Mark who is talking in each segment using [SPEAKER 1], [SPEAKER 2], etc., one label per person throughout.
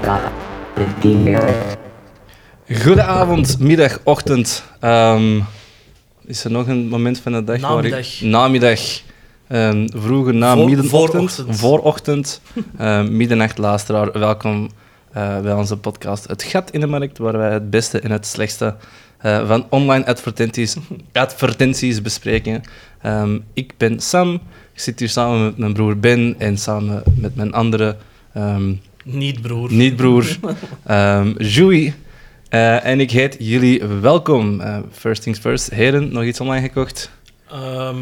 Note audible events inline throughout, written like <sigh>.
[SPEAKER 1] praten met het team verder.
[SPEAKER 2] Goedenavond, middag, ochtend. Ehm, is er nog een moment van de dag?
[SPEAKER 3] Namiddag.
[SPEAKER 2] namiddag. ehm, vroege na
[SPEAKER 3] Voor-
[SPEAKER 2] middenochtend.
[SPEAKER 3] voorochtend.
[SPEAKER 2] Voorochtend. <laughs> ehm, middernacht, luisteraar. Welkom eh, bij onze podcast Het Gat in de Markt, waar wij het beste en het slechtste eh, van online advertenties,
[SPEAKER 3] <laughs>
[SPEAKER 2] advertenties bespreken. Ehm, ik ben Sam. Ik zit hier samen met mijn broer Ben en samen met mijn andere ehm,
[SPEAKER 3] Niet broer.
[SPEAKER 2] niet broer. Ehm Joey. Eh, en ik heet jullie welkom. Eh, first things first. Heren, nog iets online gekocht?
[SPEAKER 3] Ehm,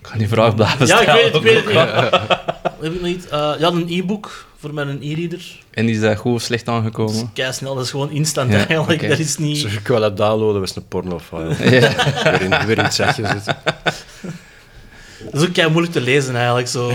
[SPEAKER 2] Ik ga die vraag blijven
[SPEAKER 3] ja, ik
[SPEAKER 2] stellen.
[SPEAKER 3] weet het, ik weet
[SPEAKER 2] <laughs>
[SPEAKER 3] het niet. Heb ik nog iets? Eh, ja, een e-book voor mijn e-reader.
[SPEAKER 2] En is dat goed of slecht
[SPEAKER 3] Dat is
[SPEAKER 2] aangekomen? <laughs>
[SPEAKER 3] keisnel, dat is gewoon instant
[SPEAKER 2] Oh. Ja,
[SPEAKER 3] eigenlijk.
[SPEAKER 2] oké.
[SPEAKER 3] Dat is niet...
[SPEAKER 4] Zeg, ik wil dat downloaden, was een pornofile.
[SPEAKER 2] Ja.
[SPEAKER 4] <laughs> weer, in, weer in het zakje zitten.
[SPEAKER 3] Dat is ook kei moeilijk te lezen eigenlijk.
[SPEAKER 2] <laughs>
[SPEAKER 3] Zo.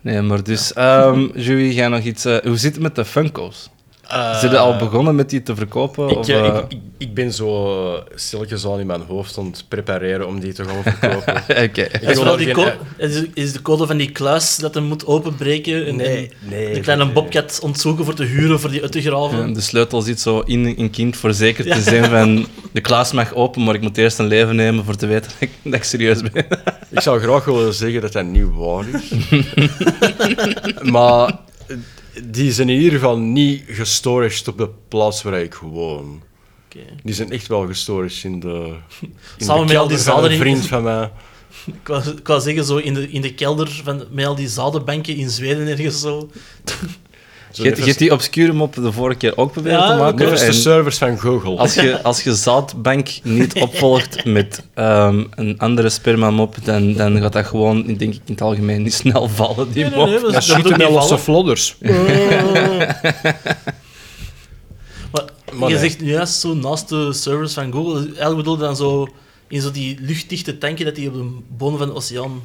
[SPEAKER 2] Nee, maar dus... ehm Joey, ga nog iets... eh, hoe zit het met de Funko's?
[SPEAKER 4] Eh,
[SPEAKER 2] Zijn al begonnen met die te verkopen?
[SPEAKER 4] Ik,
[SPEAKER 2] of,
[SPEAKER 4] eh,
[SPEAKER 2] eh,
[SPEAKER 4] ik, ik, ik ben zo eh, stilletjes al in mijn hoofd aan het prepareren om die te gaan
[SPEAKER 2] <laughs>
[SPEAKER 4] verkopen.
[SPEAKER 2] Oké.
[SPEAKER 3] Dat is,
[SPEAKER 4] wil
[SPEAKER 3] wel
[SPEAKER 4] er
[SPEAKER 3] die
[SPEAKER 4] geen-
[SPEAKER 3] co- is, is de code van die kluis dat hem moet openbreken. En, en
[SPEAKER 4] nee.
[SPEAKER 3] de kleine
[SPEAKER 4] nee.
[SPEAKER 3] bobcat ontzoeken voor te huren, voor die uit te graven.
[SPEAKER 2] Eh, De sleutel zit zo in een kind voor zeker te zijn van... De klaas mag open, maar ik moet eerst een leven nemen voor te weten <laughs> dat ik, dat ik serieus ben.
[SPEAKER 4] Ik zou graag willen zeggen dat dat niet waar <laughs> is. maar eh, die zijn in ieder geval niet gestoraged op de plaats waar ik woon.
[SPEAKER 3] Oké.
[SPEAKER 4] Die zijn echt wel gestoraged in de. In
[SPEAKER 3] Samen
[SPEAKER 4] de
[SPEAKER 3] met al die
[SPEAKER 4] kelder van
[SPEAKER 3] zadering.
[SPEAKER 4] een vriend van mij.
[SPEAKER 3] Ik, wou, ik wou zeggen, zo in de, in de kelder van met al die zadenbanken in Zweden ergens zo.
[SPEAKER 4] Zo
[SPEAKER 2] Je hebt- je hebt die obscure mop de vorige keer ook proberen
[SPEAKER 3] Ja,
[SPEAKER 2] te maken.
[SPEAKER 4] Nevens de
[SPEAKER 2] en-
[SPEAKER 4] servers van Google.
[SPEAKER 2] Als
[SPEAKER 3] <laughs>
[SPEAKER 2] je, als je zaadbank niet opvolgt met ehm, een andere spermamop, dan, dan gaat dat gewoon, denk ik, in het algemeen niet snel vallen, die
[SPEAKER 3] Nee, nee,
[SPEAKER 2] mop.
[SPEAKER 3] nee, dat is-
[SPEAKER 4] Dat
[SPEAKER 3] dat moet ook niet
[SPEAKER 4] schieten met losse
[SPEAKER 3] vallen.
[SPEAKER 4] flodders.
[SPEAKER 3] <laughs> Maar,
[SPEAKER 4] Maar
[SPEAKER 3] je
[SPEAKER 4] nee.
[SPEAKER 3] zegt nu juist zo naast de servers van Google, eigenlijk bedoel je dan zo in zo die luchtdichte tanken dat die op de bodem van de oceaan.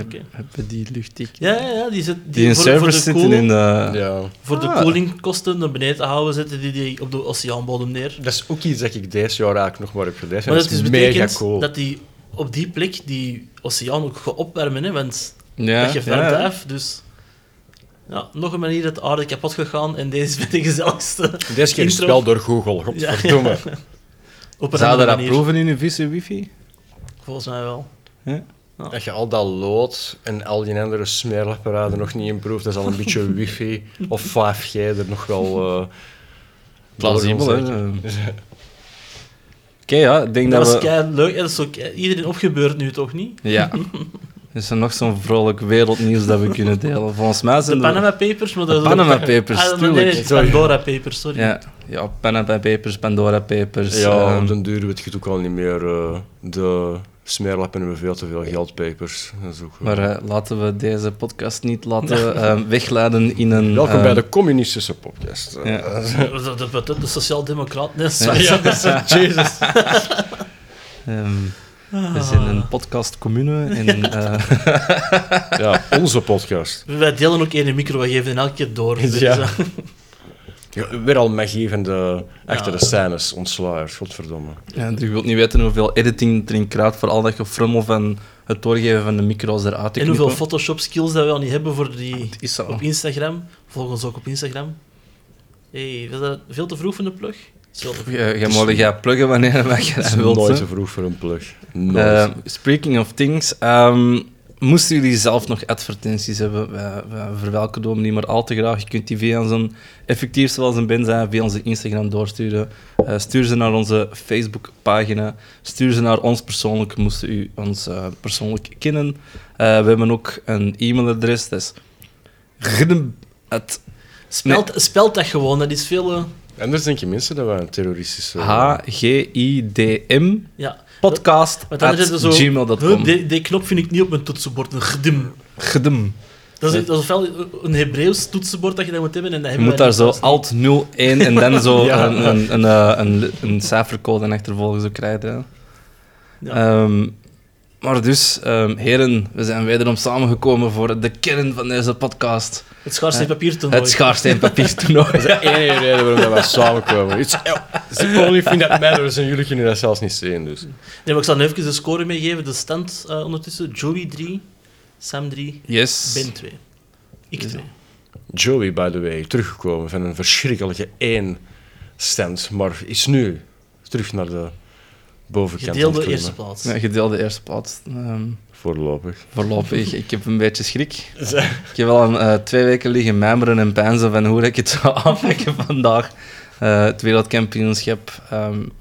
[SPEAKER 3] Oké.
[SPEAKER 2] Hebben die luchtdik?
[SPEAKER 3] Ja, ja, ja, die zit die,
[SPEAKER 2] Die in
[SPEAKER 3] voor,
[SPEAKER 2] servers
[SPEAKER 3] voor de,
[SPEAKER 2] zitten
[SPEAKER 3] koeling,
[SPEAKER 2] in de...
[SPEAKER 4] Ja.
[SPEAKER 3] voor de
[SPEAKER 2] Ah.
[SPEAKER 3] koelingkosten naar beneden te houden, zetten die die op de oceaanbodem neer.
[SPEAKER 4] Dat is ook iets dat ik deze jaar eigenlijk nog maar heb gelezen.
[SPEAKER 3] Maar
[SPEAKER 4] dat,
[SPEAKER 3] dat
[SPEAKER 4] is
[SPEAKER 3] dus
[SPEAKER 4] mega
[SPEAKER 3] betekent
[SPEAKER 4] cool.
[SPEAKER 3] dat die op die plek die oceaan ook gaat opwarmen, hè, want
[SPEAKER 2] Ja,
[SPEAKER 3] dat geeft
[SPEAKER 2] ja,
[SPEAKER 3] warmte
[SPEAKER 2] ja.
[SPEAKER 3] af. Dus ja, nog een manier dat de aarde kapot gaat gaan en deze is met de gezelligste.
[SPEAKER 4] Deze keer is het
[SPEAKER 3] intro.
[SPEAKER 4] wel door Google, godverdomme.
[SPEAKER 3] Op een
[SPEAKER 2] Zou je
[SPEAKER 3] andere
[SPEAKER 2] dat
[SPEAKER 3] manier.
[SPEAKER 2] proeven in een vieze wifi?
[SPEAKER 3] Volgens mij wel.
[SPEAKER 4] <laughs> Dat je al dat lood en al die andere smeerlapparaten nog niet in proeft, dat is al een beetje wifi of 5G er nog wel... eh
[SPEAKER 2] Plausibel, hè?
[SPEAKER 4] door ons,
[SPEAKER 2] Ehm. Oké, ja, ik denk
[SPEAKER 3] Dat
[SPEAKER 2] dat,
[SPEAKER 3] was
[SPEAKER 2] we...
[SPEAKER 3] kei leuk. Dat is ook eh, iedereen opgebeurd nu, toch niet? <laughs>
[SPEAKER 2] Ja. Is er nog zo'n vrolijk wereldnieuws dat we kunnen delen? Volgens mij zijn
[SPEAKER 3] De
[SPEAKER 2] er-
[SPEAKER 3] Panama Papers, maar
[SPEAKER 2] De
[SPEAKER 3] dat
[SPEAKER 2] Panama Papers,
[SPEAKER 3] <laughs> Ah, maar nee,
[SPEAKER 2] tuurlijk.
[SPEAKER 3] nee, de Pandora Papers, sorry. <laughs>
[SPEAKER 2] Ja, ja, Panama Papers, Pandora Papers.
[SPEAKER 4] Ja,
[SPEAKER 2] ehm,
[SPEAKER 4] op den duur weet je het ook al niet meer. eh, de smeerlappen hebben veel te veel geldpapers. Dat is ook, eh.
[SPEAKER 2] Maar eh, laten we deze podcast niet
[SPEAKER 4] <laughs>
[SPEAKER 2] laten eh, wegleiden in een...
[SPEAKER 4] Welkom
[SPEAKER 2] eh,
[SPEAKER 4] bij de communistische podcast. eh.
[SPEAKER 2] ja.
[SPEAKER 3] De, de, de, de Sociaaldemocraat, nee, sorry. <laughs>
[SPEAKER 2] <laughs>
[SPEAKER 3] Jezus.
[SPEAKER 2] ehm, we zijn een podcastcommune en... eh,
[SPEAKER 4] ja, onze podcast.
[SPEAKER 3] Wij delen ook één micro, wij geven die elke keer door. Dus,
[SPEAKER 4] Ja.
[SPEAKER 3] eh,
[SPEAKER 4] Ja, weer al magie van de achter
[SPEAKER 3] Ja.
[SPEAKER 4] de scènes ontsluierd, godverdomme.
[SPEAKER 2] ja, je wilt niet weten hoeveel editing erin kruipt voor al dat gefrummel van het doorgeven van de micro's eruit te
[SPEAKER 3] en hoeveel
[SPEAKER 2] knippen.
[SPEAKER 3] Photoshop skills dat we al niet hebben voor die
[SPEAKER 2] is zo.
[SPEAKER 3] op Instagram. Volg ons ook op Instagram. Hé, hey, was dat veel te vroeg van de plug? Zo.
[SPEAKER 2] Je, je mag gaan pluggen wanneer je
[SPEAKER 4] Het
[SPEAKER 2] dat
[SPEAKER 4] is
[SPEAKER 2] wilt. hè.
[SPEAKER 4] nooit te vroeg voor een plug. Nooit.
[SPEAKER 2] Eh, speaking of things, ehm, moesten jullie zelf nog advertenties hebben? Wij, wij verwelkomen die maar al te graag. Je kunt die via zo'n effectief zoals een ben zijn, via onze Instagram doorsturen. Eh, stuur ze naar onze Facebookpagina. Stuur ze naar ons persoonlijk, moesten u ons eh, persoonlijk kennen. Eh, we hebben ook een e-mailadres, dat is ridden... at-
[SPEAKER 3] Spelt, spelt dat gewoon, dat is veel... eh,
[SPEAKER 4] Anders denk je mensen dat we een terroristische...
[SPEAKER 2] H-G-I-D-M
[SPEAKER 3] ja.
[SPEAKER 2] podcast
[SPEAKER 3] Want dan is het zo...
[SPEAKER 2] at gmail.com.
[SPEAKER 3] Die, die knop vind ik niet op mijn toetsenbord, een gedim.
[SPEAKER 2] Gedem.
[SPEAKER 3] Dat is, dat is ofwel een Hebreeuws toetsenbord dat je dat moet hebben. En dat
[SPEAKER 2] Je moet daar zo alt 0, 1 en dan
[SPEAKER 3] <laughs>
[SPEAKER 2] zo
[SPEAKER 4] Ja.
[SPEAKER 2] een, een, een, eh, een, een cijfercode en achtervolgen zo krijgen. hè.
[SPEAKER 3] Ja.
[SPEAKER 2] Ehm, maar dus, ehm, heren, we zijn wederom samengekomen voor de kern van deze podcast.
[SPEAKER 3] Het schaarste papier toernooi.
[SPEAKER 2] Het
[SPEAKER 3] <laughs>
[SPEAKER 2] schaarsteenpapier toernooi.
[SPEAKER 4] De enige reden waarom we samenkomen. It's the only thing that matters en jullie kunnen dat zelfs niet zien. Dus.
[SPEAKER 3] Nee, maar ik zal nu even de score meegeven. De stand eh, ondertussen. Joey 3, Sam 3,
[SPEAKER 2] Yes.
[SPEAKER 3] Ben 2. Ik 2.
[SPEAKER 4] Joey, by the way, teruggekomen van een verschrikkelijke één stand, maar is nu terug naar de bovenkant aan het
[SPEAKER 3] Gedeelde
[SPEAKER 4] klimmen.
[SPEAKER 3] eerste plaats.
[SPEAKER 2] Ja, gedeelde eerste plaats. Ehm,
[SPEAKER 4] Voorlopig.
[SPEAKER 2] voorlopig. Ik heb een beetje schrik. Ik heb al een, eh, twee weken liggen mijmeren en pijnzen van hoe ik het zou <laughs> aanpakken vandaag. Eh, het wereldkampioenschap. ehm,
[SPEAKER 3] <laughs>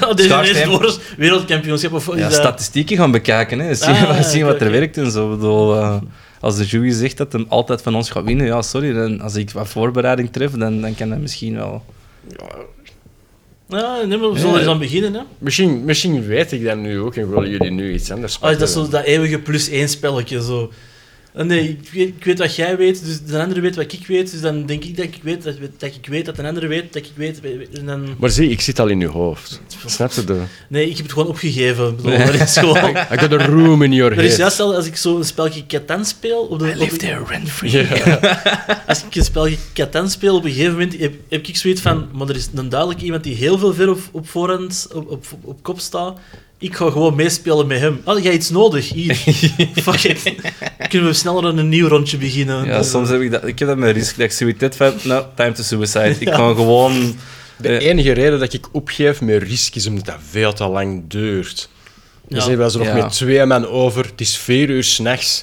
[SPEAKER 3] Oh, Deze
[SPEAKER 2] Schaarste,
[SPEAKER 3] race
[SPEAKER 2] hè?
[SPEAKER 3] door is wereldkampioenschap of is
[SPEAKER 2] ja,
[SPEAKER 3] dat-
[SPEAKER 2] statistieken gaan bekijken. Hè. Zien, <laughs>
[SPEAKER 3] Ah,
[SPEAKER 2] zien
[SPEAKER 3] oké,
[SPEAKER 2] wat er
[SPEAKER 3] oké.
[SPEAKER 2] werkt en zo. Ik bedoel, eh, als de jury zegt dat hem altijd van ons gaat winnen, ja, sorry. Dan, als ik wat voorbereiding tref, dan, dan kan dat misschien wel.
[SPEAKER 3] Ja, Ah, nee, maar we zullen
[SPEAKER 4] Ja.
[SPEAKER 3] er dan beginnen. Hè?
[SPEAKER 4] Misschien, misschien weet ik dat nu ook en willen jullie nu iets anders
[SPEAKER 3] Ah, dat is zo
[SPEAKER 4] pakken.
[SPEAKER 3] dat eeuwige plus één spelletje. Zo. En nee, ik weet, ik weet wat jij weet, dus de andere weet wat ik weet. Dus dan denk ik dat ik weet dat, dat ik weet dat een andere weet dat ik weet. weet- weet- En dan...
[SPEAKER 4] Maar zie, ik zit al in uw hoofd. Snap je de...
[SPEAKER 3] Nee, ik heb het gewoon opgegeven. Ik bedoel, dat is gewoon...
[SPEAKER 4] I got a room in
[SPEAKER 3] <laughs>
[SPEAKER 4] your
[SPEAKER 3] Er is
[SPEAKER 4] head.
[SPEAKER 3] juist al, als ik zo'n spelletje Catan speel... Op de, op-
[SPEAKER 4] <laughs> Ja.
[SPEAKER 3] als ik een spelletje Catan speel, op een gegeven moment heb, heb ik zoiets van... Maar er is een duidelijk iemand die heel veel ver op, op voorhand, op, op, op kop staat. Ik ga gewoon meespelen met hem. Had jij iets nodig?
[SPEAKER 2] <laughs>
[SPEAKER 3] Hier. Fuck it. Kunnen we sneller aan een nieuw rondje beginnen?
[SPEAKER 2] Ja, soms heb ik dat. Ik heb dat met risk. Dat ik zoiets heb van, nou, time to suicide.
[SPEAKER 3] <laughs>
[SPEAKER 2] Ik kan gewoon.
[SPEAKER 4] De enige reden dat ik opgeef met risk is omdat dat veel te lang duurt. Dan
[SPEAKER 3] Ja.
[SPEAKER 4] zijn wij zo nog
[SPEAKER 2] Ja.
[SPEAKER 4] met twee man over. Het is vier uur
[SPEAKER 3] <laughs>
[SPEAKER 4] s'nachts.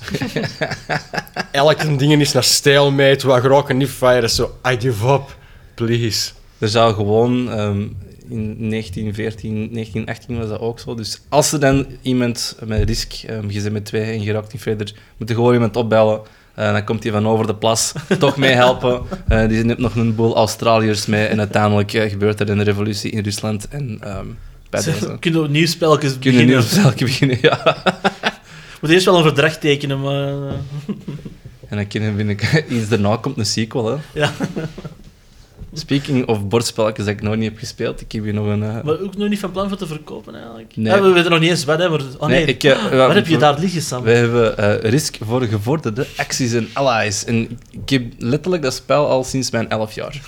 [SPEAKER 4] Elke ding is naar stijlmeet. We roken niet fire. Zo, I give up. Please.
[SPEAKER 2] Er zou gewoon ehm, in 1914, 1918 was dat ook zo. Dus als er dan iemand met risk, ehm je bent met twee en je raakt niet verder, moet er gewoon iemand opbellen. Eh, dan komt hij van over de plas <laughs> toch meehelpen. Eh die neemt nog een boel Australiërs mee. En uiteindelijk eh, gebeurt er een revolutie in Rusland. En ehm bij deze.
[SPEAKER 3] Kunnen we opnieuw spelletjes
[SPEAKER 2] Kunnen we nu
[SPEAKER 3] beginnen?
[SPEAKER 2] op elke <laughs> beginnen? Ja.
[SPEAKER 3] Moet eerst wel een verdrag tekenen, maar... eh,
[SPEAKER 2] En dan kunnen we binnen- iets daarna komt een sequel. Hè.
[SPEAKER 3] Ja.
[SPEAKER 2] Speaking of bordspelletjes dat ik nog niet heb gespeeld, ik heb hier nog een. eh,
[SPEAKER 3] Maar ook nog niet van plan voor te verkopen, eigenlijk.
[SPEAKER 2] Nee.
[SPEAKER 3] Ah, we weten nog niet eens wat, hè. Maar... Oh, nee.
[SPEAKER 2] Nee, ik, eh, wel,
[SPEAKER 3] Waar heb je
[SPEAKER 2] voor-
[SPEAKER 3] daar liggen, Sam?
[SPEAKER 2] We hebben eh, Risk voor gevorderde acties en allies. En ik heb letterlijk dat spel al sinds mijn 11 jaar.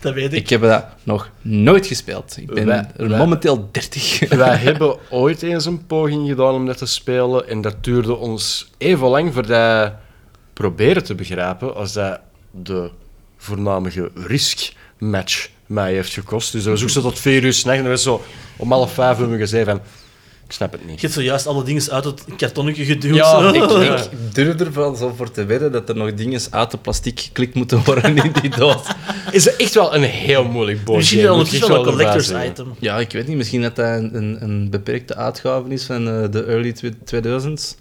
[SPEAKER 3] Dat weet ik.
[SPEAKER 2] Ik heb dat nog nooit gespeeld. Ik ben
[SPEAKER 4] Wij-
[SPEAKER 2] er
[SPEAKER 4] wij-
[SPEAKER 2] momenteel 30.
[SPEAKER 4] Wij hebben ooit eens een poging gedaan om dat te spelen. En dat duurde ons even lang voor dat proberen te begrijpen. als dat de voornamige risk-match mij heeft gekost. Dus dat was ook zo tot vier uur s'nachts. En dat was zo om half vijf hebben we gezegd van... Ik snap het
[SPEAKER 3] Je
[SPEAKER 4] niet.
[SPEAKER 3] hebt zojuist alle dingen uit het kartonnetje geduwd.
[SPEAKER 4] Ja,
[SPEAKER 3] <laughs>
[SPEAKER 2] <laughs>
[SPEAKER 3] zo.
[SPEAKER 2] Ik, ik durf er wel zo voor te wedden dat er nog dingen uit de plastic geklikt moeten worden in die doos.
[SPEAKER 4] Is dat echt wel een heel moeilijk boordje.
[SPEAKER 3] Misschien wel
[SPEAKER 4] moet ik
[SPEAKER 3] ondertussen wel een
[SPEAKER 4] erbij
[SPEAKER 3] collectors
[SPEAKER 4] zeggen.
[SPEAKER 3] item.
[SPEAKER 2] Ja, ik weet niet. Misschien dat dat een, een, een beperkte uitgave is van eh, de early twi- 2000s.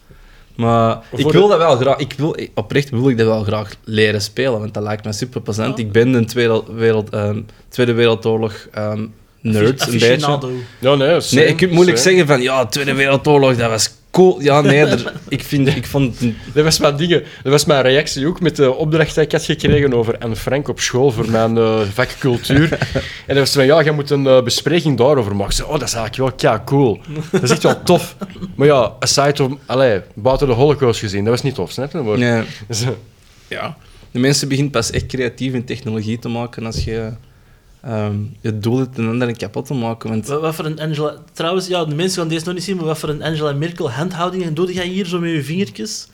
[SPEAKER 2] Maar ik
[SPEAKER 4] Voor
[SPEAKER 2] wil dat wel graag. Ik wil, ik- oprecht wil ik dat wel graag leren spelen, want dat lijkt me super plezant.
[SPEAKER 3] Ja.
[SPEAKER 2] Ik ben een Tweede, wereld, ehm, tweede Wereldoorlog ehm, nerd, een beetje.
[SPEAKER 3] Aficionado.
[SPEAKER 4] Ja, nee,
[SPEAKER 2] Nee,
[SPEAKER 4] same,
[SPEAKER 2] ik kan moeilijk
[SPEAKER 4] same.
[SPEAKER 2] zeggen van ja, Tweede Wereldoorlog, dat was cool. Ja, nee, er- ik, vind, ik vond het
[SPEAKER 4] Dat was mijn dingen. Dat was mijn reactie ook met de opdracht die ik had gekregen over Anne Frank op school voor mijn eh, vak
[SPEAKER 3] <laughs>
[SPEAKER 4] cultuur. En dat was van, ja, je moet een eh, bespreking daarover maken. Ik zei, oh, dat is eigenlijk wel kei cool. Dat is echt wel tof. Maar ja, aside om, allee, buiten de holocaust gezien, dat was niet tof, snap je? Maar, Dus, eh,
[SPEAKER 2] nee.
[SPEAKER 4] Zo.
[SPEAKER 2] ja, de mensen beginnen pas echt creatief in technologie te maken als je ehm, het doel hebt een ander kapot te maken. Want
[SPEAKER 3] Wat, wat voor een Angela... Trouwens, ja, de mensen gaan deze nog niet zien, maar wat voor een Angela Merkel handhouding en doe jij hier zo met je vingertjes?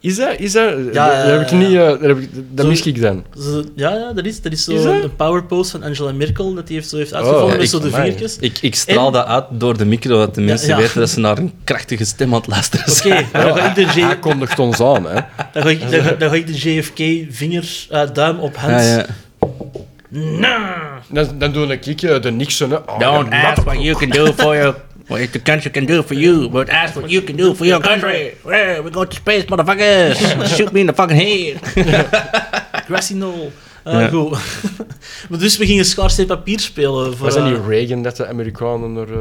[SPEAKER 4] Is dat, is dat, dat
[SPEAKER 3] ja,
[SPEAKER 4] heb ik
[SPEAKER 3] ja.
[SPEAKER 4] niet, eh, dat, heb ik, dat
[SPEAKER 3] Zo-
[SPEAKER 4] mis ik dan.
[SPEAKER 3] Zo- ja, ja, dat is, dat is zo
[SPEAKER 4] Is dat?
[SPEAKER 3] een powerpost van Angela Merkel, dat die heeft, zo heeft uitgevonden
[SPEAKER 4] ja,
[SPEAKER 3] met
[SPEAKER 4] ik-
[SPEAKER 3] zo de
[SPEAKER 4] amai.
[SPEAKER 3] vingertjes.
[SPEAKER 2] Oh, Ik, ik straal
[SPEAKER 3] En-
[SPEAKER 2] dat uit door de micro, dat de mensen
[SPEAKER 3] ja.
[SPEAKER 2] weten dat ze naar een krachtige stem aan het luisteren
[SPEAKER 3] Oké,
[SPEAKER 2] zijn. <laughs>
[SPEAKER 3] maar dan ga ik de J-
[SPEAKER 2] Ah,
[SPEAKER 4] Hij kondigt ons aan, hè.
[SPEAKER 3] dan ga ik- dan ga- dan ga ik de JFK-vinger, eh, duim op hand.
[SPEAKER 2] Ja, ja.
[SPEAKER 4] Dan, dan doe ik eh, de Nixon, hè. Oh,
[SPEAKER 2] Nou,
[SPEAKER 4] ja,
[SPEAKER 5] Don't ask what you can do for your what the country can do for you, but ask what you can do for your country. Hey, we go to space, motherfuckers! Shoot me in the fucking head.
[SPEAKER 3] Grassinol. Eh,
[SPEAKER 2] Ja.
[SPEAKER 3] Goed. <laughs> maar dus we gingen schaarste papier spelen. Voor,
[SPEAKER 4] Was dat
[SPEAKER 3] eh,
[SPEAKER 4] niet Reagan dat de Amerikanen er... eh,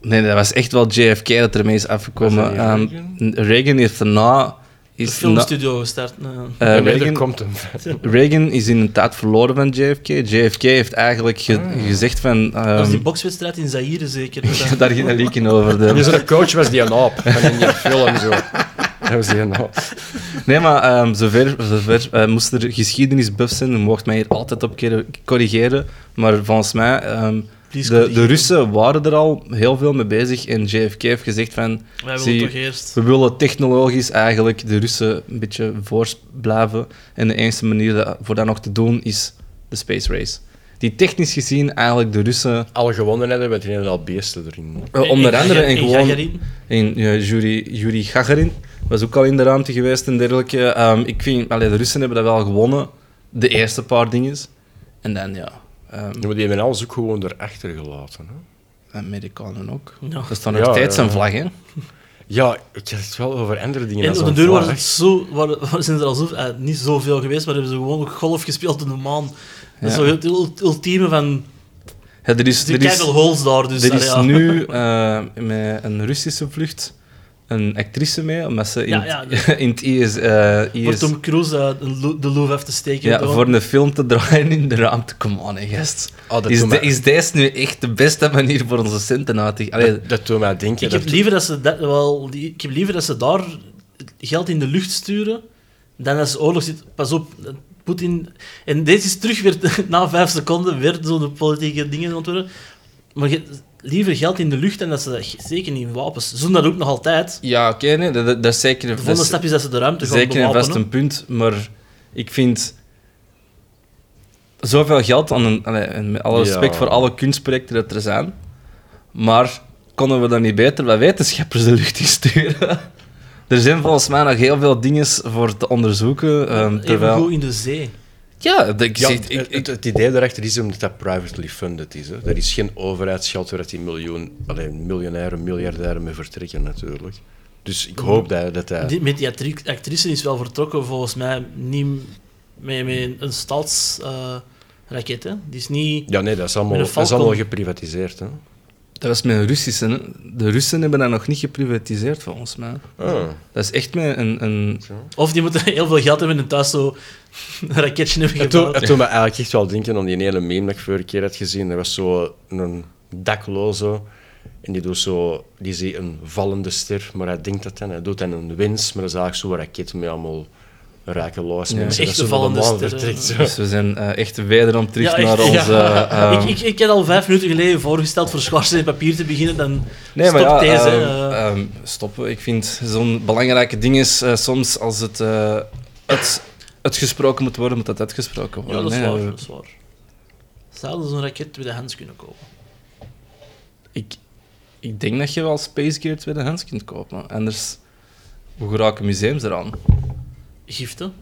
[SPEAKER 2] Nee, dat was echt wel JFK dat ermee is afgekomen.
[SPEAKER 4] Was dat niet
[SPEAKER 2] Ehm, Reagan heeft daarna...
[SPEAKER 3] een
[SPEAKER 2] Is na-
[SPEAKER 3] filmstudio gestart. dus- nee.
[SPEAKER 2] eh,
[SPEAKER 4] ja, nee, er
[SPEAKER 2] Reagan,
[SPEAKER 4] komt een...
[SPEAKER 2] Reagan is in een tijd verloren van JFK. JFK heeft eigenlijk ge- gezegd van...
[SPEAKER 3] dat was
[SPEAKER 2] ehm
[SPEAKER 3] die bokswedstrijd in Zaire zeker.
[SPEAKER 2] <laughs> daar ging een leak in over.
[SPEAKER 4] En
[SPEAKER 2] De,
[SPEAKER 4] zo'n coach was die een aap. En in die film zo. Dat was die een aap.
[SPEAKER 2] Nee, maar ehm, zover, zover eh, moest er geschiedenisbuff zijn. Je mocht mij hier altijd op keren- corrigeren. Maar volgens mij, ehm,
[SPEAKER 3] please
[SPEAKER 2] de,
[SPEAKER 3] continue.
[SPEAKER 2] de Russen waren er al heel veel mee bezig en JFK heeft gezegd van...
[SPEAKER 3] Wij willen
[SPEAKER 2] zie,
[SPEAKER 3] toch eerst...
[SPEAKER 2] we willen technologisch eigenlijk de Russen een beetje voor blijven. En de enige manier dat- voor dat nog te doen is de space race. Die technisch gezien eigenlijk de Russen...
[SPEAKER 4] Al gewonnen hebben, want die hebben al beesten erin.
[SPEAKER 2] eh, onder
[SPEAKER 3] En-
[SPEAKER 2] andere
[SPEAKER 3] en-
[SPEAKER 2] en
[SPEAKER 3] en
[SPEAKER 2] gewoon...
[SPEAKER 3] Gagarin.
[SPEAKER 2] En ja, Yuri, Yuri Gagarin was ook al in de ruimte geweest en dergelijke. Ehm, ik vind, allee, de Russen hebben dat wel gewonnen, de eerste paar dingen. En dan ja, ehm,
[SPEAKER 4] Ja, maar die hebben alles ook gewoon erachter gelaten. Hè?
[SPEAKER 2] de Amerikanen ook.
[SPEAKER 3] Ja.
[SPEAKER 2] Dat is dan nog
[SPEAKER 4] Ja,
[SPEAKER 2] steeds
[SPEAKER 4] ja.
[SPEAKER 2] een vlag, hè?
[SPEAKER 4] Ja, ik had het wel over andere dingen.
[SPEAKER 3] En
[SPEAKER 4] dan
[SPEAKER 3] op de
[SPEAKER 4] zo'n
[SPEAKER 3] deur waren
[SPEAKER 4] vlag.
[SPEAKER 3] het zo, waren, waren- zijn er al zo, eh, niet zoveel geweest, maar hebben ze gewoon ook golf gespeeld in de maan. Dat is
[SPEAKER 2] Ja.
[SPEAKER 3] zo het ul- ultieme van...
[SPEAKER 2] Ja, er is,
[SPEAKER 3] Er
[SPEAKER 2] er is,
[SPEAKER 3] veel holes daar, dus...
[SPEAKER 2] er
[SPEAKER 3] allee,
[SPEAKER 2] is
[SPEAKER 3] ja.
[SPEAKER 2] nu eh, met een Russische vlucht een actrice mee, omdat ze in,
[SPEAKER 3] Ja, ja, dus-
[SPEAKER 2] het- <laughs> in het IS... eh,
[SPEAKER 3] Voor
[SPEAKER 2] IS
[SPEAKER 3] Tom Cruise eh, de lo- de Louvre even te steken.
[SPEAKER 2] ja,
[SPEAKER 3] toch?
[SPEAKER 2] voor een film te draaien in de ruimte. Come on, hè, gast.
[SPEAKER 4] Ah, dat
[SPEAKER 2] is,
[SPEAKER 4] doet
[SPEAKER 2] de-
[SPEAKER 4] mij-
[SPEAKER 2] is deze nu echt de beste manier voor onze centen uit te... Allee,
[SPEAKER 4] Dat, dat doet mij denken.
[SPEAKER 3] Ik heb
[SPEAKER 4] dat-
[SPEAKER 3] liever dat ze, dat, wel, die- ik heb liever dat ze daar geld in de lucht sturen dan dat ze oorlog zit. Pas op, eh, Poetin. En deze is terug weer <laughs> na vijf seconden weer zo'n politieke dingen ontwerpen. Maar je- liever geld in de lucht dan dat ze dat- zeker niet in wapens. Ze doen dat ook nog altijd.
[SPEAKER 2] Ja, oké, nee, dat, dat, dat is zeker...
[SPEAKER 3] De volgende stap is dat ze de ruimte gaan
[SPEAKER 2] Zeker en
[SPEAKER 3] bewapenen.
[SPEAKER 2] vast een punt, maar ik vind zoveel geld aan een, allee, en met alle
[SPEAKER 4] Ja.
[SPEAKER 2] respect voor alle kunstprojecten dat er zijn, maar konden we dan niet beter wat wetenschappers de lucht in sturen? <laughs> er zijn volgens mij nog heel veel dingen voor te onderzoeken. ehm,
[SPEAKER 3] Even
[SPEAKER 2] terwijl...
[SPEAKER 3] goed in de zee.
[SPEAKER 2] Ja, dat- ik
[SPEAKER 4] Ja,
[SPEAKER 2] zeg, ik,
[SPEAKER 4] het,
[SPEAKER 2] ik,
[SPEAKER 4] het, het idee daarachter is omdat dat privately funded is. Hè. Er is geen overheidsgeld waar dat die miljoen, alleen miljonairen, miljardairen mee vertrekken natuurlijk. Dus ik hoop dat dat... dat
[SPEAKER 3] Die- Met die actri- actrice is wel vertrokken, volgens mij, niet met, met een staatsraket. hè. die is niet...
[SPEAKER 4] ja, nee, dat is allemaal,
[SPEAKER 3] Met een
[SPEAKER 4] dat is
[SPEAKER 3] Falcon.
[SPEAKER 4] allemaal geprivatiseerd. Hè.
[SPEAKER 2] dat was met een Russische. hè. De Russen hebben dat nog niet geprivatiseerd, volgens mij.
[SPEAKER 4] Ah.
[SPEAKER 2] Dat is echt met een... een...
[SPEAKER 3] Of die moeten heel veel geld hebben en thuis zo een raketje hebben
[SPEAKER 4] Het doet,
[SPEAKER 3] gebouwd.
[SPEAKER 4] het doet me eigenlijk echt wel denken aan die ene meme dat ik vorige keer had gezien. Er was zo een dakloze en die doet zo, die ziet een vallende ster, maar hij denkt dat dan. Hij doet dan een winst, maar dat is eigenlijk zo'n raket met allemaal rakeloos.
[SPEAKER 2] Ja.
[SPEAKER 4] mensen.
[SPEAKER 3] Echte
[SPEAKER 4] dat zo
[SPEAKER 3] vallende
[SPEAKER 4] normaal
[SPEAKER 3] sterren.
[SPEAKER 4] vertrekt,
[SPEAKER 3] <laughs>
[SPEAKER 4] zo.
[SPEAKER 2] Dus we zijn eh, echt wederom terug
[SPEAKER 3] Ja, echt,
[SPEAKER 2] naar
[SPEAKER 3] <laughs> ja.
[SPEAKER 2] onze... ehm,
[SPEAKER 3] ik, ik, ik had al vijf minuten geleden voorgesteld voor schaarste in papier te beginnen, dan
[SPEAKER 2] Nee, maar ja,
[SPEAKER 3] stop deze.
[SPEAKER 2] ehm,
[SPEAKER 3] eh.
[SPEAKER 2] ehm, stoppen. Ik vind zo'n belangrijke ding is eh, soms als het, eh, het, het gesproken moet worden, moet dat uitgesproken
[SPEAKER 3] ja,
[SPEAKER 2] worden.
[SPEAKER 3] dat is
[SPEAKER 2] hè.
[SPEAKER 3] waar, dat is waar. Zouden zo'n raket tweedehands kunnen kopen?
[SPEAKER 2] Ik, ik denk dat je wel Space Gear tweedehands kunt kopen. Anders, hoe geraken museums eraan?
[SPEAKER 3] Giften?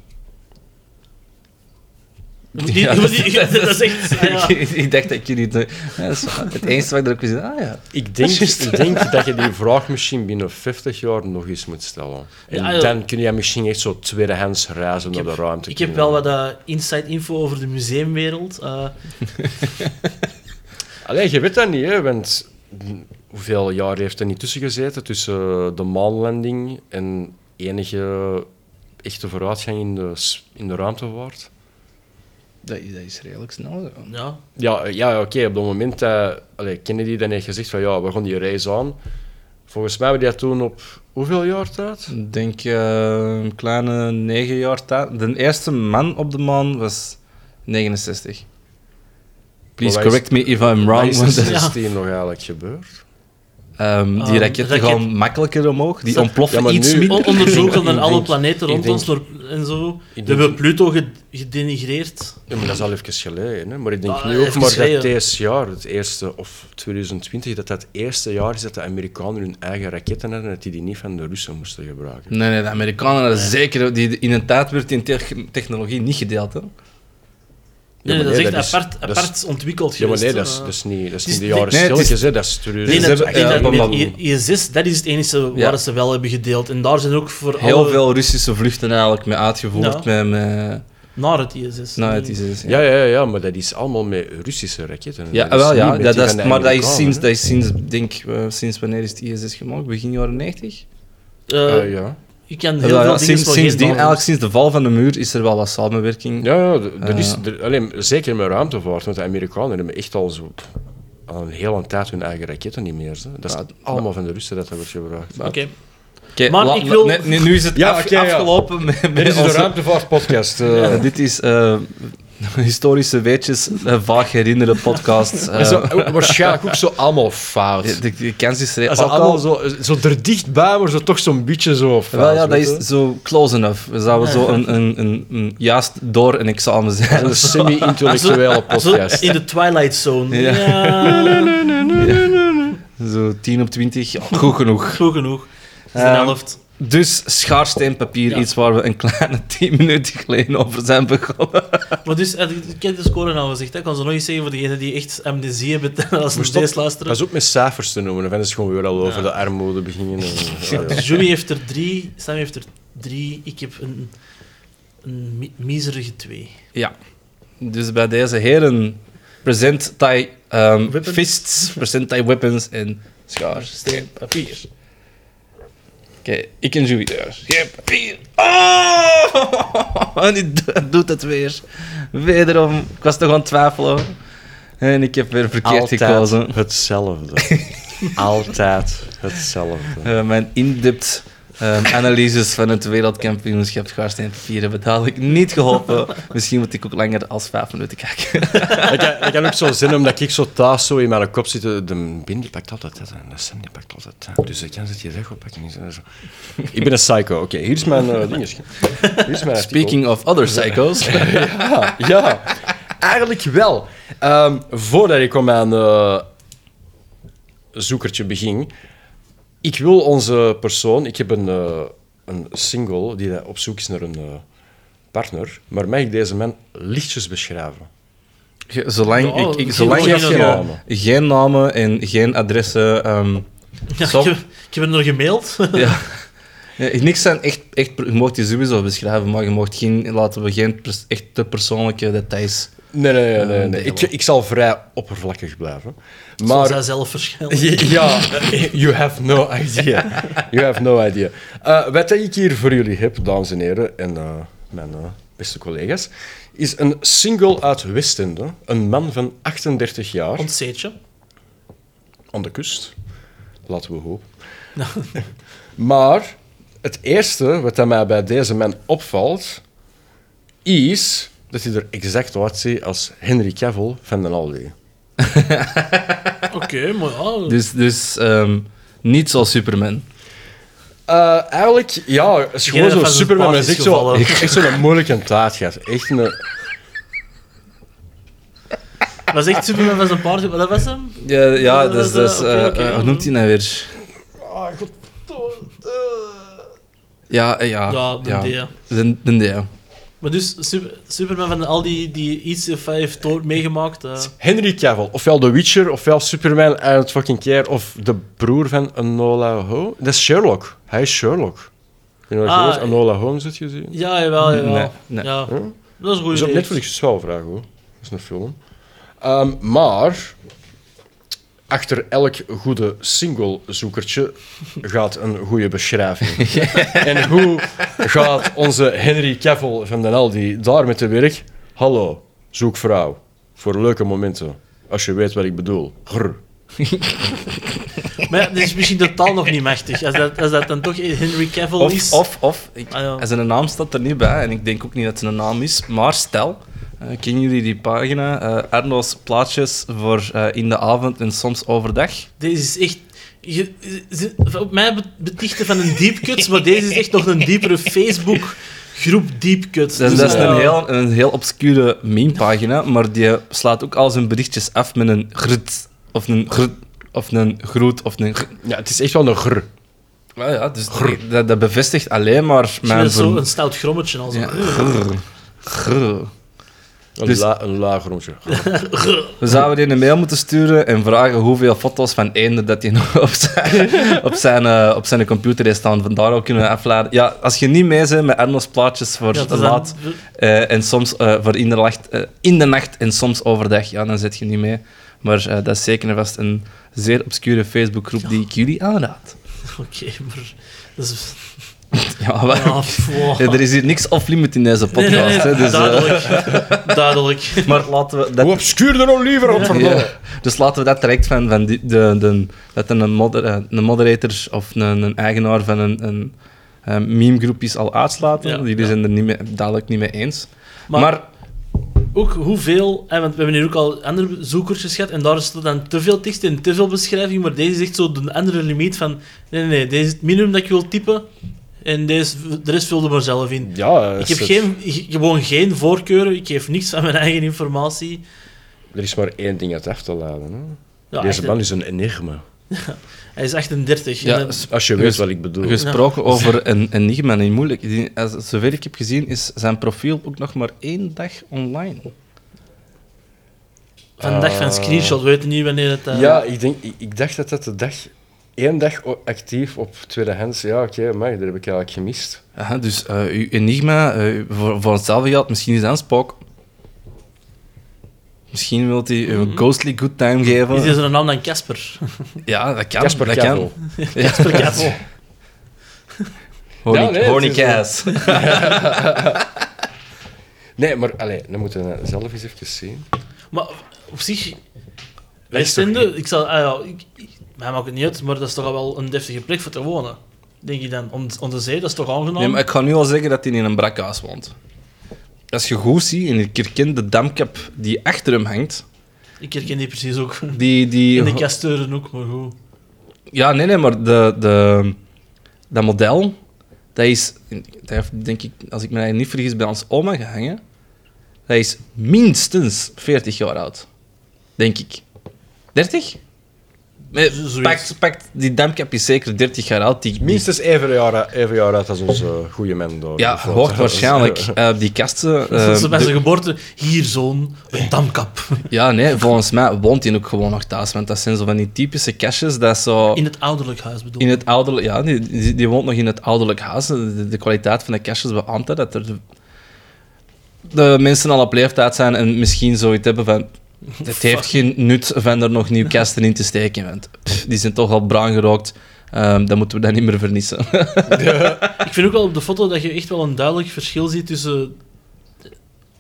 [SPEAKER 2] Ja, <laughs>
[SPEAKER 3] Die- die- die- <laughs> dat is echt... ah, ja.
[SPEAKER 2] ik, ik dacht dat jullie... het- Ja, dat is waar. het enige wat ik er ook gezien ah ja.
[SPEAKER 4] Ik denk,
[SPEAKER 2] Dat is juist.
[SPEAKER 4] ik denk dat je die vraag misschien binnen 50 jaar nog eens moet stellen. En
[SPEAKER 3] Ja, ja.
[SPEAKER 4] dan kun je misschien echt zo tweedehands reizen
[SPEAKER 3] Ik
[SPEAKER 4] naar de
[SPEAKER 3] heb-
[SPEAKER 4] ruimte.
[SPEAKER 3] Ik heb
[SPEAKER 4] kunnen.
[SPEAKER 3] wel wat eh, inside info over de museumwereld. eh.
[SPEAKER 4] Allee, je weet dat niet, hè, want hoeveel jaar heeft er niet tussen gezeten tussen eh, de maanlanding en enige echte vooruitgang in de, s- in de ruimtevaart?
[SPEAKER 2] Dat, is- dat is redelijk snel. ja.
[SPEAKER 3] ja,
[SPEAKER 4] Ja, eh, ja oké, op dat moment dat allee, Kennedy dan heeft gezegd van ja, we gaan die reis aan. Volgens mij hebben we dat toen op hoeveel jaar tijd?
[SPEAKER 2] Ik denk eh, een kleine negen jaar tijd. De eerste man op de maan was 69. Please
[SPEAKER 4] Maar wij-
[SPEAKER 2] correct me if I'm
[SPEAKER 4] Wat
[SPEAKER 2] wrong.
[SPEAKER 4] is
[SPEAKER 2] want- eh,
[SPEAKER 4] er
[SPEAKER 3] Ja.
[SPEAKER 4] sindsdien nog eigenlijk
[SPEAKER 2] <laughs>
[SPEAKER 4] gebeurd?
[SPEAKER 2] Ehm,
[SPEAKER 3] Ehm,
[SPEAKER 2] die raketten
[SPEAKER 3] raket-
[SPEAKER 2] gaan makkelijker omhoog. Die
[SPEAKER 3] Zo-
[SPEAKER 2] ontploffen
[SPEAKER 4] Ja, maar
[SPEAKER 2] iets
[SPEAKER 4] nu-
[SPEAKER 2] minder.
[SPEAKER 3] O- onderzoeken
[SPEAKER 4] Ik
[SPEAKER 3] naar
[SPEAKER 4] denk-
[SPEAKER 3] alle planeten
[SPEAKER 4] ik
[SPEAKER 3] rond
[SPEAKER 4] denk-
[SPEAKER 3] ons door- en zo. We
[SPEAKER 4] denk-
[SPEAKER 3] hebben Pluto ge- gedenigreerd.
[SPEAKER 4] Ja, maar dat is al even geleden. Hè? Maar ik denk
[SPEAKER 3] Ah,
[SPEAKER 4] nu ook
[SPEAKER 3] even
[SPEAKER 4] maar
[SPEAKER 3] geleden.
[SPEAKER 4] dat deze jaar, het eerste, of 2020, dat dat het eerste jaar is dat de Amerikanen hun eigen raketten hadden en dat die die niet van de Russen moesten gebruiken.
[SPEAKER 2] Nee, nee, de Amerikanen hadden zeker. Die, in een tijd werd die te- technologie niet gedeeld. Hè.
[SPEAKER 3] Nee,
[SPEAKER 4] maar
[SPEAKER 3] dat
[SPEAKER 4] nee,
[SPEAKER 3] is echt
[SPEAKER 4] dat is-
[SPEAKER 3] apart,
[SPEAKER 4] dat is-
[SPEAKER 3] apart ontwikkeld
[SPEAKER 4] Ja, maar
[SPEAKER 3] geweest.
[SPEAKER 4] nee,
[SPEAKER 3] hè.
[SPEAKER 4] dat is, dat is niet, dat is
[SPEAKER 3] Het is
[SPEAKER 4] niet de
[SPEAKER 3] niet-
[SPEAKER 4] jaren
[SPEAKER 2] nee, het is-
[SPEAKER 4] stilletjes, hè, dat is eh,
[SPEAKER 3] Nee,
[SPEAKER 4] 2000.
[SPEAKER 3] dat, E
[SPEAKER 2] hebben-
[SPEAKER 3] ik denk
[SPEAKER 2] ja,
[SPEAKER 3] dat
[SPEAKER 2] omdat-
[SPEAKER 3] met I- ISS, dat is het enige
[SPEAKER 2] Ja.
[SPEAKER 3] waar ze wel hebben gedeeld. En daar zijn ook voor
[SPEAKER 2] Heel
[SPEAKER 3] alle-
[SPEAKER 2] veel Russische vluchten eigenlijk mee uitgevoerd. Met, met,
[SPEAKER 3] Naar het E ISS.
[SPEAKER 2] nou,
[SPEAKER 4] E
[SPEAKER 2] het is, ja.
[SPEAKER 4] Ja, ja, ja, maar dat is allemaal met Russische raketten.
[SPEAKER 2] Ja,
[SPEAKER 4] is
[SPEAKER 2] wel,
[SPEAKER 4] niet
[SPEAKER 2] ja.
[SPEAKER 4] met
[SPEAKER 2] Dat,
[SPEAKER 4] die
[SPEAKER 2] dat is,
[SPEAKER 4] van de
[SPEAKER 2] maar dat is
[SPEAKER 4] Amerikanen,
[SPEAKER 2] sinds,
[SPEAKER 4] hè.
[SPEAKER 2] dat is sinds, denk, eh, sinds wanneer is het ISS gemaakt? Begin jaren 90?
[SPEAKER 3] Eh,
[SPEAKER 4] Eh, ja.
[SPEAKER 3] Ik kan
[SPEAKER 2] Ja,
[SPEAKER 3] heel
[SPEAKER 2] ja,
[SPEAKER 3] veel dingen
[SPEAKER 2] sinds,
[SPEAKER 3] wel
[SPEAKER 2] sinds
[SPEAKER 3] geen
[SPEAKER 2] die,
[SPEAKER 3] naam
[SPEAKER 2] eigenlijk sinds de val van de muur is er wel wat samenwerking.
[SPEAKER 4] Ja, ja, d- er is,
[SPEAKER 2] Eh.
[SPEAKER 4] er- alleen, zeker met ruimtevaart, want de Amerikanen hebben echt al zo pff, al een hele tijd hun eigen raketten niet meer. Hè. Dat is
[SPEAKER 2] Maar-
[SPEAKER 4] allemaal van de Russen dat dat wordt gebruikt.
[SPEAKER 3] Oké.
[SPEAKER 2] Oké,
[SPEAKER 3] Maar
[SPEAKER 2] la-
[SPEAKER 3] ik wil-
[SPEAKER 2] nee, nee, nu is het
[SPEAKER 4] Ja,
[SPEAKER 2] af-
[SPEAKER 4] oké, ja.
[SPEAKER 2] afgelopen met, met
[SPEAKER 4] Dit is de eh.
[SPEAKER 2] onze-
[SPEAKER 4] ruimtevaartpodcast.
[SPEAKER 2] Ja, dit is eh, <laughs> historische weetjes eh, vaag herinneren
[SPEAKER 4] <laughs>
[SPEAKER 2] podcast.
[SPEAKER 4] En
[SPEAKER 2] Eh,
[SPEAKER 4] zo, waarschijnlijk ook zo allemaal fout.
[SPEAKER 2] de, de kans is er
[SPEAKER 4] Dat
[SPEAKER 2] ook
[SPEAKER 4] is allemaal
[SPEAKER 2] al.
[SPEAKER 4] zo, zo er dichtbij, maar zo toch zo'n beetje zo fout.
[SPEAKER 2] Wel ja, dat
[SPEAKER 4] weet je.
[SPEAKER 2] is zo close enough. We zouden zo een, een, een, een juist door een
[SPEAKER 4] <laughs>
[SPEAKER 2] examen <laughs> zijn.
[SPEAKER 4] Een semi-intellectuele
[SPEAKER 3] Ah, Zo
[SPEAKER 4] podcast.
[SPEAKER 3] in de Twilight Zone.
[SPEAKER 2] Ja.
[SPEAKER 3] Ja.
[SPEAKER 4] <laughs>
[SPEAKER 2] Zo 10 op 20, ja, goed genoeg.
[SPEAKER 3] Goed genoeg. Dat is de
[SPEAKER 2] Ehm,
[SPEAKER 3] helft.
[SPEAKER 2] Dus schaarsteenpapier,
[SPEAKER 3] Ja.
[SPEAKER 2] iets waar we een kleine 10 minuten geleden over zijn begonnen.
[SPEAKER 3] Maar dus, eh, ik heb de score nou gezegd. hè. Ik kan ze nog eens zeggen voor degenen die echt amnesie hebben <laughs> als ze
[SPEAKER 4] Moest dat-
[SPEAKER 3] steeds
[SPEAKER 4] Dat
[SPEAKER 3] luisteren.
[SPEAKER 4] is ook met cijfers te noemen. Dan is het gewoon weer al over de armoede
[SPEAKER 2] <laughs>
[SPEAKER 4] beginnen. En, Oh, ja, ja.
[SPEAKER 3] Joey heeft er drie, Sam heeft er drie. Ik heb een, een mi- miserige twee.
[SPEAKER 2] Ja. Dus bij deze heren, present Thai ehm,
[SPEAKER 3] Weapons.
[SPEAKER 2] fists, present Thai weapons en schaarsteenpapier. Oké, ik en Julie. Ja, Papier. Oh! <laughs> En die do- doet het weer. Wederom. Ik was toch aan het twijfelen. En ik heb weer verkeerd gekozen. <laughs>
[SPEAKER 4] hetzelfde. Altijd hetzelfde.
[SPEAKER 2] Eh, mijn in-depth ehm, analyses van het wereldkampioenschap schaarste en papier hebben dadelijk niet geholpen. Misschien moet ik ook langer als vijf minuten kijken.
[SPEAKER 4] Ik kan, dat kan ook zo zin omdat ik zo thuis zo in mijn kop zit. eh, De Bin die pakt altijd dat en de Sam die pakt altijd dat. Dus ik kan zit je weg oppakken. Is dat zo. Ik ben een psycho. Oké, hier is mijn eh, dingetje. Hier is mijn artikel.
[SPEAKER 2] Speaking of other <laughs> psychos.
[SPEAKER 4] Ja, ja. Eigenlijk wel. Ehm, voordat ik om mijn eh, zoekertje begin, ik wil onze persoon. Ik heb een, eh, een single die daar op zoek is naar een eh, partner, maar mag ik deze man lichtjes beschrijven?
[SPEAKER 2] Je- Zolang,
[SPEAKER 3] Ja,
[SPEAKER 2] ik, ik,
[SPEAKER 3] geen-
[SPEAKER 2] zolang
[SPEAKER 3] geen
[SPEAKER 2] dat je
[SPEAKER 4] namen.
[SPEAKER 2] geen namen en geen adressen. ehm,
[SPEAKER 3] Ja,
[SPEAKER 2] Sam?
[SPEAKER 3] ik, heb, ik heb er nog gemaild. <laughs>
[SPEAKER 2] ja. Ja, niks zijn echt, echt. Je mocht je sowieso beschrijven, maar je mocht geen. Laten we geen pers- echt te persoonlijke details.
[SPEAKER 4] Nee, nee, nee. nee,
[SPEAKER 2] Eh,
[SPEAKER 4] Ah, nee.
[SPEAKER 2] nee,
[SPEAKER 4] Ik, ik zal vrij oppervlakkig blijven.
[SPEAKER 3] Maar...
[SPEAKER 4] Maar
[SPEAKER 3] Zij zelf
[SPEAKER 2] <laughs>
[SPEAKER 3] verschillen.
[SPEAKER 4] <laughs> Ja, you have no idea. You have no idea. Eh, wat ik hier voor jullie heb, dames en heren, en eh, mijn eh, beste collega's, is een single uit Westende. Een man van 38 jaar,
[SPEAKER 3] Ontzeetje.
[SPEAKER 4] aan de kust. Laten we hopen. Nou. <laughs> maar het eerste wat dat mij bij deze man opvalt, is dat hij er exact uitziet als Henry Cavill van den Aldi.
[SPEAKER 3] Oké, maar ja.
[SPEAKER 2] Dus, dus ehm, niet zoals Superman.
[SPEAKER 4] Eh, eigenlijk, ja, het is
[SPEAKER 3] Geen
[SPEAKER 4] gewoon zo'n
[SPEAKER 3] van zijn
[SPEAKER 4] Superman. Maar
[SPEAKER 3] paard
[SPEAKER 4] het is
[SPEAKER 3] is
[SPEAKER 4] echt zo-
[SPEAKER 3] gevallen.
[SPEAKER 4] echt zo'n moeilijke taart, gast. Echt een... eh,
[SPEAKER 3] Dat is echt Superman van zijn paard. Wat was hem?
[SPEAKER 2] Ja, ja dus,
[SPEAKER 3] dat
[SPEAKER 2] dus,
[SPEAKER 3] is, eh,
[SPEAKER 2] eh,
[SPEAKER 3] oké,
[SPEAKER 2] eh,
[SPEAKER 3] oké.
[SPEAKER 2] hoe noemt hij nou weer? Ja, eh, ja.
[SPEAKER 3] Ja, de
[SPEAKER 2] ja. De, de D, ja.
[SPEAKER 3] Maar dus Sup- Superman van al die, die iets of hij heeft dood meegemaakt. eh,
[SPEAKER 4] Henry Cavill. Ofwel The Witcher, ofwel Superman en het fucking keer. Of de broer van Enola Holmes. Dat is Sherlock. Hij is Sherlock. Je hebt
[SPEAKER 3] Ah,
[SPEAKER 4] nooit Enola Holmes het gezien?
[SPEAKER 3] ja, jawel, jawel.
[SPEAKER 2] Nee, nee. Hm?
[SPEAKER 3] Ja.
[SPEAKER 4] Huh?
[SPEAKER 3] Dat is een
[SPEAKER 4] Dat
[SPEAKER 3] goede
[SPEAKER 4] is Dus
[SPEAKER 3] reeks.
[SPEAKER 4] op Netflix is wel een vraag, hoor. Dat is een film. Ehm, maar... Achter elk goede singlezoekertje gaat een goede <laughs> beschrijving. En hoe gaat onze Henry Cavill van den Aldi daar met de werk? Hallo, zoek vrouw. Voor leuke momenten. Als je weet wat ik bedoel. Grr.
[SPEAKER 3] Maar ja, dit is misschien totaal nog niet machtig. Als dat, als dat dan toch Henry Cavill
[SPEAKER 2] Of,
[SPEAKER 3] is.
[SPEAKER 2] of, of ik,
[SPEAKER 3] Ah, ja.
[SPEAKER 2] en zijn naam staat er niet bij en ik denk ook niet dat zijn naam is. Maar stel, eh, kennen jullie die pagina? eh Arno's plaatjes voor eh, in de avond en soms overdag.
[SPEAKER 3] Deze is echt. Je, ze- op mij be- betichten van een diepkut, maar deze is echt nog een diepere Facebook-groep diepkut.
[SPEAKER 2] Dat,
[SPEAKER 3] Dus,
[SPEAKER 2] dat is
[SPEAKER 3] eh,
[SPEAKER 2] een heel, een heel obscure meme-pagina, maar die slaat ook al zijn berichtjes af met een grut of een grut of een groet of een. gr-
[SPEAKER 4] Ja, het is echt wel een grr.
[SPEAKER 2] Nou ja, dus dat, dat bevestigt alleen maar
[SPEAKER 3] Misschien
[SPEAKER 2] mijn.
[SPEAKER 3] is het zo
[SPEAKER 2] verm-
[SPEAKER 3] een stout grommetje. Als
[SPEAKER 2] Ja, grr, grr.
[SPEAKER 4] Een,
[SPEAKER 2] Dus-
[SPEAKER 4] la, een laag <laughs> rondje.
[SPEAKER 2] We zouden die een mail moeten sturen en vragen hoeveel foto's van eenden dat hij <laughs> nog op zijn, op zijn, eh, op zijn computer heeft staan. Vandaar ook kunnen we afleiden. Ja, als je niet mee bent met Arno's plaatjes voor
[SPEAKER 3] dat is
[SPEAKER 2] laat
[SPEAKER 3] dan-
[SPEAKER 2] eh, en soms eh, voor in de, nacht, eh, in de nacht en soms overdag, ja, dan zit je niet mee. Maar eh, dat is zeker en vast een zeer obscure Facebookgroep die ik jullie aanraad.
[SPEAKER 3] <laughs> Oké, maar. Dat is.
[SPEAKER 2] <laughs> Ja, maar-
[SPEAKER 3] Ah,
[SPEAKER 2] <laughs>
[SPEAKER 3] wow.
[SPEAKER 2] Ja, er is hier niks off-limit in deze
[SPEAKER 3] Nee,
[SPEAKER 2] podcast.
[SPEAKER 3] nee, nee,
[SPEAKER 2] hè, dus, eh,
[SPEAKER 3] duidelijk.
[SPEAKER 2] <laughs>
[SPEAKER 3] duidelijk.
[SPEAKER 2] maar laten we...
[SPEAKER 4] Hoe obscuur er nou liever op, verdomme.
[SPEAKER 2] Ja. Dus laten we dat direct van, van die, de, de, dat een, moder, eh, een moderator of een, een eigenaar van een, een, eh, memegroep is al dus uitsluiten.
[SPEAKER 3] Ja,
[SPEAKER 2] Jullie
[SPEAKER 3] ja.
[SPEAKER 2] zijn er niet mee, duidelijk niet mee eens.
[SPEAKER 3] Maar-
[SPEAKER 2] Maar,
[SPEAKER 3] ook hoeveel... En want we hebben hier ook al andere zoekertjes gehad en daar stond dan te veel tekst in, te veel beschrijving, maar deze is echt zo de andere limiet van... Nee, nee, nee, deze is het minimum dat ik wil typen en deze, de rest vulde maar zelf in.
[SPEAKER 4] Ja,
[SPEAKER 3] Ik
[SPEAKER 4] is
[SPEAKER 3] heb
[SPEAKER 4] het-
[SPEAKER 3] geen, ge- gewoon geen voorkeuren, ik geef niks van mijn eigen informatie.
[SPEAKER 4] Er is maar één ding uit af te laden. Hè?
[SPEAKER 3] Ja,
[SPEAKER 4] Deze
[SPEAKER 3] echt,
[SPEAKER 4] man is een enigma.
[SPEAKER 3] Hij is 38.
[SPEAKER 2] Ja,
[SPEAKER 3] en eh, dat-
[SPEAKER 2] s-
[SPEAKER 4] Als je weet wat ik bedoel.
[SPEAKER 2] gesproken over een, een Nigman in moeilijk. Die, als, zover ik heb gezien is zijn profiel ook nog maar één dag online.
[SPEAKER 3] van de
[SPEAKER 2] eh,
[SPEAKER 3] dag van screenshot, we weten niet wanneer het... eh,
[SPEAKER 4] Ja, ik, denk, ik, ik dacht dat dat de dag... één dag o- actief op tweedehands. Ja, oké, maar daar heb ik eigenlijk gemist.
[SPEAKER 2] Aha, dus eh, uw enigma, eh, voor, voor hetzelfde geld, misschien is dat een spook. Misschien wilt hij u een ghostly good time geven.
[SPEAKER 3] Mhm. Is dit een naam dan Casper?
[SPEAKER 2] Ja, dat kan.
[SPEAKER 4] Casper
[SPEAKER 2] dat
[SPEAKER 4] Cavill.
[SPEAKER 2] kan. Casper <laughs>
[SPEAKER 3] Casper.
[SPEAKER 2] Horny,
[SPEAKER 4] Ja, nee, het
[SPEAKER 2] horny
[SPEAKER 4] is wel-
[SPEAKER 2] Cas.
[SPEAKER 4] Nee, maar allee, dan moeten we dat zelf eens even zien.
[SPEAKER 3] Maar op zich,
[SPEAKER 4] is
[SPEAKER 3] Westende, ik zal, ah ja, ik, ik- mij maakt het niet uit, maar dat is toch al wel een deftige plek voor te wonen. Denk je dan? Om, om de zee, dat is toch aangenaam?
[SPEAKER 2] Nee, maar ik ga nu al zeggen dat hij in een brakhuis woont. Als je goed ziet en ik herken de damkap die achter hem hangt,
[SPEAKER 3] Ik herken die precies ook.
[SPEAKER 2] die... die
[SPEAKER 3] <laughs>
[SPEAKER 2] Eh,
[SPEAKER 3] In de kasteuren ook, maar goed.
[SPEAKER 2] Ja, nee, nee, maar de, de, dat model, dat is, dat heeft, denk ik, als ik me eigenlijk niet vergis, bij ons oma gehangen. Dat is minstens 40 jaar oud, denk ik. 30?
[SPEAKER 3] Z-
[SPEAKER 2] Nee,
[SPEAKER 3] zoiets.
[SPEAKER 2] pakt, pakt, die damkap is zeker 30 jaar oud. Die, die-
[SPEAKER 4] Minstens even jaar, even jaar uit als onze goede man eh, door.
[SPEAKER 2] ja,
[SPEAKER 4] Of wat. <laughs>
[SPEAKER 2] hoogwaarschijnlijk. waarschijnlijk die kasten. eh,
[SPEAKER 3] Zoals ze bij
[SPEAKER 2] de-
[SPEAKER 3] zijn geboorte, hier zo'n een damkap. <laughs>
[SPEAKER 2] ja, nee, volgens mij woont hij ook gewoon nog thuis. Want dat zijn zo van die typische kastjes dat zo.
[SPEAKER 3] In het ouderlijk huis bedoel
[SPEAKER 2] In
[SPEAKER 3] ik.
[SPEAKER 2] het ouderlijk, ja, die, die, die woont nog in het ouderlijk huis. De, de kwaliteit van de kastjes beaamt dat, dat er de, de mensen al op leeftijd zijn en misschien zoiets hebben van... Het heeft geen nut van er nog nieuw kasten in te steken, want pff, die zijn toch al bruin gerookt. Ehm, dan moeten we dat niet meer vernissen.
[SPEAKER 3] Ik vind ook wel op de foto dat je echt wel een duidelijk verschil ziet tussen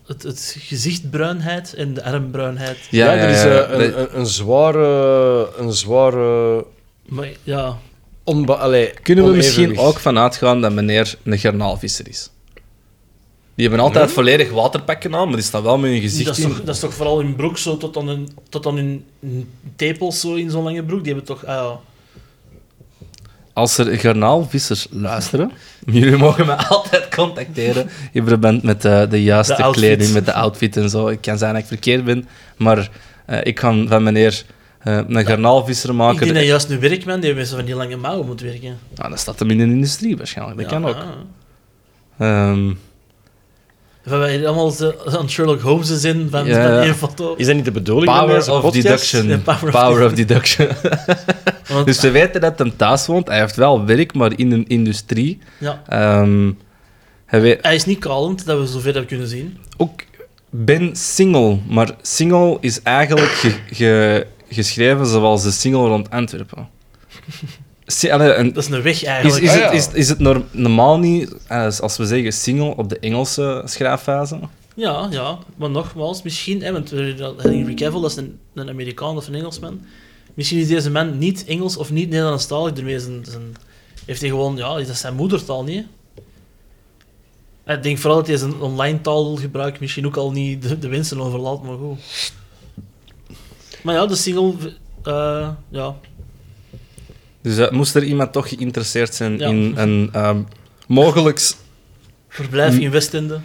[SPEAKER 3] het, het gezichtbruinheid en de armbruinheid.
[SPEAKER 4] Ja, er is
[SPEAKER 2] <laughs>
[SPEAKER 4] eh,
[SPEAKER 2] ja.
[SPEAKER 4] een, een, een zware... Een zware
[SPEAKER 3] Maar ja,
[SPEAKER 4] onba allee,
[SPEAKER 2] Kunnen we
[SPEAKER 4] onevenwicht.
[SPEAKER 2] misschien ook vanuit gaan dat meneer een garnaalvisser is? Die hebben altijd volledig waterpakken aan, maar die staan wel met hun gezicht
[SPEAKER 3] Hm? Dus Dat is,
[SPEAKER 2] in.
[SPEAKER 3] toch, dat is toch vooral in broek, zo tot aan hun, tot aan hun tepels zo in zo'n lange broek. Die hebben toch. ah
[SPEAKER 2] Als er garnaalvissers luisteren, <laughs> jullie mogen me altijd contacteren. Je bent met eh, de juiste
[SPEAKER 3] De outfit.
[SPEAKER 2] kleding, met de outfit en zo. Ik kan zijn dat ik verkeerd ben, maar eh, ik kan van meneer eh, een garnaalvisser
[SPEAKER 3] ja.
[SPEAKER 2] maken.
[SPEAKER 3] Ik denk dat
[SPEAKER 2] De-
[SPEAKER 3] juist nu werkman, die mensen van die lange mouwen moet werken.
[SPEAKER 2] Ah, dan staat hem in de industrie waarschijnlijk. Dat
[SPEAKER 3] Ja,
[SPEAKER 2] kan ook.
[SPEAKER 3] ah.
[SPEAKER 2] Ehm,
[SPEAKER 3] Van wij hier allemaal zo- aan Sherlock Holmes de zin van,
[SPEAKER 2] Ja.
[SPEAKER 3] van één foto.
[SPEAKER 4] Is dat niet de bedoeling van
[SPEAKER 2] power,
[SPEAKER 4] deze
[SPEAKER 2] of
[SPEAKER 4] podcast?
[SPEAKER 2] deduction.
[SPEAKER 3] Ja, <laughs> power
[SPEAKER 2] Power,
[SPEAKER 3] of
[SPEAKER 2] of deduction.
[SPEAKER 3] Want-
[SPEAKER 2] dus we weten dat hij thuis woont. Hij heeft wel werk, maar in een industrie.
[SPEAKER 3] ja.
[SPEAKER 2] Ehm, hij weet,
[SPEAKER 3] Hij is niet kalend, dat we zover hebben kunnen zien.
[SPEAKER 2] ook ben single, maar single is eigenlijk ge- ge- geschreven zoals de single rond Antwerpen. Si- allee, een-
[SPEAKER 3] Dat is een weg
[SPEAKER 2] is,
[SPEAKER 3] eigenlijk.
[SPEAKER 2] is,
[SPEAKER 4] Ah, ja.
[SPEAKER 2] het, is, is het nor- normaal niet, als, als we zeggen single op de Engelse schrijffase?
[SPEAKER 3] Ja, ja. Maar nogmaals, misschien, hè, want we hebben al Henry Cavill, dat is een, een Amerikaan of een Engelsman. Misschien is deze man niet Engels of niet Nederlandstalig. Daarmee zijn, zijn, heeft hij gewoon, ja, dat is zijn moedertaal niet. hè? Ik denk vooral dat hij zijn online taalgebruik misschien ook al niet de, de wensen overlaat, maar goed. Maar ja, de single, eh, ja.
[SPEAKER 2] Dus eh, moest er iemand toch geïnteresseerd zijn
[SPEAKER 3] Ja.
[SPEAKER 2] in een ehm mogelijks,
[SPEAKER 3] Verblijf in Westende.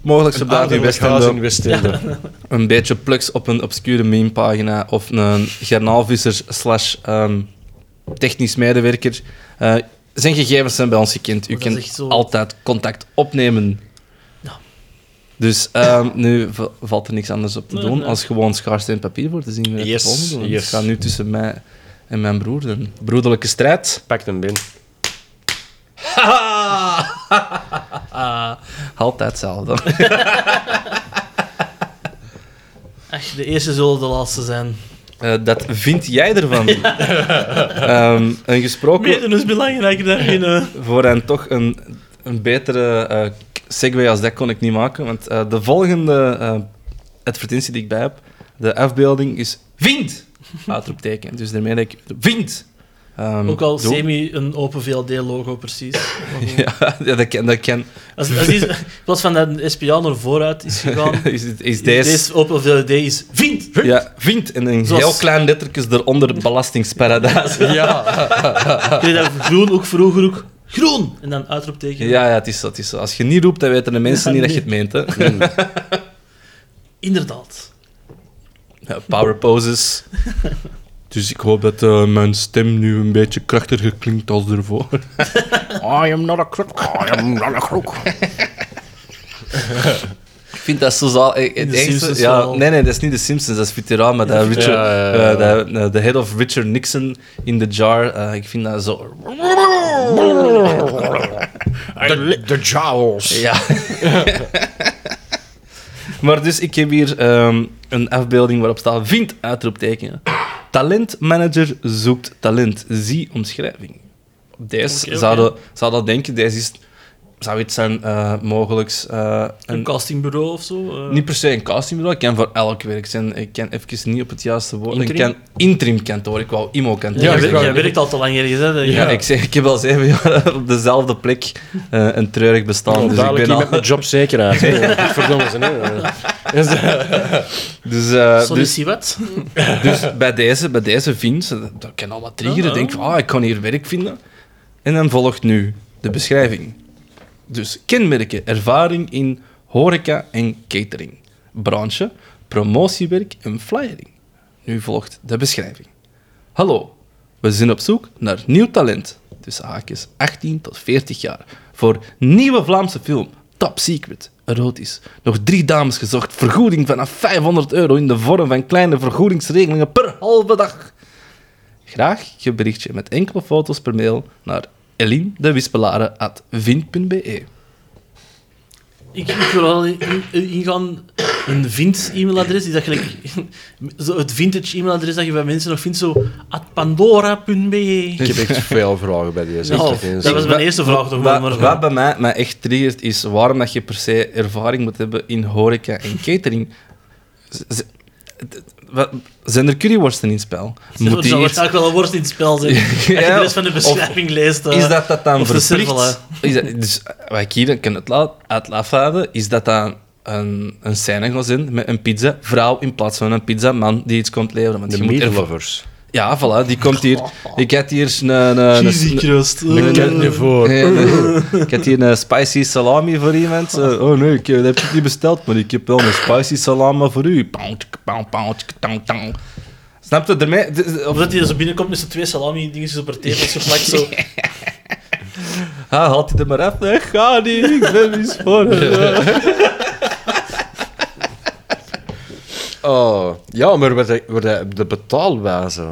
[SPEAKER 2] mogelijks
[SPEAKER 4] Een
[SPEAKER 2] verblijf in
[SPEAKER 4] aardelijk Ah, huis
[SPEAKER 2] Westende,
[SPEAKER 4] in Westende.
[SPEAKER 2] een beetje pluks op een obscure memepagina of een garnaalvisser slash ehm, technisch medewerker. Eh, zijn gegevens zijn bij ons gekend. U
[SPEAKER 3] Oh, Dat is
[SPEAKER 2] kunt
[SPEAKER 3] echt zo.
[SPEAKER 2] altijd contact opnemen.
[SPEAKER 3] Ja.
[SPEAKER 2] Dus ehm, nu va- valt er niks anders op te
[SPEAKER 3] Nee,
[SPEAKER 2] doen
[SPEAKER 3] nee.
[SPEAKER 2] als gewoon schaarste en papier voor te zien. wie het
[SPEAKER 4] Yes,
[SPEAKER 2] volgende doet. Want
[SPEAKER 4] yes.
[SPEAKER 2] Het gaat nu tussen mij en mijn broer. Een broederlijke
[SPEAKER 3] <laughs>
[SPEAKER 2] strijd.
[SPEAKER 4] Pak hem binnen.
[SPEAKER 2] Altijd hetzelfde.
[SPEAKER 3] Ach, de eerste zullen de laatste zijn.
[SPEAKER 2] Eh, dat vind jij
[SPEAKER 3] <laughs>
[SPEAKER 2] ervan. Ehm, een gesproken...
[SPEAKER 3] Meten is belangrijk daarin. eh.
[SPEAKER 2] voor hen toch een, een betere eh, k- segue als dat kon ik niet maken. Want eh, de volgende eh, advertentie die ik bij heb, de afbeelding is vind! Uitroepteken. Dus daarmee dat ik vind Ehm,
[SPEAKER 3] Ook al
[SPEAKER 2] doe-
[SPEAKER 3] semi een open VLD-logo,
[SPEAKER 2] <laughs>
[SPEAKER 3] precies.
[SPEAKER 2] Ja, <laughs> ja, dat kan. Dat kan.
[SPEAKER 3] Als, als iets in plaats van dat een SPA naar vooruit is gegaan,
[SPEAKER 2] Is, dit- is <laughs>
[SPEAKER 3] deze,
[SPEAKER 2] deze.
[SPEAKER 3] open VLD is vriend. <laughs>
[SPEAKER 2] Ja, vindt en een
[SPEAKER 3] Zoals-
[SPEAKER 2] heel klein lettertjes eronder
[SPEAKER 3] <laughs>
[SPEAKER 2] belastingsparadijs.
[SPEAKER 4] Ja,
[SPEAKER 3] Kreeg dat groen ook vroeger ook groen. En dan uitroepteken.
[SPEAKER 2] Ja, ja het, is zo, het is zo. Als je niet roept, dan weten de mensen
[SPEAKER 3] Ja, Mm.
[SPEAKER 2] niet dat je het meent. Hè.
[SPEAKER 3] <laughs> Inderdaad.
[SPEAKER 2] Ja, power poses.
[SPEAKER 3] <laughs>
[SPEAKER 2] Dus ik hoop dat eh, mijn stem nu een beetje krachtiger klinkt als ervoor.
[SPEAKER 5] I am not a crook. I am not a crook.
[SPEAKER 2] Ik vind dat zo zaal. eh,
[SPEAKER 3] In
[SPEAKER 2] Het
[SPEAKER 3] de
[SPEAKER 2] engste,
[SPEAKER 3] Simpsons
[SPEAKER 2] ja,
[SPEAKER 3] wel.
[SPEAKER 2] nee, nee, dat is niet de Simpsons, dat is Futurama. Dat Richard,
[SPEAKER 4] Ja, ja, ja, ja.
[SPEAKER 2] eh, dat- eh, de head of Richard Nixon in the jar. eh, ik vind dat zo.
[SPEAKER 4] de, de jowls.
[SPEAKER 2] Ja. <laughs> maar dus ik heb hier ehm, een afbeelding waarop staat: vind uitroepteken. Talentmanager zoekt talent. Zie omschrijving. Deze
[SPEAKER 3] Oké, oké.
[SPEAKER 2] zouden, zouden denken, deze is, zou iets zijn eh mogelijk
[SPEAKER 3] Een castingbureau of zo. eh.
[SPEAKER 2] Niet per se een castingbureau, ik kan voor elk werk zijn. Ik kan even niet op het juiste woord. Ik
[SPEAKER 4] Interim?
[SPEAKER 2] kan interim kantoor, ik wou IMO kantoor.
[SPEAKER 4] Ja,
[SPEAKER 3] jij,
[SPEAKER 4] ik
[SPEAKER 3] wer-
[SPEAKER 4] wou-
[SPEAKER 3] jij werkt al te lang ergens, hè?
[SPEAKER 2] Ja, ik, zeg, ik heb al zeven jaar <laughs> op dezelfde plek eh, een treurig bestaan. dus ik ben al...
[SPEAKER 4] met mijn job zeker uit.
[SPEAKER 2] <laughs>
[SPEAKER 4] Verdomme ze,
[SPEAKER 2] Dus, eh,
[SPEAKER 3] Sorry,
[SPEAKER 2] dus,
[SPEAKER 3] zie wat?
[SPEAKER 2] dus bij deze, bij deze vind je, dat kan al wat triggeren.
[SPEAKER 3] Ah,
[SPEAKER 2] Denk van, ah, ik kan hier werk vinden. En dan volgt nu de beschrijving. Dus kenmerken, ervaring in horeca en catering. Branche, promotiewerk en flyering. Nu volgt de beschrijving. Hallo, we zijn op zoek naar nieuw talent. Tussen haakjes 18 tot 40 jaar. Voor nieuwe Vlaamse film. Top secret. Erotisch. Nog drie dames gezocht. Vergoeding vanaf 500 euro in de vorm van kleine vergoedingsregelingen per halve dag. Graag je berichtje met enkele foto's per mail naar elindewispelare.vind.be.
[SPEAKER 3] Ik, ik wil al in- in- ingaan een Vint-e-mailadres. Is dat gelijk <laughs> zo het vintage e-mailadres dat je bij mensen nog vindt? Zo at pandora.be.
[SPEAKER 4] Ik heb echt veel vragen bij deze.
[SPEAKER 3] Nou,
[SPEAKER 4] Ik
[SPEAKER 3] dat
[SPEAKER 4] vind
[SPEAKER 3] was
[SPEAKER 4] het-
[SPEAKER 3] mijn eerste vraag toch wel,
[SPEAKER 2] Wat,
[SPEAKER 3] maar-
[SPEAKER 2] wat bij mij, mij echt triggert, is waarom dat je per se ervaring moet hebben in horeca en catering. Z- z- d- wat- zijn er curryworsten in het spel?
[SPEAKER 3] Er
[SPEAKER 2] Moet die
[SPEAKER 3] zal
[SPEAKER 2] eerst-
[SPEAKER 3] waarschijnlijk wel een worst in het spel zijn.
[SPEAKER 2] <laughs>
[SPEAKER 3] Als je de rest van de
[SPEAKER 2] of-
[SPEAKER 3] beschrijving leest. eh,
[SPEAKER 2] is dat dat dan
[SPEAKER 3] of de cirkel, hè.
[SPEAKER 2] verplicht? Is dat, dus eh, wat ik hier kan het la- uit afleiden, is dat dat een, een scène gaat zijn met een pizza vrouw in plaats van een pizza man die iets komt leveren. Want
[SPEAKER 4] De
[SPEAKER 2] je moet
[SPEAKER 4] meat
[SPEAKER 2] erva-
[SPEAKER 4] lovers.
[SPEAKER 2] Ja, voilà, die komt
[SPEAKER 3] <laughs>
[SPEAKER 2] hier. Ik had hier een... een, een,
[SPEAKER 3] Cheesy
[SPEAKER 2] een-
[SPEAKER 3] crust. eh.
[SPEAKER 2] Nee,
[SPEAKER 4] Ik ken
[SPEAKER 2] nee,
[SPEAKER 4] je voor.
[SPEAKER 2] nee, nee. <laughs> Ik had hier een spicy salami voor iemand. Zo, oh nee, ik eh, dat heb het niet besteld, maar ik heb wel een spicy salami voor u. Pound, pound, pound, tang, tang. Snap je ermee? D- d-
[SPEAKER 3] Of
[SPEAKER 2] of-
[SPEAKER 3] dat hij er zo binnenkomt met zo'n twee salami-dingetjes op haar
[SPEAKER 2] <laughs>
[SPEAKER 3] tepels geplakt. Zo.
[SPEAKER 2] Ah, haalt hij er maar af. Nee, ga niet. Ik ben niet voor.
[SPEAKER 4] Oh, ja, maar wat de, wat de, de betaalwijze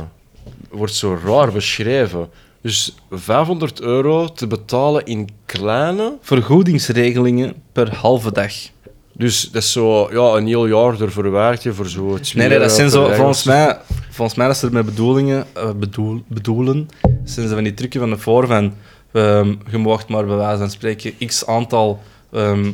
[SPEAKER 4] wordt zo raar beschreven. Dus 500 euro te betalen in kleine.
[SPEAKER 2] <laughs> Vergoedingsregelingen per halve dag.
[SPEAKER 4] Dus dat is zo ja, een heel jaar ervoor werk je voor zo het
[SPEAKER 2] Nee, nee, dat zijn zo... Volgens mij, volgens mij dat ze er met bedoelingen... eh, bedoel, bedoelen... Zijn ze van die trucje van de voor van... ehm, je mag maar bij wijze van spreken x aantal ehm,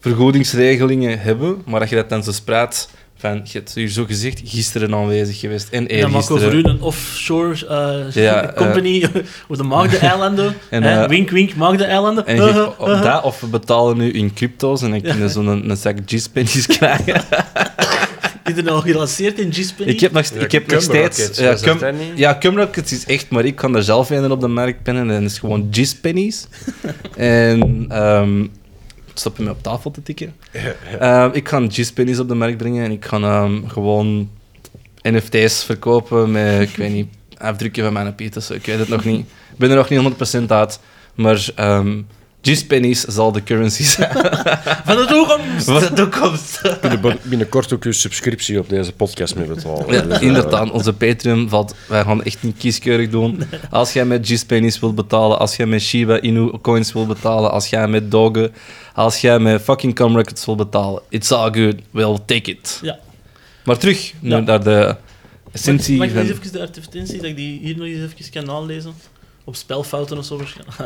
[SPEAKER 2] vergoedingsregelingen hebben, maar dat je dat dan zo spreidt van... Je hebt hier zo gezegd gisteren aanwezig geweest en
[SPEAKER 3] En dan maak ik over u
[SPEAKER 2] eergisteren.
[SPEAKER 3] een offshore eh,
[SPEAKER 2] Ja, eh.
[SPEAKER 3] <laughs> company op de Maagde-eilanden.
[SPEAKER 2] <laughs> En,
[SPEAKER 3] Eh,
[SPEAKER 2] eh,
[SPEAKER 3] wink, wink, Maagde-eilanden. <laughs>
[SPEAKER 2] En je
[SPEAKER 3] Eh, eh,
[SPEAKER 2] zegt, op dat, of we betalen nu in crypto's en dan kunnen ze zo'n een zak G-pennies <laughs> krijgen.
[SPEAKER 3] Iedereen al gelanceerd in G-Spin.
[SPEAKER 2] Ik heb nog, ik heb nog
[SPEAKER 4] Cum
[SPEAKER 2] steeds...
[SPEAKER 4] Rockets,
[SPEAKER 2] ja,
[SPEAKER 4] was dat
[SPEAKER 2] Cum-
[SPEAKER 4] dat niet?
[SPEAKER 2] ja, Cum Rockets is echt, maar ik kan er zelf een op de markt pinnen. En dat is gewoon Gizpennies. en ehm stop je me op tafel te tikken.
[SPEAKER 4] <laughs>
[SPEAKER 2] Ehm, ik kan Gizpennies op de markt brengen en ik kan ehm, gewoon NFT's verkopen met, ik weet niet, afdrukken van mijn Piet of zo. Ik weet het nog niet. Ik ben er nog niet 100% uit. Maar ehm Gizpennies zal de currency zijn.
[SPEAKER 3] Van de
[SPEAKER 2] <laughs>
[SPEAKER 3] toekomst!
[SPEAKER 2] Wat de toekomst.
[SPEAKER 4] Binnenkort ook je subscriptie op deze podcast mee betalen. Dus, eh,
[SPEAKER 2] Ja, dus
[SPEAKER 4] <laughs>
[SPEAKER 2] inderdaad, onze Patreon valt. Wij gaan echt niet kieskeurig doen. Als jij met G-Pennies wilt betalen, als jij met Shiba Inu coins wilt betalen, als jij met Dogen, als jij met fucking Cum Records wilt betalen, it's all good, we'll take it.
[SPEAKER 3] Ja.
[SPEAKER 2] Maar terug nu
[SPEAKER 3] Ja.
[SPEAKER 2] naar de
[SPEAKER 3] Mag
[SPEAKER 2] essentie.
[SPEAKER 3] mag ik nog
[SPEAKER 2] van-
[SPEAKER 3] eens even de advertentie, dat ik die hier nog eens even kan aanlezen? Op spelfouten of zo waarschijnlijk.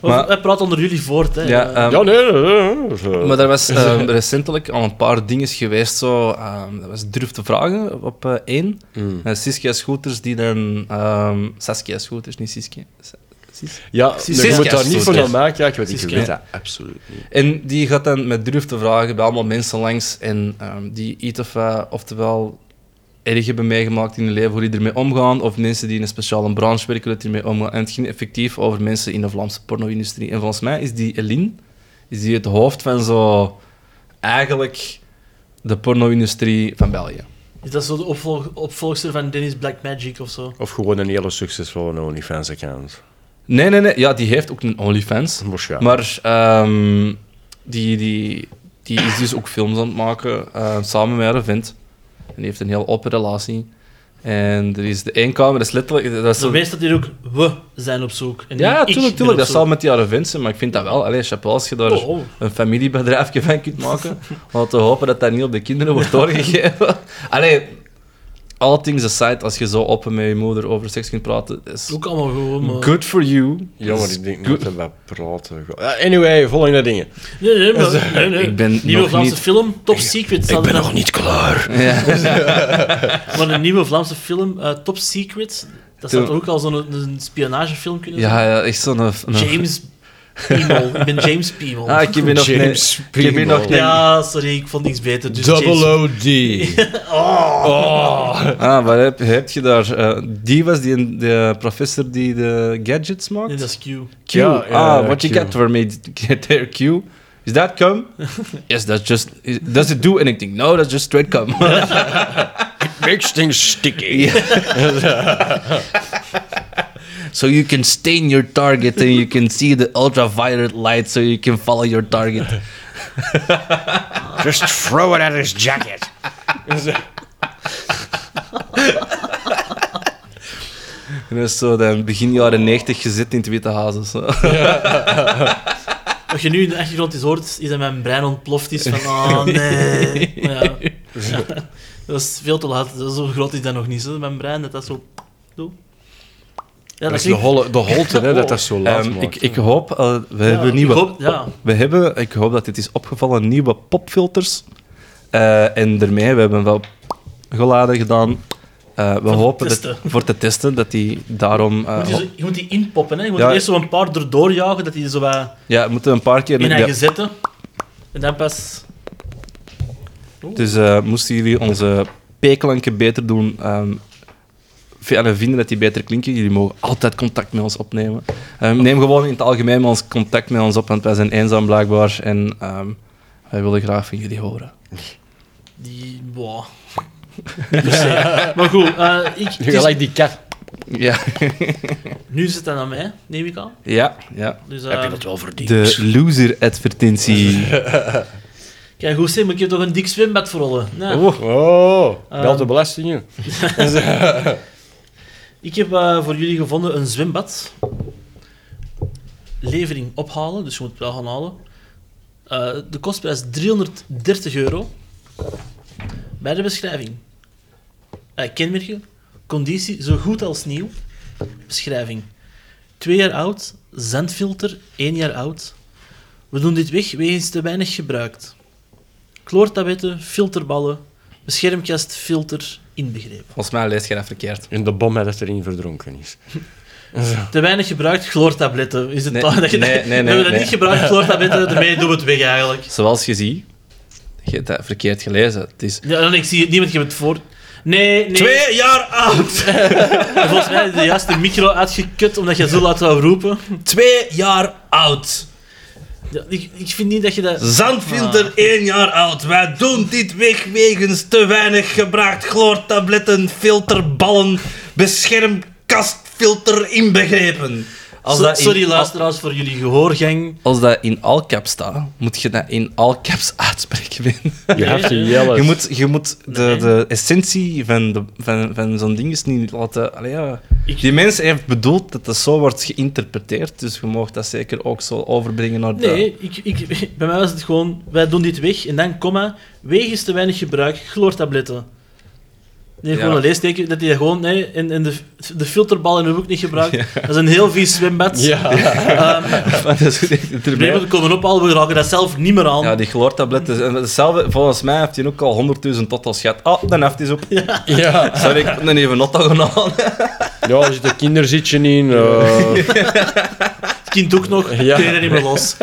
[SPEAKER 2] Maar-
[SPEAKER 3] Maar, hij praat onder jullie voort, hè. Eh,
[SPEAKER 2] Ja, ehm,
[SPEAKER 4] Ja, nee. nee, nee, nee.
[SPEAKER 2] Maar er was ehm, recentelijk al een paar dingen geweest, zo, ehm, dat was durf te vragen op eh, één.
[SPEAKER 4] Mm.
[SPEAKER 2] En Saskia Scooters die dan... ehm, Saskia Scooters, niet Saskia. Sa- Sis-
[SPEAKER 4] Ja,
[SPEAKER 2] Siskia
[SPEAKER 4] je moet daar niet voor
[SPEAKER 2] stoot,
[SPEAKER 4] naar
[SPEAKER 2] ja.
[SPEAKER 4] maken. Ja, ik weet niet, je
[SPEAKER 3] Siskia.
[SPEAKER 4] weet dat absoluut niet.
[SPEAKER 2] En die gaat dan met durf te vragen bij allemaal mensen langs en ehm, die iets of wat, oftewel erg hebben meegemaakt in hun leven, hoe die ermee omgaan, of mensen die in een speciale branche werken, dat die ermee omgaan. En het ging effectief over mensen in de Vlaamse porno-industrie. En volgens mij is die Eline, is die het hoofd van zo... Eigenlijk de porno-industrie van België.
[SPEAKER 3] Is dat zo de opvolg- opvolgster van Dennis Black Magic of zo?
[SPEAKER 4] Of gewoon een hele succesvolle OnlyFans-account.
[SPEAKER 2] Nee, nee, nee. Ja, die heeft ook een OnlyFans.
[SPEAKER 4] Waarschijnlijk.
[SPEAKER 2] Maar ehm, die, die, die is dus ook films aan het maken, eh, samen met haar vent. En die heeft een heel open relatie. En er is de één kamer, dat is letterlijk... Dat is
[SPEAKER 3] Dus
[SPEAKER 2] zo-
[SPEAKER 3] meestal hier ook, we zijn op zoek. En
[SPEAKER 2] ja,
[SPEAKER 3] niet ik
[SPEAKER 2] tuurlijk,
[SPEAKER 3] ben
[SPEAKER 2] tuurlijk.
[SPEAKER 3] op
[SPEAKER 2] Dat zal
[SPEAKER 3] zoek.
[SPEAKER 2] met die haar vent zijn, maar ik vind dat wel. Allee, chapeau, als je daar
[SPEAKER 3] Oh, oh.
[SPEAKER 2] een familiebedrijfje van kunt maken, laten we hopen dat dat niet op de kinderen wordt doorgegeven. <laughs> Allee, all things aside, als je zo open met je moeder over seks kunt praten, is
[SPEAKER 3] Ook allemaal gewoon, maar...
[SPEAKER 2] good for you.
[SPEAKER 4] Ja, maar ik denk niet
[SPEAKER 2] Good-
[SPEAKER 4] dat we praten. Ja, Anyway, volgende dingen.
[SPEAKER 3] Nee, nee,
[SPEAKER 2] <laughs>
[SPEAKER 3] maar... Nee, nee.
[SPEAKER 2] Ik ben
[SPEAKER 3] nieuwe
[SPEAKER 2] nog
[SPEAKER 3] Vlaamse
[SPEAKER 2] niet-
[SPEAKER 3] film, Top Secret. staat er dan-
[SPEAKER 4] niet klaar.
[SPEAKER 3] Maar een nieuwe Vlaamse film, eh, Top Secret, dat zou
[SPEAKER 2] Toen-
[SPEAKER 3] toch ook al zo'n een spionagefilm kunnen
[SPEAKER 2] <laughs>
[SPEAKER 3] zijn?
[SPEAKER 2] Ja, ja, echt zo'n... een-
[SPEAKER 3] James Piemel. Ik ben James Piemel.
[SPEAKER 2] Ah, ik heb hier nog
[SPEAKER 4] James
[SPEAKER 2] een- ik heb hier
[SPEAKER 4] Piemel.
[SPEAKER 2] nog een-
[SPEAKER 3] ja, sorry, ik vond niks beter. Dus James-
[SPEAKER 4] Double OD. <laughs>
[SPEAKER 2] Ah, wat heb, heb je daar? Eh, die was die, de professor die de gadgets maakt?
[SPEAKER 3] Nee, dat is Q.
[SPEAKER 2] Q.
[SPEAKER 4] Ja, ja,
[SPEAKER 2] ah, what
[SPEAKER 4] Q.
[SPEAKER 2] you got for me? Get there, Q. Is that
[SPEAKER 4] <laughs>
[SPEAKER 2] cum? yes, that's just... Does it do anything? No, that's just straight cum.
[SPEAKER 4] Makes things sticky.
[SPEAKER 2] <laughs> so you can stain your target and you can see the ultraviolet light so you can follow your target.
[SPEAKER 4] <laughs> Just throw it at his jacket.
[SPEAKER 2] En dat is zo dan begin jaren 90 gezet in het Witte Huis of zo.
[SPEAKER 3] Wat je nu in de achtergrond is hoort, is dat mijn brein ontploft is van, oh nee. Maar ja. Ja. <laughs> Dat is veel te laat. Dat is Zo groot is dat nog niet, zo, mijn brein, dat dat zo... Doe. Ja,
[SPEAKER 4] Dat is de,
[SPEAKER 3] klinkt-
[SPEAKER 4] holle, de holte, hè, dat dat zo laat
[SPEAKER 2] Ehm, ik,
[SPEAKER 4] maakt.
[SPEAKER 2] ik hoop... eh, we
[SPEAKER 3] Ja,
[SPEAKER 2] hebben
[SPEAKER 3] ik
[SPEAKER 2] nieuwe...
[SPEAKER 3] hoop- ja.
[SPEAKER 2] We hebben, ik hoop dat dit is opgevallen, nieuwe popfilters. Eh, en daarmee, we hebben wel geladen gedaan. Eh, we
[SPEAKER 3] te
[SPEAKER 2] hopen
[SPEAKER 3] testen.
[SPEAKER 2] Dat, voor te testen dat die daarom... eh,
[SPEAKER 3] Je moet die, zo- je moet die inpoppen, hè. Je moet
[SPEAKER 2] Ja.
[SPEAKER 3] er eerst zo een paar erdoor jagen, dat die zo wat
[SPEAKER 2] ja, we moeten een paar keer...
[SPEAKER 3] in
[SPEAKER 2] ja,
[SPEAKER 3] eigen zetten. En dan pas...
[SPEAKER 2] dus eh, moesten jullie onze p beter doen... ehm, v- en vinden dat die beter klinken, jullie mogen altijd contact met ons opnemen. Ehm, neem gewoon in het algemeen maar ons contact met ons op, want wij zijn eenzaam blijkbaar. En ehm, wij willen graag van jullie horen.
[SPEAKER 3] Die...
[SPEAKER 4] <laughs>
[SPEAKER 3] Boah. Niet per se. maar goed, eh, ik, het is-
[SPEAKER 4] Gelijk die kat.
[SPEAKER 2] Ja,
[SPEAKER 3] nu zit dat aan mij, neem ik aan.
[SPEAKER 2] ja, ja.
[SPEAKER 3] Dus, eh,
[SPEAKER 4] wel verdiend?
[SPEAKER 2] De loser-advertentie.
[SPEAKER 3] Kijk, goed zeg, maar ik heb toch een dik zwembad voor alle. Nou,
[SPEAKER 4] Oh, oh
[SPEAKER 3] Ehm.
[SPEAKER 4] bel de belastingen.
[SPEAKER 3] Ik heb eh, voor jullie gevonden een zwembad. Levering ophalen, dus je moet het wel gaan halen. Eh, de kostprijs 330 euro. Bij de beschrijving. Eh, kenmerken, conditie zo goed als nieuw. Beschrijving. Twee jaar oud, zandfilter, één jaar oud. We doen dit weg wegens te weinig gebruikt. Kloortabletten, filterballen, beschermkast, filter, inbegrepen.
[SPEAKER 2] Volgens mij lees je dat verkeerd.
[SPEAKER 4] In de bom hè, dat erin verdronken is.
[SPEAKER 3] Te weinig gebruikt chloortabletten. Is het
[SPEAKER 2] Nee,
[SPEAKER 3] dan dat je
[SPEAKER 2] nee, nee,
[SPEAKER 3] we hebben
[SPEAKER 2] nee,
[SPEAKER 3] dat
[SPEAKER 2] nee.
[SPEAKER 3] niet gebruikt, chloortabletten, daarmee doen we het weg eigenlijk.
[SPEAKER 2] Zoals je ziet, je hebt dat verkeerd gelezen. Het is...
[SPEAKER 3] Ja, dan ik zie het niemand geeft het voor. Nee, nee.
[SPEAKER 2] Twee
[SPEAKER 3] jaar oud! volgens mij is de juiste micro uitgekut omdat je zo laat wou roepen.
[SPEAKER 2] Twee jaar oud.
[SPEAKER 3] Ja, ik, ik vind niet dat je dat.
[SPEAKER 2] Zandfilter één jaar oud. Wij doen dit weg wegens te weinig gebruikt chloortabletten, filterballen, beschermkastfilter inbegrepen. Als
[SPEAKER 3] So-
[SPEAKER 2] dat in-
[SPEAKER 3] sorry luisteraars voor jullie gehoorgang.
[SPEAKER 2] Als dat in all caps staat, moet je dat in all caps <laughs> uitspreken. Wim.
[SPEAKER 4] You have to yell
[SPEAKER 2] Je
[SPEAKER 4] it.
[SPEAKER 2] moet, je moet de,
[SPEAKER 3] Nee.
[SPEAKER 2] de essentie van, de, van, van zo'n ding is niet laten. Allee, ja.
[SPEAKER 3] Ik-
[SPEAKER 2] Die mens heeft bedoeld dat dat zo wordt geïnterpreteerd, dus je mag dat zeker ook zo overbrengen naar de.
[SPEAKER 3] Nee, ik, ik, bij mij was het gewoon, wij doen dit weg en dan, comma, wegens te weinig gebruik, chloortabletten. Nee, gewoon
[SPEAKER 2] Ja.
[SPEAKER 3] een leesteken dat hij gewoon nee, in, in de, de filterbal in hun hoek niet gebruikt. Dat is een heel vies zwembad. Ehm,
[SPEAKER 2] Maar <laughs> dat is echt
[SPEAKER 3] de
[SPEAKER 2] erbij.
[SPEAKER 3] problemen komen op, al we raken dat zelf niet meer aan.
[SPEAKER 2] Ja, die chloortabletten. En hetzelfde, volgens mij heeft hij ook al 100.000 totals gehad. Ah, dan heeft hij ze op.
[SPEAKER 4] Ja.
[SPEAKER 2] Sorry, ik heb nog even notto
[SPEAKER 3] <laughs>
[SPEAKER 2] gedaan.
[SPEAKER 4] Ja, er zit een kinderzitje in. eh,
[SPEAKER 3] Het kind ook nog,
[SPEAKER 4] Ja.
[SPEAKER 3] ja. kun je er niet meer
[SPEAKER 2] <laughs>
[SPEAKER 3] los.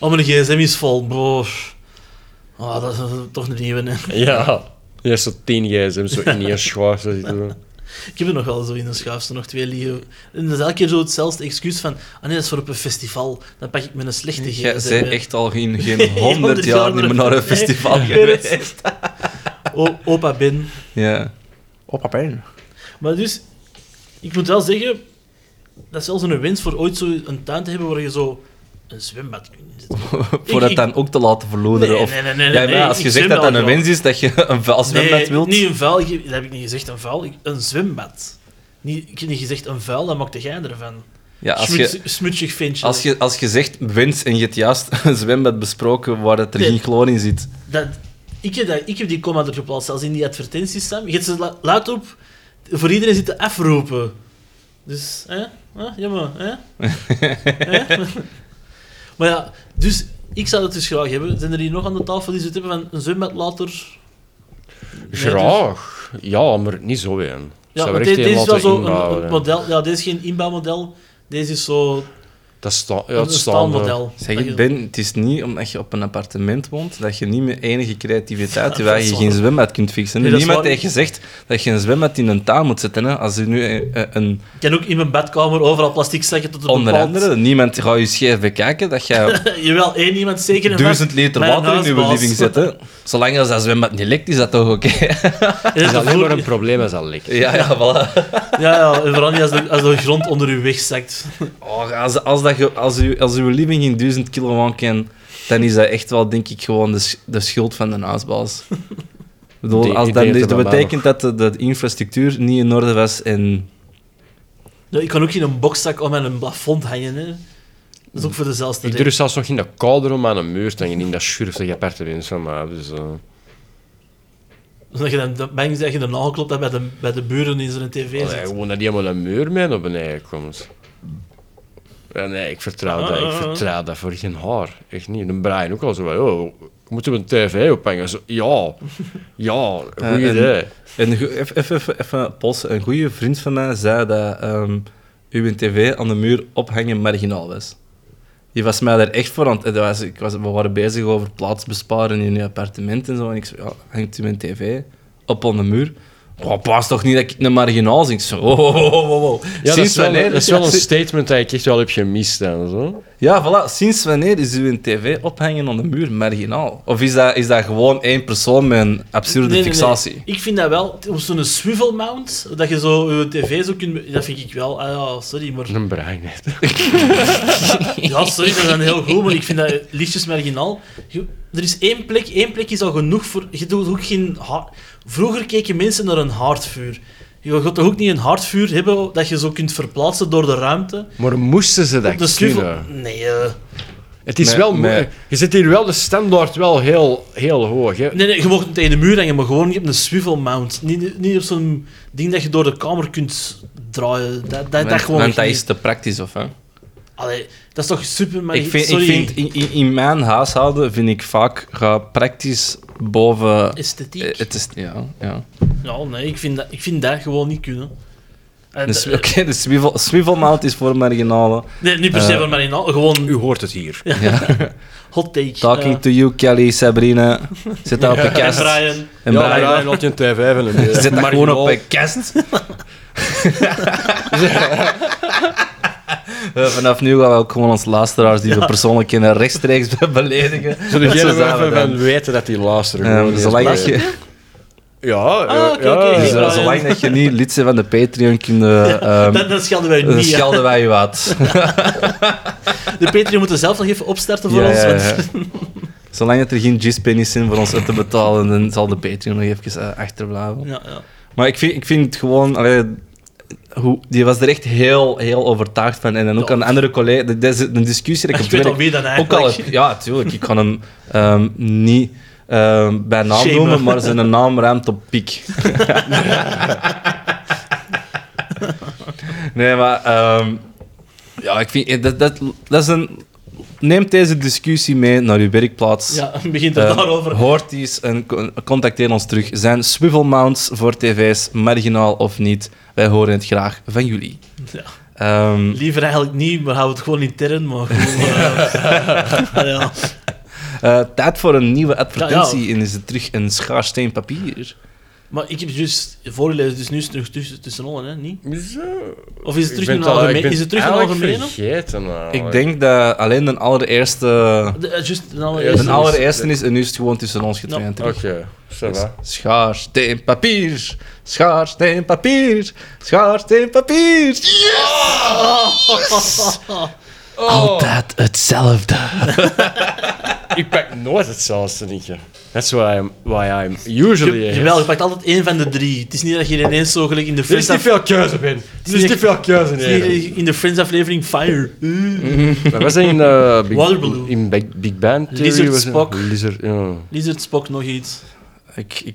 [SPEAKER 3] oh, mijn gsm is vol, bro. Oh, dat is eh, toch een nieuwe. hè.
[SPEAKER 4] <laughs> ja. Je hebt zo tien gsm's zo in je schwaar. zo zitten.
[SPEAKER 3] Ik heb er nog wel zo in de schuifste nog twee liggen. En dat is elke keer zo hetzelfde excuus van... Ah nee, dat is voor op een festival. Dan pak ik mijn slechte
[SPEAKER 2] Jij
[SPEAKER 3] gsm.
[SPEAKER 2] bent
[SPEAKER 3] hè.
[SPEAKER 2] echt al geen, geen
[SPEAKER 3] <laughs> Nee,
[SPEAKER 2] 100 jaar niet meer naar een festival
[SPEAKER 3] <laughs> Nee, ik weet het.
[SPEAKER 2] geweest.
[SPEAKER 3] O- opa Ben.
[SPEAKER 2] Ja.
[SPEAKER 5] Op pijn.
[SPEAKER 3] Maar dus, ik moet wel zeggen... Dat is wel zo'n wens voor ooit zo een tuin te hebben waar je zo een zwembad kunt inzetten.
[SPEAKER 2] <laughs> Voor dat
[SPEAKER 3] ik-
[SPEAKER 2] dan ook te laten verloderen.
[SPEAKER 3] Nee,
[SPEAKER 2] of...
[SPEAKER 3] nee, nee, nee,
[SPEAKER 2] ja, maar
[SPEAKER 3] nee,
[SPEAKER 2] als je
[SPEAKER 3] ik
[SPEAKER 2] zegt
[SPEAKER 3] zwem
[SPEAKER 2] dat dat
[SPEAKER 3] wel
[SPEAKER 2] een
[SPEAKER 3] graag.
[SPEAKER 2] wens is, dat je een vuil zwembad
[SPEAKER 3] nee,
[SPEAKER 2] wilt.
[SPEAKER 3] niet een vuil. ge- Dat heb ik niet gezegd, een vuil. Ik- Een zwembad. Niet, ik heb niet gezegd een vuil, dan maakte jij ervan.
[SPEAKER 2] ja, als
[SPEAKER 3] Smuts-
[SPEAKER 2] je,
[SPEAKER 3] Smutsig ventje.
[SPEAKER 2] als, je, als je zegt wens en je hebt juist <laughs> een zwembad besproken waar dat er
[SPEAKER 3] Nee.
[SPEAKER 2] geen chloor in zit.
[SPEAKER 3] Dat, ik, heb dat, ik heb die comma er geplaatst, zelfs in die advertenties, Sam. Je hebt ze la- luid op, voor iedereen zitten afroepen. Dus, hè? Hè? Jammer, hè? Hè? maar ja, dus ik zou dat dus graag hebben. Zijn er hier nog aan de tafel die zoiets hebben van een zwembad later?
[SPEAKER 4] Graag. Ja, maar niet zo een.
[SPEAKER 3] dus- Ja,
[SPEAKER 4] Zou
[SPEAKER 3] maar
[SPEAKER 4] er
[SPEAKER 3] dit,
[SPEAKER 4] echt
[SPEAKER 3] dit
[SPEAKER 4] een
[SPEAKER 3] is wel
[SPEAKER 4] laten
[SPEAKER 3] zo
[SPEAKER 4] inbouwen,
[SPEAKER 3] een, een
[SPEAKER 4] hè.
[SPEAKER 3] model. Ja, dit is geen inbouwmodel. Deze is zo
[SPEAKER 4] Dat sta, ja,
[SPEAKER 3] een
[SPEAKER 4] het staande.
[SPEAKER 3] staalmodel.
[SPEAKER 2] Zeg
[SPEAKER 3] Dat
[SPEAKER 2] ik,
[SPEAKER 3] je-
[SPEAKER 2] Ben, het is niet omdat je op een appartement woont dat je niet met enige creativiteit
[SPEAKER 3] Ja,
[SPEAKER 2] waar
[SPEAKER 3] dat is
[SPEAKER 2] je
[SPEAKER 3] waar.
[SPEAKER 2] geen zwembad kunt fixen.
[SPEAKER 3] Nee, dat is
[SPEAKER 2] Niemand
[SPEAKER 3] waar.
[SPEAKER 2] heeft gezegd dat je een zwembad in een tuin moet zetten. Hè. Als je nu eh, eh, een
[SPEAKER 3] Ik kan ook in mijn badkamer overal plastic zakken tot een
[SPEAKER 2] onder
[SPEAKER 3] bepaald...
[SPEAKER 2] andere, niemand gaat je scheef bekijken dat
[SPEAKER 3] <laughs>
[SPEAKER 2] je
[SPEAKER 3] Jawel, één iemand zeker. en vast.
[SPEAKER 2] duizend liter
[SPEAKER 3] Mijn
[SPEAKER 2] water in je
[SPEAKER 3] huisbaas.
[SPEAKER 2] living
[SPEAKER 3] <laughs>
[SPEAKER 2] zet. Hè. Zolang als dat zwembad niet lekt, is dat toch oké?
[SPEAKER 3] En
[SPEAKER 4] Het
[SPEAKER 3] dat
[SPEAKER 4] is alleen
[SPEAKER 3] voelt-
[SPEAKER 4] maar een probleem als dat lekt.
[SPEAKER 2] <laughs> ja, ja, voilà.
[SPEAKER 3] Ja, ja, en vooral niet als de, als de grond onder u wegzakt.
[SPEAKER 2] Oh, als, als, dat ge- als, u, als uw living in 1000 kilo aan kan, dan is dat echt wel, denk ik, gewoon de, sch- de schuld van de huisbaas. Ik bedoel,
[SPEAKER 4] Die
[SPEAKER 2] als
[SPEAKER 4] idee
[SPEAKER 2] dat,
[SPEAKER 4] heeft
[SPEAKER 2] dus
[SPEAKER 4] er
[SPEAKER 2] dat
[SPEAKER 4] bij mij
[SPEAKER 2] betekent dat de, de infrastructuur niet in orde was en...
[SPEAKER 3] Ja, ik kan ook in een bokszak om aan een plafond hangen. Hè. Dat is ook voor dezelfde
[SPEAKER 4] Ik
[SPEAKER 3] reden.
[SPEAKER 4] durf zelfs nog in de kouder om aan een muur te hangen, in dat schurftige appartement van mij. Dus, eh.
[SPEAKER 3] Dat je dan dan bang bent dat je de nagel klopt dat bij de, bij de buren in zo'n tv
[SPEAKER 4] Allee,
[SPEAKER 3] zit.
[SPEAKER 4] gewoon dat die helemaal een muur mee naar beneden komt. Ja, nee, ik vertrouw dat. Ik vertrouw dat voor geen haar. Echt niet. En Brian ook al zo. van, Oh, moeten we een tv ophangen? Zo, ja. Ja, goed
[SPEAKER 2] Eh, en-
[SPEAKER 4] idee.
[SPEAKER 2] en go- even, even, even, even polsen. Een goede vriend van mij zei dat ehm uw tv aan de muur ophangen marginaal was. Die was mij daar echt voor aan het... dat was- Ik was, we waren bezig over plaats besparen in uw appartement en zo. En ik zei, ja, hangt u mijn tv op aan de muur? Oh, pas toch niet dat ik een marginaal zing? Ik zei, Oh, oh, oh, oh, oh.
[SPEAKER 4] Ja, dat
[SPEAKER 2] Sinds
[SPEAKER 4] is, wel,
[SPEAKER 2] wanneer-
[SPEAKER 4] dat is wel
[SPEAKER 2] ja,
[SPEAKER 4] een
[SPEAKER 2] si-
[SPEAKER 4] statement dat ik echt wel heb gemist. En zo.
[SPEAKER 2] Ja, voilà. Sinds wanneer is uw tv ophangen aan de muur marginaal? Of is dat, is dat gewoon één persoon met een absurde
[SPEAKER 3] Nee, nee, nee.
[SPEAKER 2] fixatie?
[SPEAKER 3] Ik vind dat wel, op zo'n swivel mount, dat je zo je tv zo kunt... Dat vind ik wel, ah ja, sorry, maar...
[SPEAKER 4] Een Brian net.
[SPEAKER 3] Ja, sorry, dat is dan heel goed, maar ik vind dat lichtjes marginaal. Je- er is één plek, één plek is al genoeg voor... Je doet ook geen... ha- Vroeger keken mensen naar een haardvuur. Je gaat toch ook niet een haardvuur hebben dat je zo kunt verplaatsen door de ruimte?
[SPEAKER 4] Maar moesten ze dat
[SPEAKER 3] Op de swivel...
[SPEAKER 4] kunnen?
[SPEAKER 3] Nee, eh.
[SPEAKER 4] Het is
[SPEAKER 2] Nee,
[SPEAKER 4] wel moe-
[SPEAKER 2] nee.
[SPEAKER 4] Je zet hier wel de standaard wel heel, heel hoog. Hè?
[SPEAKER 3] nee, nee, je mocht niet tegen de muur hangen, maar gewoon niet op een swivel mount. Niet, niet op zo'n ding dat je door de kamer kunt draaien. Dat, dat, dat
[SPEAKER 2] want,
[SPEAKER 3] gewoon
[SPEAKER 2] want dat
[SPEAKER 3] echt
[SPEAKER 2] is
[SPEAKER 3] niet.
[SPEAKER 2] te praktisch, of hè?
[SPEAKER 3] Allee, dat is toch super... Maar
[SPEAKER 2] Ik vind, ik
[SPEAKER 3] sorry,
[SPEAKER 2] vind in, in, in mijn huishouden vind ik vaak ga praktisch boven.
[SPEAKER 3] Esthetiek.
[SPEAKER 2] Eh, Het is, ja, ja.
[SPEAKER 3] Ja, nee, ik vind, dat, ik vind dat gewoon niet kunnen. En eh,
[SPEAKER 2] Dus,
[SPEAKER 3] dat-
[SPEAKER 2] <laughs> Oké, de swivel, swivelmount is voor marginalen.
[SPEAKER 3] Nee, niet per se
[SPEAKER 2] Eh,
[SPEAKER 3] van marginaal, gewoon...
[SPEAKER 4] U hoort het hier.
[SPEAKER 3] Hot take. eh,
[SPEAKER 2] Talking to you, Kelly, Sabrina. Zit dat op een
[SPEAKER 3] En
[SPEAKER 2] kast.
[SPEAKER 3] Brian.
[SPEAKER 2] En
[SPEAKER 4] ja,
[SPEAKER 2] Brian.
[SPEAKER 4] Brian had je een tv en een
[SPEAKER 2] Zit dat gewoon op
[SPEAKER 4] Marginaal.
[SPEAKER 2] een
[SPEAKER 3] <laughs>
[SPEAKER 2] kast. Eh, Vanaf nu gaan we ook gewoon onze luisteraars die we persoonlijk kennen rechtstreeks <laughs> beledigen.
[SPEAKER 4] Zullen
[SPEAKER 2] Zo
[SPEAKER 4] jullie
[SPEAKER 2] zijn
[SPEAKER 4] er
[SPEAKER 2] we
[SPEAKER 4] even
[SPEAKER 2] dan.
[SPEAKER 4] van weten dat die luisteren?
[SPEAKER 2] Eh,
[SPEAKER 4] gewoon niet
[SPEAKER 2] Zolang
[SPEAKER 4] eens
[SPEAKER 2] dat je...
[SPEAKER 4] bij- Ja, ja,
[SPEAKER 3] Ah, oké,
[SPEAKER 2] Dus,
[SPEAKER 3] oké.
[SPEAKER 4] ja.
[SPEAKER 2] eh,
[SPEAKER 3] Brian.
[SPEAKER 2] zolang dat je niet lid bent van de Patreon,
[SPEAKER 3] <laughs>
[SPEAKER 2] kunnen
[SPEAKER 3] oh, dat, dat schelden wij
[SPEAKER 2] dan
[SPEAKER 3] niet.
[SPEAKER 2] Ehm,
[SPEAKER 3] hè.
[SPEAKER 2] eh, schelden wij je
[SPEAKER 3] <laughs>
[SPEAKER 2] wat.
[SPEAKER 3] De Patreon moet er zelf nog even opstarten voor
[SPEAKER 2] Ja,
[SPEAKER 3] ons.
[SPEAKER 2] ja,
[SPEAKER 3] want-
[SPEAKER 2] ja. Zolang dat er geen G-pennies zijn voor ons uit te betalen, dan zal de Patreon nog even eh, achterblijven.
[SPEAKER 3] <laughs> Ja, ja.
[SPEAKER 2] Maar ik vind, ik vind het gewoon... allee, hoe, die was er echt heel, heel overtuigd van. En dan ook
[SPEAKER 3] Ja.
[SPEAKER 2] aan andere collega's... Dat is een discussie dat ik
[SPEAKER 3] Ik
[SPEAKER 2] op het
[SPEAKER 3] weet al
[SPEAKER 2] werk...
[SPEAKER 3] wie dan
[SPEAKER 2] Ook al,
[SPEAKER 3] eigenlijk.
[SPEAKER 2] heb- ja, tuurlijk. Ik kan hem ehm, niet eh, bij naam
[SPEAKER 3] Shame.
[SPEAKER 2] noemen, maar zijn naam ruimt op
[SPEAKER 3] <laughs>
[SPEAKER 2] piek. nee, maar ehm, ja, ik vind eh, dat, dat, dat is een. Neem deze discussie mee naar uw werkplaats.
[SPEAKER 3] Ja, het begint er
[SPEAKER 2] Eh,
[SPEAKER 3] daarover.
[SPEAKER 2] Hoort die eens en co- contacteer ons terug. Zijn swivelmounts voor tv's marginaal of niet? Wij horen het graag van jullie.
[SPEAKER 3] Ja.
[SPEAKER 2] Ehm,
[SPEAKER 3] Liever eigenlijk niet, maar houden het gewoon intern. Maar
[SPEAKER 2] <laughs>
[SPEAKER 3] goed, eh, ah, ja.
[SPEAKER 2] eh, tijd voor een nieuwe advertentie
[SPEAKER 3] Ja,
[SPEAKER 2] en is het terug een schaar steen papier.
[SPEAKER 3] Maar ik heb juist voorgelezen, dus nu is het terug tussen, tussen allen, hè? Niet?
[SPEAKER 4] Zo.
[SPEAKER 3] Of is het terug
[SPEAKER 4] Ik
[SPEAKER 3] in
[SPEAKER 4] ben
[SPEAKER 3] een
[SPEAKER 4] al- ik
[SPEAKER 3] algemeen?
[SPEAKER 4] ben
[SPEAKER 3] Is het terug in een
[SPEAKER 4] eigenlijk
[SPEAKER 3] algemene?
[SPEAKER 4] vergeten, nou,
[SPEAKER 2] Ik
[SPEAKER 4] eigenlijk.
[SPEAKER 2] denk dat alleen de allereerste,
[SPEAKER 3] De- eh, Juist een
[SPEAKER 4] Eerst
[SPEAKER 2] de
[SPEAKER 4] is-
[SPEAKER 3] allereerste.
[SPEAKER 2] allereerste is en nu is het gewoon tussen ons getraind.
[SPEAKER 4] Oké, ça va.
[SPEAKER 2] Schaar, steen, papier. Schaar, steen, papier. Schaar, steen, papier. Altijd hetzelfde.
[SPEAKER 4] Ik pak nooit hetzelfde, nietje. That's why I'm, why I'm usually
[SPEAKER 3] Je,
[SPEAKER 4] here.
[SPEAKER 3] jawel, je pakt altijd één van de drie. Het is niet dat je ineens zo gelijk in de
[SPEAKER 4] Er is
[SPEAKER 3] Friends,
[SPEAKER 4] te
[SPEAKER 3] af-
[SPEAKER 4] veel keuze, Ben. Er is
[SPEAKER 3] niet-
[SPEAKER 4] te veel keuze,
[SPEAKER 3] het is
[SPEAKER 4] nee.
[SPEAKER 3] niet in de Friends aflevering Fire. Uh,
[SPEAKER 2] Mm.
[SPEAKER 4] Maar we zijn in, eh,
[SPEAKER 3] <laughs>
[SPEAKER 4] Big,
[SPEAKER 3] Waterballoon.
[SPEAKER 4] in Big, Big Bang Theory.
[SPEAKER 3] Lizard
[SPEAKER 4] was het-
[SPEAKER 3] Spock.
[SPEAKER 4] Lizard, ja.
[SPEAKER 3] Lizard Spock nog iets.
[SPEAKER 2] Ik, ik,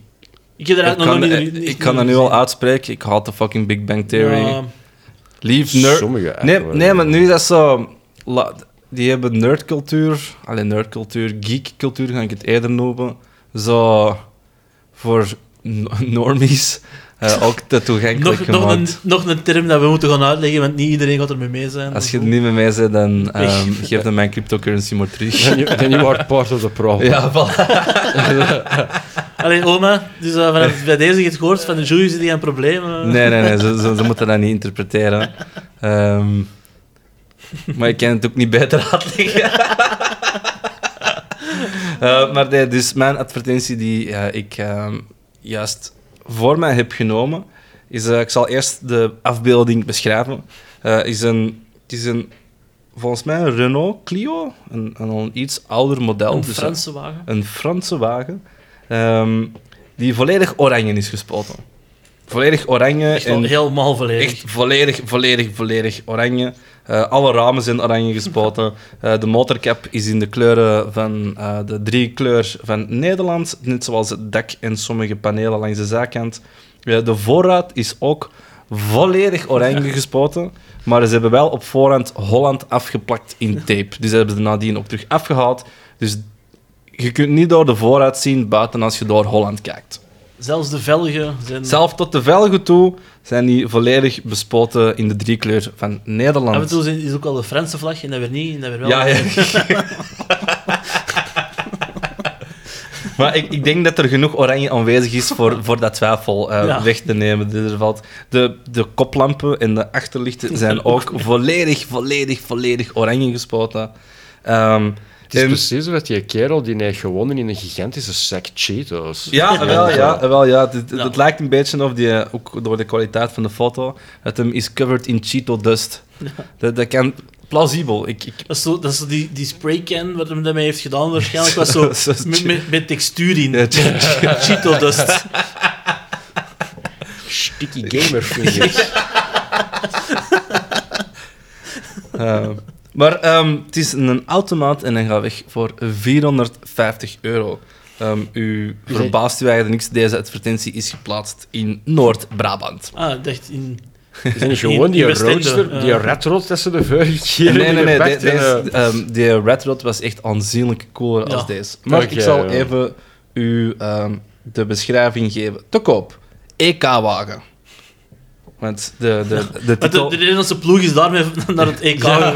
[SPEAKER 3] Ik heb er
[SPEAKER 2] ik
[SPEAKER 3] eigenlijk
[SPEAKER 2] kan, eh,
[SPEAKER 3] nog
[SPEAKER 2] ik,
[SPEAKER 3] niet. niet-
[SPEAKER 2] kan dat nu al uitspreken. Ik haat de fucking Big Bang Theory.
[SPEAKER 3] Ja,
[SPEAKER 2] Lief nerd.
[SPEAKER 4] Sommige
[SPEAKER 2] Nee,
[SPEAKER 4] eigenlijk
[SPEAKER 2] nee,
[SPEAKER 4] wel.
[SPEAKER 2] maar nu is dat zo. la- die hebben nerdcultuur, alleen nerdcultuur, geekcultuur ga ik het eerder noemen. Zo voor no- <laughs> normies
[SPEAKER 4] <laughs>
[SPEAKER 2] eh, ook te toegankelijk
[SPEAKER 3] nog, nog, een,
[SPEAKER 2] gemaakt.
[SPEAKER 3] nog een term dat we moeten gaan uitleggen, want niet iedereen gaat ermee mee zijn.
[SPEAKER 2] Als je het niet met mij bent, dan ehm,
[SPEAKER 3] Weg.
[SPEAKER 2] geef dan mijn cryptocurrency maar terug.
[SPEAKER 3] <laughs>
[SPEAKER 2] <laughs>
[SPEAKER 4] Then you, then you are part of the problem.
[SPEAKER 2] ja, voilà.
[SPEAKER 3] Allee, oma, dus eh, vanaf bij deze je het gehoord van de jury zit hier een probleem. eh.
[SPEAKER 2] Nee, nee, nee, ze, ze, ze moeten dat niet interpreteren. Ehm, maar ik kan het ook niet beter uitleggen. Eh, maar nee, dus mijn advertentie die eh, ik ehm, juist voor mij heb genomen, is, eh, ik zal eerst de afbeelding beschrijven, Eh, is een, het is een, volgens mij een Renault Clio, een, een, al iets ouder model.
[SPEAKER 3] Een
[SPEAKER 2] dus
[SPEAKER 3] Franse wagen.
[SPEAKER 2] een Franse wagen ehm, die volledig oranje is gespoten. Volledig oranje.
[SPEAKER 3] Echt wel
[SPEAKER 2] en
[SPEAKER 3] helemaal volledig.
[SPEAKER 2] echt volledig, volledig, volledig oranje. Eh, alle ramen zijn oranje gespoten. Eh, de motorkap is in de kleuren van eh, de drie kleur van Nederland. Net zoals het dak en sommige panelen langs de zijkant. Eh, de voorraad is ook volledig oranje gespoten. Maar ze hebben wel op voorhand Holland afgeplakt in tape. Dus dat hebben ze nadien ook terug afgehaald. Dus je kunt niet door de voorraad zien buiten als je door Holland kijkt.
[SPEAKER 3] Zelfs de Velgen zijn...
[SPEAKER 2] Mm. Zelf tot de velgen toe zijn die volledig bespoten in de driekleur van
[SPEAKER 3] Af en
[SPEAKER 2] Nederland.
[SPEAKER 3] toe zijn- is ook al de Franse vlag, en dat weer niet, en dat weer Ah, wel.
[SPEAKER 2] Ja, ja. maar ik, ik denk dat er genoeg oranje aanwezig is voor, voor dat twijfel eh,
[SPEAKER 3] Ja.
[SPEAKER 2] weg te nemen. Dus er valt de, de koplampen en de achterlichten zijn ook volledig, volledig, volledig oranje gespoten. Ehm,
[SPEAKER 4] Het is
[SPEAKER 2] en-
[SPEAKER 4] precies wat die kerel die heeft gewonnen in een gigantische zak Cheetos.
[SPEAKER 2] Ja, wel ja. Wel, ja. Het, het-
[SPEAKER 3] Ja.
[SPEAKER 2] het lijkt een beetje of die, eh, ook door de kwaliteit van de foto, dat hem is covered in Cheeto dust. Dat, dat kan plausibel. Ik, ik,
[SPEAKER 3] Dat is, zo, dat is zo die, die spraycan wat hem daarmee heeft
[SPEAKER 2] <laughs>
[SPEAKER 3] gedaan, waarschijnlijk was zo,
[SPEAKER 2] Zo- zo-
[SPEAKER 3] met, met, met textuur in.
[SPEAKER 2] eh, Che- Che-
[SPEAKER 3] Cheeto dust.
[SPEAKER 4] Sticky gamer
[SPEAKER 2] <laughs>
[SPEAKER 4] fingers.
[SPEAKER 2] <laughs> eh, maar ehm, het is een automaat en hij gaat weg voor 450 euro. Ehm, u verbaast u eigenlijk niks. Deze advertentie is geplaatst in Noord-Brabant.
[SPEAKER 3] Ah, ik dacht in...
[SPEAKER 4] Zijn gewoon
[SPEAKER 3] In
[SPEAKER 4] die
[SPEAKER 3] West Ende,
[SPEAKER 4] roadster, die
[SPEAKER 3] eh.
[SPEAKER 4] ratrot dat ze de vorige keer
[SPEAKER 2] Nee, nee, nee.
[SPEAKER 4] hebben
[SPEAKER 2] de-
[SPEAKER 4] gepakt en,
[SPEAKER 2] deze-
[SPEAKER 4] eh,
[SPEAKER 2] ehm, die Red Rod was echt aanzienlijk cooler
[SPEAKER 3] Ja.
[SPEAKER 2] als deze. Maar ik
[SPEAKER 4] Oké,
[SPEAKER 2] zal
[SPEAKER 4] ja.
[SPEAKER 2] even u ehm, de beschrijving geven. Te koop. E EK-wagen. Want de, de, de
[SPEAKER 3] Maar de,
[SPEAKER 2] titel...
[SPEAKER 3] de Nederlandse ploeg is daarmee <laughs> naar het EK gegaan.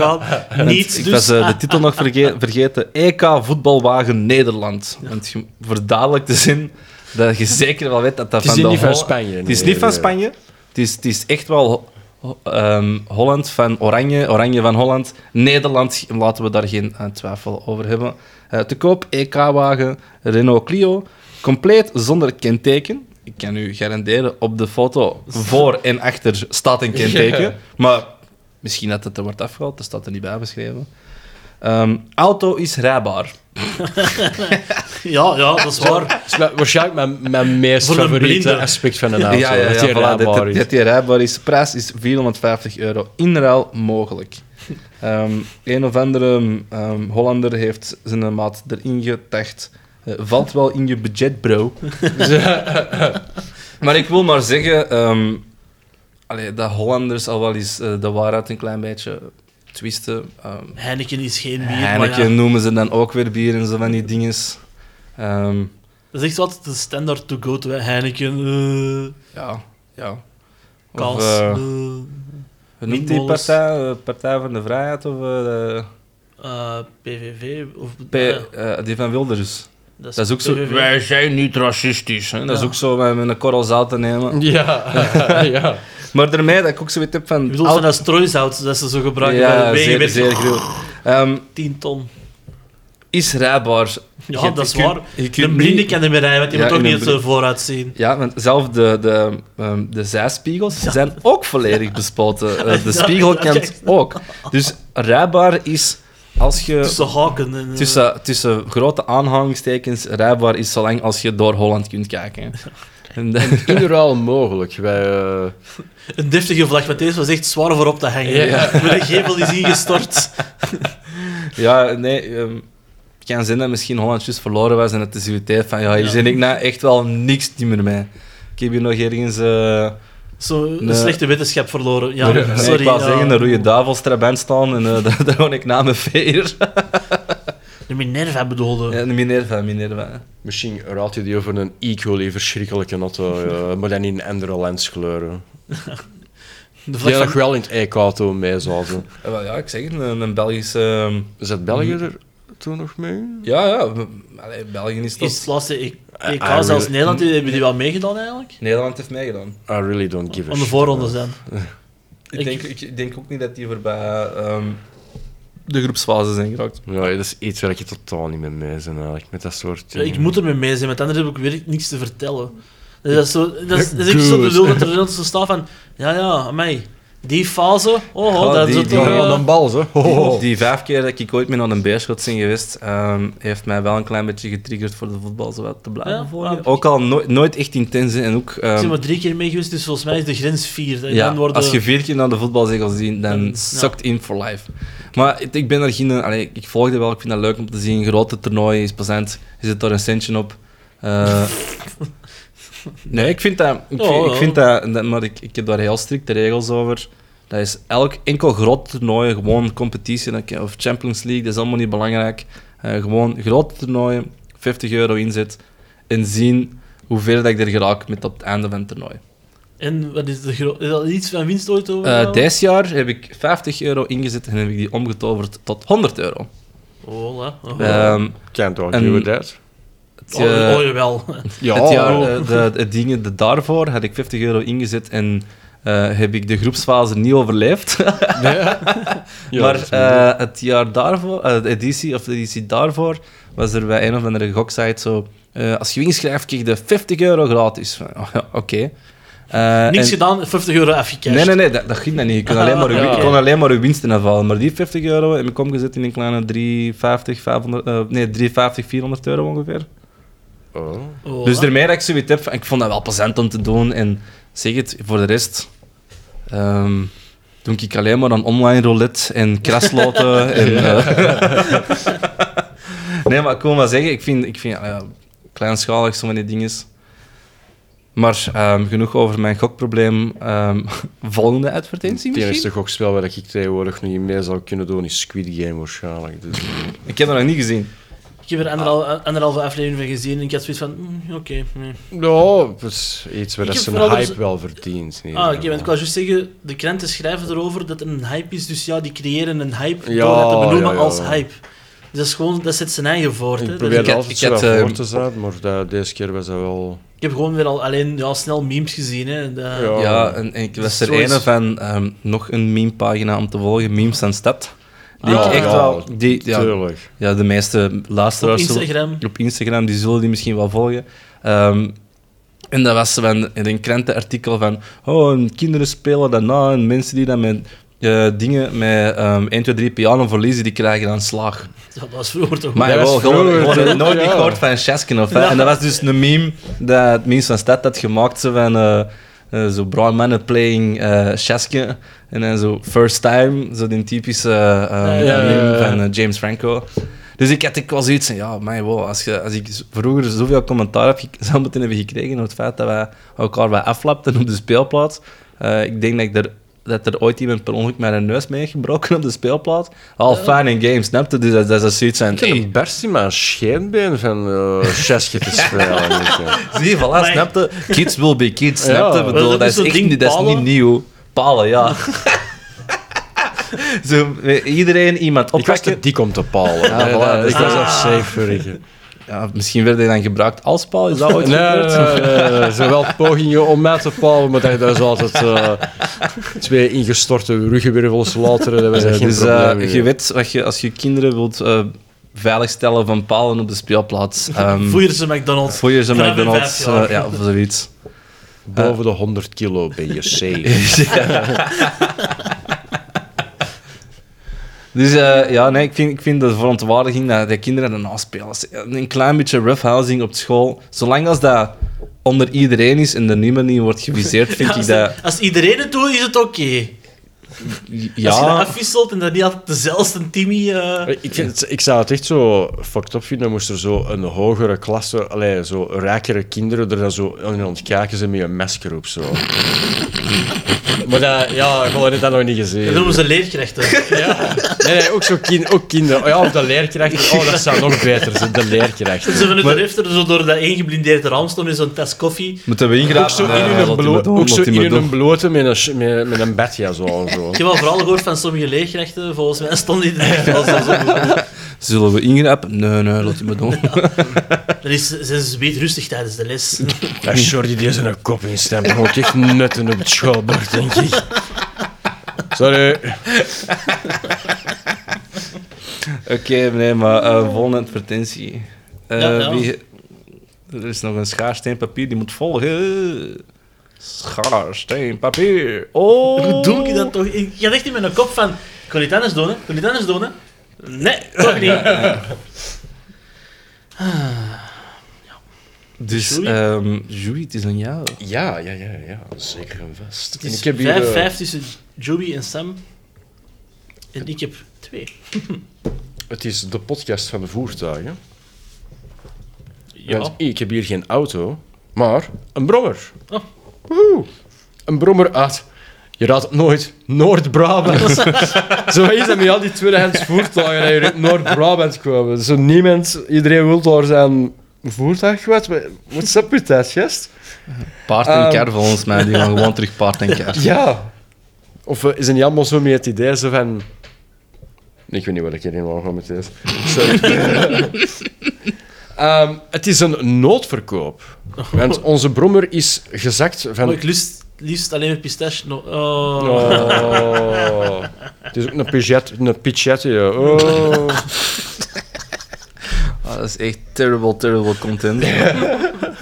[SPEAKER 2] want
[SPEAKER 3] Niets
[SPEAKER 2] ik
[SPEAKER 3] dus.
[SPEAKER 2] was eh, de titel nog
[SPEAKER 3] <laughs>
[SPEAKER 2] verge- vergeten. EK Voetbalwagen Nederland. Want je, voor duidelijk te zin dat je zeker wel weet dat dat
[SPEAKER 4] Het is
[SPEAKER 2] van de
[SPEAKER 4] niet van
[SPEAKER 2] Hol-
[SPEAKER 4] Spanje.
[SPEAKER 2] Het is niet van Spanje. Het is, het is echt wel ho- ho- ehm, Holland van Oranje, Oranje van Holland. Nederland, laten we daar geen eh, twijfel over hebben. Eh, te koop, EK-wagen, Renault Clio. Compleet zonder kenteken. Ik kan u garanderen, op de foto voor en achter staat
[SPEAKER 4] <laughs>
[SPEAKER 2] een kenteken. Maar misschien dat het er wordt afgehaald, dat staat er niet bij beschreven. Ehm, auto is rijbaar.
[SPEAKER 3] Ja, ja, dat is
[SPEAKER 2] <laughs>
[SPEAKER 3] waar.
[SPEAKER 4] Dat eh, is wa- waarschijnlijk mijn, mijn meest
[SPEAKER 3] Voor een
[SPEAKER 4] favoriete
[SPEAKER 3] blinde.
[SPEAKER 4] aspect van
[SPEAKER 2] Nou,
[SPEAKER 4] een auto. dat die
[SPEAKER 2] voilà, dat-
[SPEAKER 4] raadbaar
[SPEAKER 2] dat-
[SPEAKER 4] is.
[SPEAKER 2] dat die rijbaar is. De prijs is 450 euro. Inruil <laughs> mogelijk. Ehm een of andere ehm, Hollander heeft zijn maat erin getacht. Eh, valt wel in je budget, bro. Dus, eh, <laughs> maar ik wil maar zeggen ehm, allee, dat Hollanders al wel eens eh, de waarheid een klein beetje twisten. Ehm,
[SPEAKER 3] Heineken is geen bier, maar
[SPEAKER 2] Heineken
[SPEAKER 3] ja,
[SPEAKER 2] noemen ze dan ook weer bier en zo van die dinges. Ehm,
[SPEAKER 3] dat is echt wat de standaard to go to hè. Heineken, eh
[SPEAKER 2] ja, ja.
[SPEAKER 3] Kals,
[SPEAKER 2] Of, eh,
[SPEAKER 3] eh,
[SPEAKER 2] hoe noemt die
[SPEAKER 3] Windmolens.
[SPEAKER 2] partij? Eh, partij van de Vrijheid of eh, de-
[SPEAKER 3] eh, PVV of
[SPEAKER 2] P- eh, die van Wilders?
[SPEAKER 3] dat
[SPEAKER 2] Dat is ook zo.
[SPEAKER 3] PVV.
[SPEAKER 2] Wij zijn niet racistisch. Hè? Dat is
[SPEAKER 3] Ja.
[SPEAKER 2] ook zo met met een korrel zout te nemen.
[SPEAKER 3] <laughs>
[SPEAKER 4] Ja, ja.
[SPEAKER 2] Maar daarmee dat ik ook zoiets heb van.
[SPEAKER 3] Je bedoelt
[SPEAKER 2] al-
[SPEAKER 3] van dat strooisout dat ze zo gebruiken bij
[SPEAKER 2] ja,
[SPEAKER 3] de wegen
[SPEAKER 2] zeer,
[SPEAKER 3] met
[SPEAKER 2] zeer groot. Ehm,
[SPEAKER 3] 10 ton.
[SPEAKER 2] is rijbaar.
[SPEAKER 3] Ja,
[SPEAKER 2] Je-
[SPEAKER 3] dat is
[SPEAKER 2] je kunt-
[SPEAKER 3] waar.
[SPEAKER 2] je kunt
[SPEAKER 3] De blinde
[SPEAKER 2] niet-
[SPEAKER 3] kan er meer rijden, want die
[SPEAKER 2] Ja,
[SPEAKER 3] moet ook
[SPEAKER 2] in
[SPEAKER 3] niet
[SPEAKER 2] een
[SPEAKER 3] zo
[SPEAKER 2] blik.
[SPEAKER 3] vooruit zien.
[SPEAKER 2] Ja, want zelf de, de, ehm, de zijspiegels zijn ook volledig bespoten.
[SPEAKER 3] <laughs>
[SPEAKER 2] Eh, de
[SPEAKER 3] Ja,
[SPEAKER 2] spiegelkant
[SPEAKER 3] kijk.
[SPEAKER 2] ook. Dus rijbaar is als je
[SPEAKER 3] Tussen haken en... eh,
[SPEAKER 2] tussen, tussen grote aanhalingstekens rijbaar is zolang als je door Holland kunt kijken. hè. En dat-
[SPEAKER 4] Inraal mogelijk. Wij, eh,
[SPEAKER 3] Een deftige vlag, want deze was echt zwaar voor op te hangen.
[SPEAKER 4] Ja,
[SPEAKER 3] Met een gevel is
[SPEAKER 2] <laughs>
[SPEAKER 3] ingestort.
[SPEAKER 2] ja, nee. ehm het kan zijn dat misschien Holland juist verloren was en het is uw tijd van ja, hier
[SPEAKER 3] Ja.
[SPEAKER 2] zit ik nou echt wel niks niet meer mee. Ik heb hier nog ergens... eh,
[SPEAKER 3] Zo, een
[SPEAKER 2] Nee.
[SPEAKER 3] slechte wetenschap verloren. Ja,
[SPEAKER 2] Nee,
[SPEAKER 3] sorry.
[SPEAKER 2] ik wou
[SPEAKER 3] ja.
[SPEAKER 2] zeggen, een rode duivel strabant staan en eh, <laughs> daar, daar woon ik na mijn veer.
[SPEAKER 3] De Minerva bedoelde.
[SPEAKER 2] Ja, Minerva, Minerva.
[SPEAKER 4] misschien raadt je die over een equally verschrikkelijke auto, eh, maar dan in andere lenskleuren.
[SPEAKER 3] De
[SPEAKER 4] Die
[SPEAKER 3] vlag
[SPEAKER 4] nog
[SPEAKER 3] van...
[SPEAKER 4] wel in het EK-auto mee zouden.
[SPEAKER 2] Eh, wel, ja, ik zeg het, een, een Belgische... ehm,
[SPEAKER 4] Zat België er toen nog mee?
[SPEAKER 2] ja, ja, m- allee, België is toch...
[SPEAKER 3] Is het laatste EK, EK,
[SPEAKER 4] Ah, really?
[SPEAKER 3] zelfs Nederland, die, hebben die wel meegedaan eigenlijk?
[SPEAKER 2] Nederland heeft meegedaan.
[SPEAKER 4] I really don't give a
[SPEAKER 3] Aan de
[SPEAKER 4] shit.
[SPEAKER 3] voorrondes dan.
[SPEAKER 2] <laughs> Ik,
[SPEAKER 3] Ik-
[SPEAKER 2] Denk, ik denk ook niet dat die voorbij ehm, de groepsfase zijn geraakt.
[SPEAKER 4] Ja, dat is iets waar ik je totaal niet mee mee ben eigenlijk, met dat soort
[SPEAKER 3] Ja, ik
[SPEAKER 4] dingen.
[SPEAKER 3] moet ermee mee zijn, want anders heb ik weer niks te vertellen. Dus dat is, zo, dat is, dat is echt
[SPEAKER 4] Good.
[SPEAKER 3] zo de lul dat er dan zo staat van... Ja, ja, mij. Die fase, oh, oh
[SPEAKER 2] Ja,
[SPEAKER 3] dat
[SPEAKER 2] die-
[SPEAKER 3] is het
[SPEAKER 2] die-
[SPEAKER 3] toch...
[SPEAKER 4] Ja,
[SPEAKER 3] eh,
[SPEAKER 4] dan bal, hè. Ho, ho, ho.
[SPEAKER 2] Die vijf keer dat ik ooit meer aan een beerschot ben geweest, ehm, heeft mij wel een klein beetje getriggerd voor de voetbal zo wat te blijven
[SPEAKER 3] Ja,
[SPEAKER 2] volgen.
[SPEAKER 3] ja.
[SPEAKER 2] Ook al nooit- nooit echt intens hè, en ook... ehm,
[SPEAKER 3] Ik ben maar drie keer mee geweest, dus volgens mij is de grens vier. En
[SPEAKER 2] Ja,
[SPEAKER 3] eh, dan worden...
[SPEAKER 2] als je vier keer naar de voetbalzegels ziet,
[SPEAKER 3] Dan-
[SPEAKER 2] dan
[SPEAKER 3] ja.
[SPEAKER 2] sucked in for life. Maar het- ik ben er geen... Allee, ik volgde wel, ik vind dat leuk om te zien. Grote toernooien, is plezant. Je zit daar een centje op. Eh, nee, ik vind dat... Ik,
[SPEAKER 3] <laughs> Oh,
[SPEAKER 2] vind-
[SPEAKER 3] ja.
[SPEAKER 2] ik vind dat, dat- Maar ik, ik heb daar heel strikte regels over. Dat is elk enkel groot toernooi, gewoon competitie dat je- of Champions League, dat is allemaal niet belangrijk. Eh, gewoon grote toernooien, 50 euro inzet en zien hoe ver dat ik er geraak met op het einde van het toernooi.
[SPEAKER 3] En wat is de gro- Is dat iets van winst ooit over?
[SPEAKER 2] Eh deze jaar heb ik 50 euro ingezet en heb ik die omgetoverd tot 100 euro.
[SPEAKER 3] Hola. Oh,
[SPEAKER 2] Ehm,
[SPEAKER 4] Can't argue
[SPEAKER 2] En-
[SPEAKER 4] with that.
[SPEAKER 2] het,
[SPEAKER 3] oh,
[SPEAKER 2] eh,
[SPEAKER 3] oh, jawel.
[SPEAKER 4] Ja, Oh.
[SPEAKER 2] het jaar, eh, de, de dingen de- daarvoor had ik 50 euro ingezet en eh, heb ik de groepsfase niet overleefd. <laughs> maar
[SPEAKER 4] Ja, dat is moeilijk.
[SPEAKER 2] eh, het jaar daarvoor, eh, de editie of de editie daarvoor, was er bij een of andere goksite zo. eh, als je inschrijft, krijg je 50 euro gratis. Van, oh, ja, Oké. Eh,
[SPEAKER 3] Niks
[SPEAKER 2] en-
[SPEAKER 3] gedaan, 50 euro afgecashed.
[SPEAKER 2] Nee, nee, nee, dat, dat ging dat niet. Je kon alleen maar, je win-
[SPEAKER 3] Ah,
[SPEAKER 2] je
[SPEAKER 3] oké.
[SPEAKER 2] kon alleen maar je winsten afhalen. Maar die 50 euro heb ik omgezet in een kleine 350, 500, eh, nee, 350, 400 euro ongeveer.
[SPEAKER 4] Oh.
[SPEAKER 3] Hola.
[SPEAKER 2] Dus daarmee dat ik zoiets heb, van, ik vond dat wel plezant om te doen. En zeg het, voor de rest ehm, doe ik alleen maar aan online roulette en
[SPEAKER 4] <laughs>
[SPEAKER 2] krasloten. en, eh, <laughs> nee, maar ik wil maar zeggen, ik vind, ik vind ja, kleinschalig zo van die dingen. Maar ehm, genoeg over mijn gokprobleem. Ehm, <laughs> volgende advertentie
[SPEAKER 4] Het
[SPEAKER 2] misschien?
[SPEAKER 4] enige gokspel waar ik tegenwoordig nog niet mee zou kunnen doen is Squid Game waarschijnlijk. Dus, eh,
[SPEAKER 2] Ik heb dat nog niet gezien.
[SPEAKER 3] Ik heb er
[SPEAKER 2] Ah.
[SPEAKER 3] anderhal- anderhalve aflevering van gezien en ik had zoiets van... mm, Oké, nee.
[SPEAKER 4] ja, het is iets waar
[SPEAKER 3] Ik heb
[SPEAKER 4] dat zijn
[SPEAKER 3] vooral
[SPEAKER 4] hype
[SPEAKER 3] dus-
[SPEAKER 4] wel verdient. in ieder
[SPEAKER 3] Ah, oké,
[SPEAKER 4] geval.
[SPEAKER 3] want ik wou juist zeggen, de krenten schrijven erover dat er een hype is, dus ja, die creëren een hype
[SPEAKER 4] Ja,
[SPEAKER 3] door dat te benoemen
[SPEAKER 4] ja, ja.
[SPEAKER 3] als hype. Dus dat is gewoon, dat zit zijn eigen voort. hè. Dus
[SPEAKER 4] Ik
[SPEAKER 3] Dat
[SPEAKER 4] probeer
[SPEAKER 3] is-
[SPEAKER 4] er
[SPEAKER 2] had-
[SPEAKER 4] altijd
[SPEAKER 2] ik
[SPEAKER 4] zo
[SPEAKER 2] had,
[SPEAKER 4] wel voor
[SPEAKER 2] ehm,
[SPEAKER 4] te zijn, maar dat- deze keer was dat wel...
[SPEAKER 3] ik heb gewoon weer al alleen ja, snel memes gezien. Hè. Dat-
[SPEAKER 4] Ja.
[SPEAKER 2] Ja, en, en ik was er
[SPEAKER 4] Oh. Zoiets.
[SPEAKER 2] een van ehm, nog een memepagina om te volgen, Memes en Stad. Die
[SPEAKER 3] Ah,
[SPEAKER 2] ik echt
[SPEAKER 4] ja,
[SPEAKER 2] wel. Die, ja,
[SPEAKER 4] Tuurlijk.
[SPEAKER 2] ja, de meeste
[SPEAKER 3] op
[SPEAKER 2] luisteraars zullen-
[SPEAKER 3] Instagram.
[SPEAKER 2] op Instagram, die zullen die misschien wel volgen. Ehm, en dat was van in een krantenartikel van oh, en kinderen spelen dat na en mensen die dan met eh, dingen met ehm 1, 2, 3 piano verliezen, die krijgen dan slag.
[SPEAKER 3] Ja, Dat was vroeger toch
[SPEAKER 2] Maar
[SPEAKER 4] Dat
[SPEAKER 2] wel,
[SPEAKER 4] was
[SPEAKER 2] gewoon,
[SPEAKER 4] vroeger,
[SPEAKER 2] gewoon
[SPEAKER 4] hè?
[SPEAKER 2] nooit
[SPEAKER 4] Ja.
[SPEAKER 2] niet gehoord van Cheskin of hè. En dat was dus een meme dat Memes van Stad had gemaakt. Zo van eh, eh, zo bruin mannen playing eh Cheskin. En dan zo first time, zo die typische eh,
[SPEAKER 3] Ja, ja,
[SPEAKER 2] meme
[SPEAKER 4] ja, ja.
[SPEAKER 2] van eh, James Franco. Dus ik had ik was iets van, ja, man, wow, als, je, als ik z- vroeger zoveel commentaar heb, gek- <laughs> zou moeten hebben gekregen op het feit dat wij elkaar wat aflapten op de speelplaats. Eh, ik denk dat, ik er, dat er ooit iemand per ongeluk mijn neus mee heeft gebroken op de speelplaats. Al fijn in games, snapte? Dus dat, dat is zoiets van,
[SPEAKER 4] Ik heb
[SPEAKER 2] hey,
[SPEAKER 4] een barst in mijn scheenbeen van <laughs> eh chesje te spelen. weet je.
[SPEAKER 2] zie je, voilà, snapte? Kids will be kids, snapte?
[SPEAKER 4] Ja.
[SPEAKER 2] Ik bedoel,
[SPEAKER 3] Dat
[SPEAKER 2] dat,
[SPEAKER 3] is
[SPEAKER 2] is
[SPEAKER 3] zo'n
[SPEAKER 2] echt
[SPEAKER 3] ding,
[SPEAKER 2] niet, dat is
[SPEAKER 3] palen.
[SPEAKER 2] niet nieuw. Palen,
[SPEAKER 3] <laughs>
[SPEAKER 2] ja. Zo, eh, iedereen iemand
[SPEAKER 4] Ik was te
[SPEAKER 2] oppakken.
[SPEAKER 4] dik om te palen.
[SPEAKER 2] Ja,
[SPEAKER 4] Nee,
[SPEAKER 2] voilà,
[SPEAKER 4] dat-
[SPEAKER 2] dus
[SPEAKER 4] ik was
[SPEAKER 2] dat-
[SPEAKER 4] al safe voor je.
[SPEAKER 2] Ja, misschien werd hij dan gebruikt als paal, is <laughs> dat ooit
[SPEAKER 4] Nee, nee,
[SPEAKER 2] gebeurd?
[SPEAKER 4] nee, nee, nee. Er zijn wel pogingen om mij te palen, maar dat- dat is altijd eh, twee ingestorte ruggenwervels later. Dat was echt geen
[SPEAKER 2] dus eh,
[SPEAKER 4] probleem.
[SPEAKER 2] je weet, wat je, als je kinderen wilt eh, veiligstellen van palen op de
[SPEAKER 3] <laughs>
[SPEAKER 2] speelplaats... ehm,
[SPEAKER 3] Voeier ze McDonald's.
[SPEAKER 2] Voor je zo'n
[SPEAKER 3] Graaf in
[SPEAKER 2] McDonald's,
[SPEAKER 3] vijf jaar.
[SPEAKER 2] eh, ja, of zoiets.
[SPEAKER 4] Boven de 100 kilo ben je safe.
[SPEAKER 2] Dus eh, ja, nee, ik vind, ik vind de verontwaardiging dat de kinderen daarna spelen. is Een klein beetje roughhousing op school. Zolang als dat onder iedereen is en er niemand in wordt geviseerd, vind ik
[SPEAKER 3] Als,
[SPEAKER 2] dat...
[SPEAKER 3] als iedereen het doet, is het oké. Als je dat
[SPEAKER 2] Ja,
[SPEAKER 3] afwisselt en dat niet altijd dezelfde Timmy... eh,
[SPEAKER 4] <laughs> Ik, vind het- ik zou het echt zo fucked up vinden, moest er zo een hogere klasse, allee, zo rijkere kinderen er dan zo in ontkijken zijn met een masker op. Zo. <laughs> maar dat, ja, gewoon heb dat nog niet
[SPEAKER 3] Dat
[SPEAKER 4] gezien.
[SPEAKER 3] noemen ze leerkrachten.
[SPEAKER 2] <laughs>
[SPEAKER 4] Ja. Nee, nee, ook, zo kin, ook kinderen. Oh, ja, of de leerkrachten. Oh, dat zou nog beter zijn, de
[SPEAKER 3] Ze
[SPEAKER 4] leerkrachten.
[SPEAKER 3] hebben het er zo door dat één geblindeerde raam stond in zo'n tas koffie.
[SPEAKER 2] moeten we
[SPEAKER 4] Ook zo
[SPEAKER 2] ingrijpen? Nee,
[SPEAKER 4] in hun,
[SPEAKER 2] laat die
[SPEAKER 4] blo
[SPEAKER 2] maar doen,
[SPEAKER 4] ook zo
[SPEAKER 2] laat die
[SPEAKER 4] in
[SPEAKER 2] maar doen.
[SPEAKER 4] hun blote met een, sh- met, met een bedjas <laughs> aan. Zo.
[SPEAKER 3] Ik heb al vooral gehoord van sommige leerkrachten. Volgens mij stonden die er echt wel zo. zo-
[SPEAKER 2] Zullen we ingrijpen? Nee, nee, laat die maar doen.
[SPEAKER 3] Dan is, zijn ze weet rustig tijdens de les.
[SPEAKER 4] Ja, Shorty die zijn kop instemt. Dan moet echt nutten op het schoolbord, denk ik. Sorry.
[SPEAKER 2] Oké, nee, maar eh, volgende advertentie. Eh,
[SPEAKER 3] Ja, ja.
[SPEAKER 2] wie- er is nog een schaar, steen, papier, die moet volgen. Schaar, steen, papier. Oh!
[SPEAKER 3] Hoe doe ik dat toch? Ik had echt in mijn kop van... Ik wil dit anders doen, hè? Ik wil dit anders doen, hè? Nee, toch niet.
[SPEAKER 2] Dus,
[SPEAKER 3] Joey?
[SPEAKER 2] ehm Joey, het is aan jou.
[SPEAKER 4] Ja, ja, ja, ja. Zeker en vast.
[SPEAKER 3] Het is
[SPEAKER 4] ik heb hier...
[SPEAKER 3] 5
[SPEAKER 4] eh,
[SPEAKER 3] tussen Joey en Sam. En ik heb twee.
[SPEAKER 4] eh, het is de podcast van de voertuigen.
[SPEAKER 3] Ja.
[SPEAKER 4] Want ik heb hier geen auto, maar een brommer.
[SPEAKER 3] Oh.
[SPEAKER 4] Woehoe. Een brommer uit... Je raadt het nooit. Noord-Brabant. Zo is dat <laughs> met al die tweedehands voertuigen dat je uit Noord-Brabant kwamen. Zo niemand... Iedereen wil door zijn voertuig kwijt. maar What's up with that, gast?
[SPEAKER 2] Paard en kar, volgens mij. Die gaan gewoon terug paard en kar.
[SPEAKER 4] Ja. Of eh, is het niet allemaal zo met het idee zo van... Ik weet niet wat ik hier helemaal ga met deze. Sorry.
[SPEAKER 2] <laughs>
[SPEAKER 4] Ehm, het is een noodverkoop.
[SPEAKER 2] <laughs>
[SPEAKER 4] Want onze brommer is gezakt
[SPEAKER 3] Maar
[SPEAKER 4] van...
[SPEAKER 3] Oh,
[SPEAKER 2] Oh,
[SPEAKER 3] ik lust liefst alleen met pistache. No oh.
[SPEAKER 4] Oh. Het is ook een pichet, een pichette, ja. Oh.
[SPEAKER 2] <laughs> Ah, dat is echt terrible, terrible content.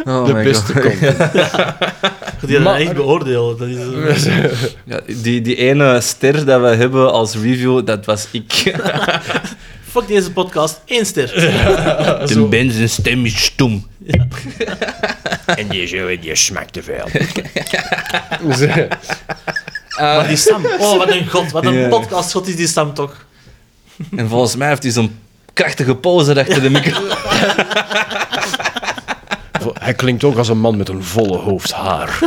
[SPEAKER 2] Oh
[SPEAKER 4] De
[SPEAKER 2] my <laughs>
[SPEAKER 4] beste
[SPEAKER 2] God.
[SPEAKER 4] komt.
[SPEAKER 3] Goed, die dat
[SPEAKER 4] Maar-
[SPEAKER 3] echt beoordelen. Dat is, eh,
[SPEAKER 2] Ja, die, die ene ster dat we hebben als review, dat was ik.
[SPEAKER 3] fuck deze podcast. Eén ster.
[SPEAKER 2] De mens zijn stem is stom.
[SPEAKER 6] <laughs> En die zo, en die smaakt te veel.
[SPEAKER 4] Ah.
[SPEAKER 3] Maar die
[SPEAKER 4] <laughs>
[SPEAKER 3] Sam. Oh, wat een god. Wat een
[SPEAKER 2] Ja.
[SPEAKER 3] podcast. God is die Sam toch.
[SPEAKER 2] En volgens mij heeft hij zo'n krachtige pauze achter de micro.
[SPEAKER 4] Hij klinkt ook als een man met een volle hoofd haar.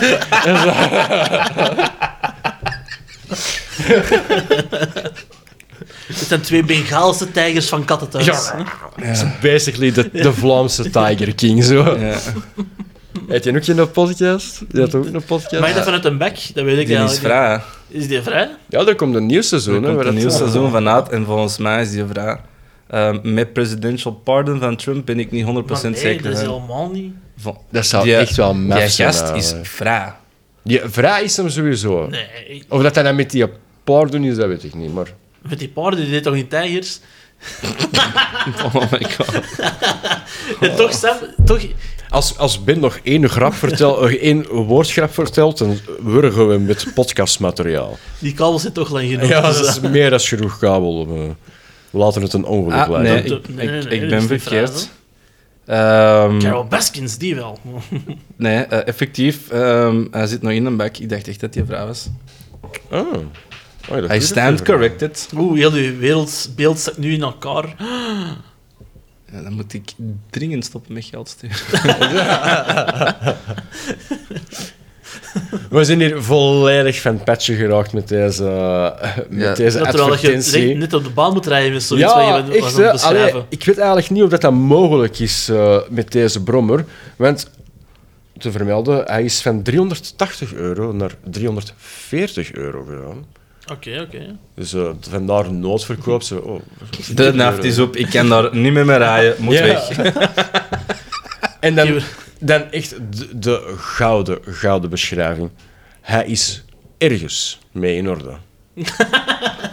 [SPEAKER 3] Het zijn twee Bengaalse tijgers van kattentuin.
[SPEAKER 4] Basically de, de Vlaamse Tiger King, zo.
[SPEAKER 2] Ja.
[SPEAKER 4] Heb je ook geen podcast? Je had ook een podcast?
[SPEAKER 3] Mag je dat vanuit een bek? Dat weet ik
[SPEAKER 2] Die is
[SPEAKER 3] eigenlijk niet.
[SPEAKER 2] vrij.
[SPEAKER 3] Is die vrij?
[SPEAKER 4] Ja, er komt een nieuw seizoen.
[SPEAKER 2] Er
[SPEAKER 4] hè,
[SPEAKER 2] komt
[SPEAKER 4] waar
[SPEAKER 2] een
[SPEAKER 4] dat-
[SPEAKER 2] nieuw seizoen van uit en volgens mij is die vraag... ehm, met presidential pardon van Trump ben ik niet 100%
[SPEAKER 3] Maar nee,
[SPEAKER 2] zeker.
[SPEAKER 3] dat is
[SPEAKER 2] hè.
[SPEAKER 3] helemaal niet.
[SPEAKER 2] Van-
[SPEAKER 4] Dat zou
[SPEAKER 2] Die-
[SPEAKER 4] echt wel maf
[SPEAKER 2] Die
[SPEAKER 4] zijn,
[SPEAKER 2] gast
[SPEAKER 4] nou,
[SPEAKER 2] is
[SPEAKER 4] hè.
[SPEAKER 3] <laughs>
[SPEAKER 2] vrij.
[SPEAKER 4] Die vrij is hem sowieso.
[SPEAKER 3] Nee, ik-
[SPEAKER 4] Of dat hij dan met die paarden is, dat weet ik niet. Maar
[SPEAKER 3] met die paarden, die deed toch niet tijgers?
[SPEAKER 2] Oh my god.
[SPEAKER 3] En toch, Sam, toch...
[SPEAKER 4] als, als Ben <laughs> nog één, grap vertel, eh, één woordgrap vertelt, dan wurgen we hem met podcastmateriaal.
[SPEAKER 3] Die kabels zijn toch lang genoeg.
[SPEAKER 4] Ja,
[SPEAKER 3] Dus,
[SPEAKER 4] dat is meer dan genoeg kabel. om, eh, We laten het een ongeluk
[SPEAKER 2] Ah,
[SPEAKER 4] blijven.
[SPEAKER 2] nee,
[SPEAKER 3] dat-
[SPEAKER 2] ik,
[SPEAKER 3] nee, nee,
[SPEAKER 2] ik,
[SPEAKER 3] nee,
[SPEAKER 2] ik
[SPEAKER 3] dat is
[SPEAKER 2] ben
[SPEAKER 3] niet
[SPEAKER 2] verkeerd. Ehm,
[SPEAKER 3] Carol Baskins, die wel.
[SPEAKER 2] nee, eh, effectief. ehm, hij zit nog in een bak. Ik dacht echt dat hij vrouw was.
[SPEAKER 4] Oh. Oh, dat
[SPEAKER 2] I
[SPEAKER 4] is
[SPEAKER 2] stand
[SPEAKER 4] even.
[SPEAKER 2] corrected.
[SPEAKER 3] Oeh, heel je wereldbeeld zit nu in elkaar.
[SPEAKER 2] Ja, dan moet ik dringend stoppen met geld sturen.
[SPEAKER 4] We zijn hier volledig van het patje geraakt met deze, eh, met
[SPEAKER 2] Ja.
[SPEAKER 4] deze
[SPEAKER 3] Ja, terwijl dat je
[SPEAKER 4] advertentie.
[SPEAKER 3] direct net op de baan moet rijden is zoiets
[SPEAKER 4] ja,
[SPEAKER 3] wat je
[SPEAKER 4] echt,
[SPEAKER 3] was aan
[SPEAKER 4] hè.
[SPEAKER 3] het
[SPEAKER 4] Allee,
[SPEAKER 3] beschrijven.
[SPEAKER 4] ik weet eigenlijk niet of dat, dat mogelijk is eh, met deze brommer. Want, te vermelden, hij is van 380 euro naar 340 euro gegaan.
[SPEAKER 3] Oké, oké.
[SPEAKER 4] Dus eh vandaar noodverkoop. Zo, oh,
[SPEAKER 2] De naft is op, ik kan daar niet meer mee rijden, moet
[SPEAKER 4] Ja.
[SPEAKER 2] weg.
[SPEAKER 4] <laughs> En dan,
[SPEAKER 3] Hier.
[SPEAKER 4] dan echt de, de gouden, gouden beschrijving. Hij is ergens mee in orde.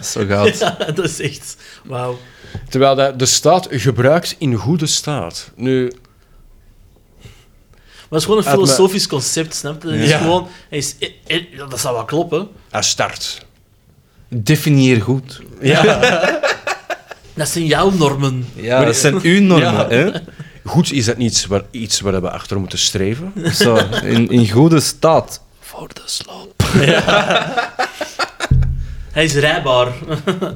[SPEAKER 2] Zo gaat
[SPEAKER 3] <laughs> Ja, dat is echt... Wauw.
[SPEAKER 4] Terwijl dat de staat gebruikt in goede staat. Nu,
[SPEAKER 3] Maar het is gewoon een
[SPEAKER 4] Uit mijn-
[SPEAKER 3] filosofisch concept, snap je? Het is
[SPEAKER 4] Ja.
[SPEAKER 3] gewoon... hij is, eh, eh, dat zou wel kloppen.
[SPEAKER 4] hij start.
[SPEAKER 2] Definieer goed.
[SPEAKER 3] Dat zijn jouw normen.
[SPEAKER 2] Ja, dat zijn uw normen, hè?
[SPEAKER 4] Goed is dat niet iets waar, iets waar we achter moeten streven.
[SPEAKER 2] Zo, in, in goede staat.
[SPEAKER 3] Voor de sloop. Hij is rijbaar.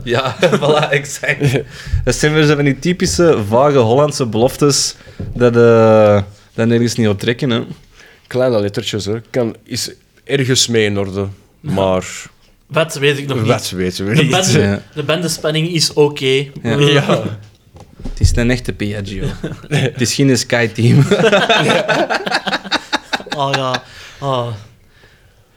[SPEAKER 2] Ja, <laughs> voilà, exact. <laughs> Dat zijn weer zo van die typische vage Hollandse beloftes dat, eh dat nergens niet op trekken, hè?
[SPEAKER 4] Kleine lettertjes, hè. Kan, is ergens mee in orde. Maar
[SPEAKER 3] Wat weet ik nog niet.
[SPEAKER 4] wat weten we
[SPEAKER 3] De,
[SPEAKER 4] niet.
[SPEAKER 3] bende,
[SPEAKER 2] Ja.
[SPEAKER 3] de bandenspanning is oké. Oh,
[SPEAKER 2] Ja. Het is een echte Piaggio.
[SPEAKER 3] <laughs>
[SPEAKER 2] Het is geen Skyteam. <laughs>
[SPEAKER 3] Oh ja. Oh.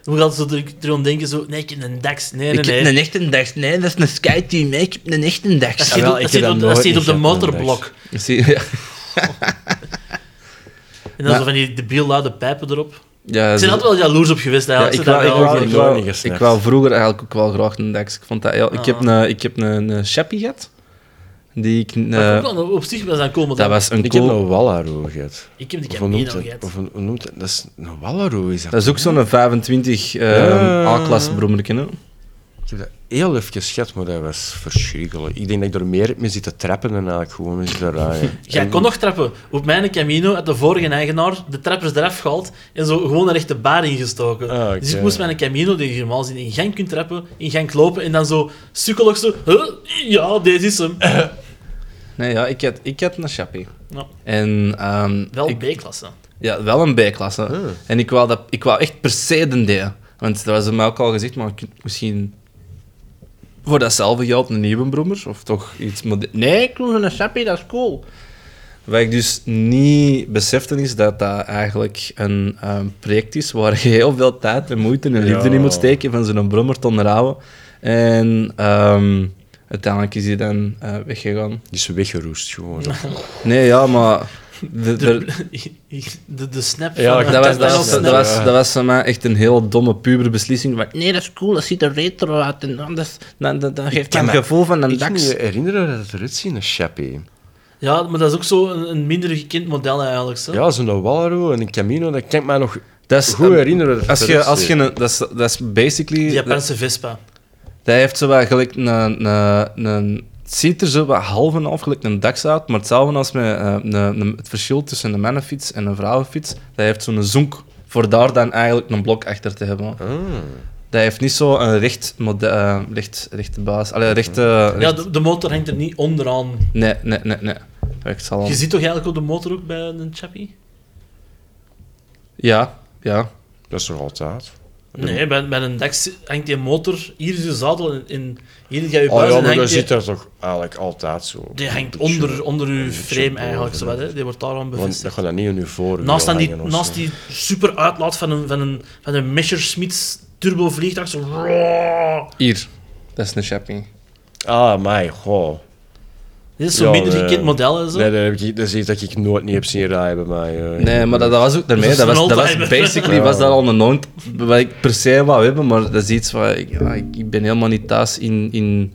[SPEAKER 3] Hoe gaat ze er- erom denken? Zo, nee, ik heb een DAX. Nee, nee,
[SPEAKER 5] Ik
[SPEAKER 3] nee.
[SPEAKER 5] heb een echte dag. Nee, dat is een skyteam. Ik heb een echte dag.
[SPEAKER 3] Dat
[SPEAKER 4] Ah,
[SPEAKER 3] zit
[SPEAKER 4] wel,
[SPEAKER 3] op- dat
[SPEAKER 4] ik heb
[SPEAKER 3] zit
[SPEAKER 4] dat
[SPEAKER 3] op-
[SPEAKER 4] nooit
[SPEAKER 3] dat zit op
[SPEAKER 4] niet
[SPEAKER 3] de
[SPEAKER 4] gehad, een
[SPEAKER 3] motorblok.
[SPEAKER 2] Zie- ja.
[SPEAKER 3] En dan zo van die debiel luide pijpen erop.
[SPEAKER 2] Ja,
[SPEAKER 3] Ik ben altijd wel jaloers op geweest
[SPEAKER 2] Ja,
[SPEAKER 3] eigenlijk.
[SPEAKER 2] ik,
[SPEAKER 3] Ze
[SPEAKER 2] wou, ik,
[SPEAKER 3] dat wel-
[SPEAKER 2] wou, ik,
[SPEAKER 4] ik
[SPEAKER 2] wou-
[SPEAKER 4] wou niet
[SPEAKER 2] ik
[SPEAKER 4] gesnapt.
[SPEAKER 2] wou vroeger eigenlijk ook wel graag een Dex. Ik, vond dat, ja, ik heb
[SPEAKER 3] Ah.
[SPEAKER 2] een, ik heb een, een Chappie gehad. Die ik, eh,
[SPEAKER 3] Maar ik kon wel op zich wel zijn komen.
[SPEAKER 2] dat
[SPEAKER 3] dan.
[SPEAKER 2] was een
[SPEAKER 4] Ik heb
[SPEAKER 2] cool...
[SPEAKER 4] een Wallaroo gehad.
[SPEAKER 3] Ik heb die
[SPEAKER 4] Of hoe noemt
[SPEAKER 3] Camino
[SPEAKER 4] dat?
[SPEAKER 3] gehad.
[SPEAKER 4] Of hoe hoe noemt dat? Dat is een Wallaroo, is dat?
[SPEAKER 2] Dat is ook zo'n 25 eh,
[SPEAKER 4] Ja.
[SPEAKER 2] A-klasse brommerken. hè.
[SPEAKER 4] Ik heb dat heel even gehad, maar dat was verschrikkelijk. Ik denk dat ik er meer mee zit te trappen dan eigenlijk gewoon mee zit te rijden.
[SPEAKER 3] Jij kon nog trappen. Op mijn Camino had de vorige eigenaar de trappers eraf gehaald en zo gewoon een rechte baar ingestoken.
[SPEAKER 4] Ah, oké.
[SPEAKER 3] Dus ik moest mijn Camino, die je normaal gezien in gang kunt trappen, in gang lopen en dan zo sukkelig zo... Huh? Ja, deze
[SPEAKER 2] <laughs>
[SPEAKER 3] is hem.
[SPEAKER 2] Nee, ja, ik had, ik had een Chappie.
[SPEAKER 3] Ja.
[SPEAKER 2] En, ehm,
[SPEAKER 3] Nou, Wel
[SPEAKER 2] ik-
[SPEAKER 3] B-klasse. <laughs>
[SPEAKER 2] Ja, wel een B-klasse. En ik wou, dat, ik wou echt per se de D. Want dat was mij ook al gezegd, maar je kunt misschien voor datzelfde geld een nieuwe brommer of toch iets modern. Nee, ik wil een chappie, dat is cool. Wat ik dus niet besefte is dat dat eigenlijk een ehm, project is waar je heel veel tijd en moeite en liefde
[SPEAKER 4] Ja.
[SPEAKER 2] in moet steken van zo'n brommer te onderhouden. En ehm, uiteindelijk is die dan eh, weggegaan.
[SPEAKER 4] Die is weggeroest gewoon.
[SPEAKER 2] Nee, ja, maar... de- er-
[SPEAKER 3] De, de snap
[SPEAKER 4] Ja,
[SPEAKER 3] van...
[SPEAKER 4] ik-
[SPEAKER 2] dat was, dat,
[SPEAKER 4] is
[SPEAKER 2] was,
[SPEAKER 4] wel
[SPEAKER 2] dat, was,
[SPEAKER 4] snel.
[SPEAKER 2] dat was voor mij echt een heel domme puberbeslissing. Maar
[SPEAKER 5] Nee, dat is cool. Dat ziet er retro uit. En anders, dan, dan, dan geeft
[SPEAKER 2] ik heb
[SPEAKER 5] dat
[SPEAKER 2] het gevoel van een
[SPEAKER 4] Ik kan
[SPEAKER 2] DAX.
[SPEAKER 4] me herinneren dat het eruit ziet, een chappie.
[SPEAKER 3] Ja, maar dat is ook zo een, een minder gekend model eigenlijk. Zo.
[SPEAKER 4] Ja, zo'n Wallaroo en een Camino, dat kan ik mij nog
[SPEAKER 2] Dat is,
[SPEAKER 4] goed herinneren. dat het
[SPEAKER 2] als je,
[SPEAKER 4] eruit
[SPEAKER 2] als
[SPEAKER 4] ziet.
[SPEAKER 2] je een, dat, is, dat is
[SPEAKER 3] De
[SPEAKER 2] basically... Dat,
[SPEAKER 3] Japanse Vespa.
[SPEAKER 2] dat heeft zo wel gelijk een, een, een- Het ziet er zo wat half en half gelijk een DAX uit, maar hetzelfde als met, eh, een, een- het verschil tussen een mannenfiets en een vrouwenfiets. Dat heeft zo'n zonk voor daar dan eigenlijk een blok achter te hebben. Dat heeft niet zo een recht, mode, eh, recht, rechte baas. Allee, rechte...
[SPEAKER 3] Ja,
[SPEAKER 2] recht-
[SPEAKER 3] de, de motor hangt er niet onderaan.
[SPEAKER 2] Nee, nee, nee, nee. Ik zal...
[SPEAKER 3] Je ziet toch eigenlijk op de motor ook bij een Chappie?
[SPEAKER 2] Ja, ja.
[SPEAKER 4] Dat is nog altijd.
[SPEAKER 3] Nee, bij, bij een DAX hangt die motor, hier is je zadel en, en hier ga je
[SPEAKER 4] Oh
[SPEAKER 3] buis
[SPEAKER 4] ja,
[SPEAKER 3] en
[SPEAKER 4] maar
[SPEAKER 3] hangt
[SPEAKER 4] dat
[SPEAKER 3] die,
[SPEAKER 4] zit daar toch eigenlijk altijd zo.
[SPEAKER 3] die hangt
[SPEAKER 4] Een beetje-
[SPEAKER 3] onder, onder je
[SPEAKER 4] beetje
[SPEAKER 3] frame eigenlijk,
[SPEAKER 4] boven, eh,
[SPEAKER 3] zo wat, hè. die wordt daaraan
[SPEAKER 4] Want dat
[SPEAKER 3] bevestigd.
[SPEAKER 4] gaat dan niet in je voorwiel
[SPEAKER 3] Naast, dan die,
[SPEAKER 4] hangen of
[SPEAKER 3] naast
[SPEAKER 4] zo.
[SPEAKER 3] die super uitlaat van een, van een, van een Messerschmitts turbovliegtuig, zo...
[SPEAKER 2] Hier. Dat is een chappie.
[SPEAKER 4] Ah, mijn goh.
[SPEAKER 3] Dit is zo'n
[SPEAKER 4] Ja,
[SPEAKER 3] minder
[SPEAKER 4] nee.
[SPEAKER 3] gekend model, hè, zo.
[SPEAKER 4] Nee, dat, heb ik, dat is iets dat ik nooit niet heb zien rijden bij mij. eh.
[SPEAKER 2] Nee, maar dat, dat was ook daarmee.
[SPEAKER 3] Dat
[SPEAKER 2] Dat
[SPEAKER 3] is
[SPEAKER 2] was,
[SPEAKER 3] een
[SPEAKER 2] dat was
[SPEAKER 3] oldtimer.
[SPEAKER 2] basically was dat al een nooit wat ik per se wou hebben, maar dat is iets waar ik, ja, ik, ik ben helemaal niet thuis in, in,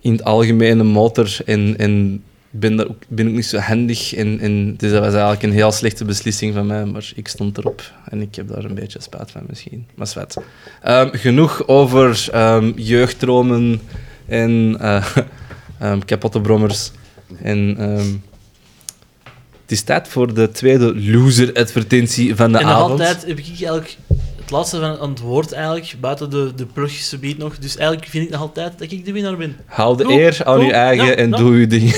[SPEAKER 2] in het algemene motor en, en ben, daar ook, ben ook niet zo handig. En, en, dus dat was eigenlijk een heel slechte beslissing van mij, maar ik stond erop en ik heb daar een beetje spijt van misschien. Maar zwet. Ehm, genoeg over ehm jeugddromen en eh, <laughs> ehm, kapotte brommers. En ehm, het is tijd voor de tweede loser-advertentie van de
[SPEAKER 3] en nog
[SPEAKER 2] avond.
[SPEAKER 3] altijd heb ik eigenlijk het laatste van aan het woord eigenlijk, buiten de, de brugse beat nog. Dus eigenlijk vind ik nog altijd dat ik de winnaar ben.
[SPEAKER 2] Hou de
[SPEAKER 3] Oeh,
[SPEAKER 2] eer aan
[SPEAKER 3] oeh,
[SPEAKER 2] je eigen
[SPEAKER 3] ja,
[SPEAKER 2] en
[SPEAKER 3] ja.
[SPEAKER 2] doe je ding.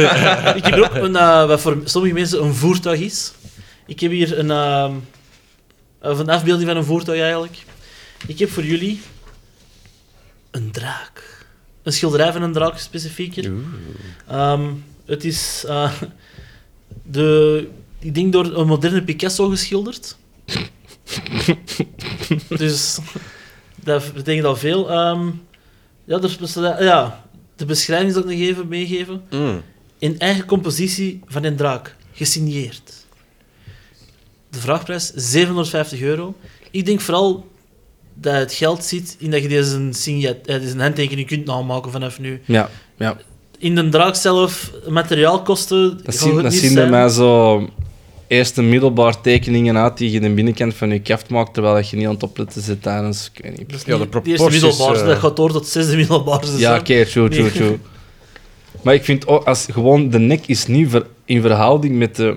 [SPEAKER 2] <laughs>
[SPEAKER 3] ik heb ook een, eh, wat voor sommige mensen een voertuig is. Ik heb hier een, ehm, of een afbeelding van een voertuig eigenlijk. Ik heb voor jullie een draak. Een schilderij van een draak specifieker. Ehm, het is eh, de, ik denk door een moderne Picasso geschilderd. dus dat betekent al veel. Ehm, ja, er is- ja, de beschrijving zal ik nog even meegeven in eigen compositie van een draak, gesigneerd. De vraagprijs 750 euro. Ik denk vooral dat het geld zit in dat je deze, signa- eh, deze handtekening kunt namaken vanaf nu.
[SPEAKER 2] Ja, ja.
[SPEAKER 3] In de draak zelf, materiaalkosten.
[SPEAKER 2] Dat
[SPEAKER 3] gaan
[SPEAKER 2] zien,
[SPEAKER 3] het
[SPEAKER 2] dat
[SPEAKER 3] niet
[SPEAKER 2] zien bij
[SPEAKER 3] zijn.
[SPEAKER 2] mij zo eerste middelbaar tekeningen uit die je de binnenkant van je kaft maakt, terwijl dat je niet aan het opletten zit tijdens, ik weet niet.
[SPEAKER 3] Dat is
[SPEAKER 4] Ja, de
[SPEAKER 3] niet de eerste
[SPEAKER 4] proporties,
[SPEAKER 3] middelbaarste,
[SPEAKER 4] eh.
[SPEAKER 3] dat gaat door tot zesde dus middelbaarste.
[SPEAKER 2] Ja,
[SPEAKER 3] hè.
[SPEAKER 2] oké, true, true,
[SPEAKER 3] Nee.
[SPEAKER 2] true. Maar ik vind ook, als gewoon de nek is niet ver- in verhouding met de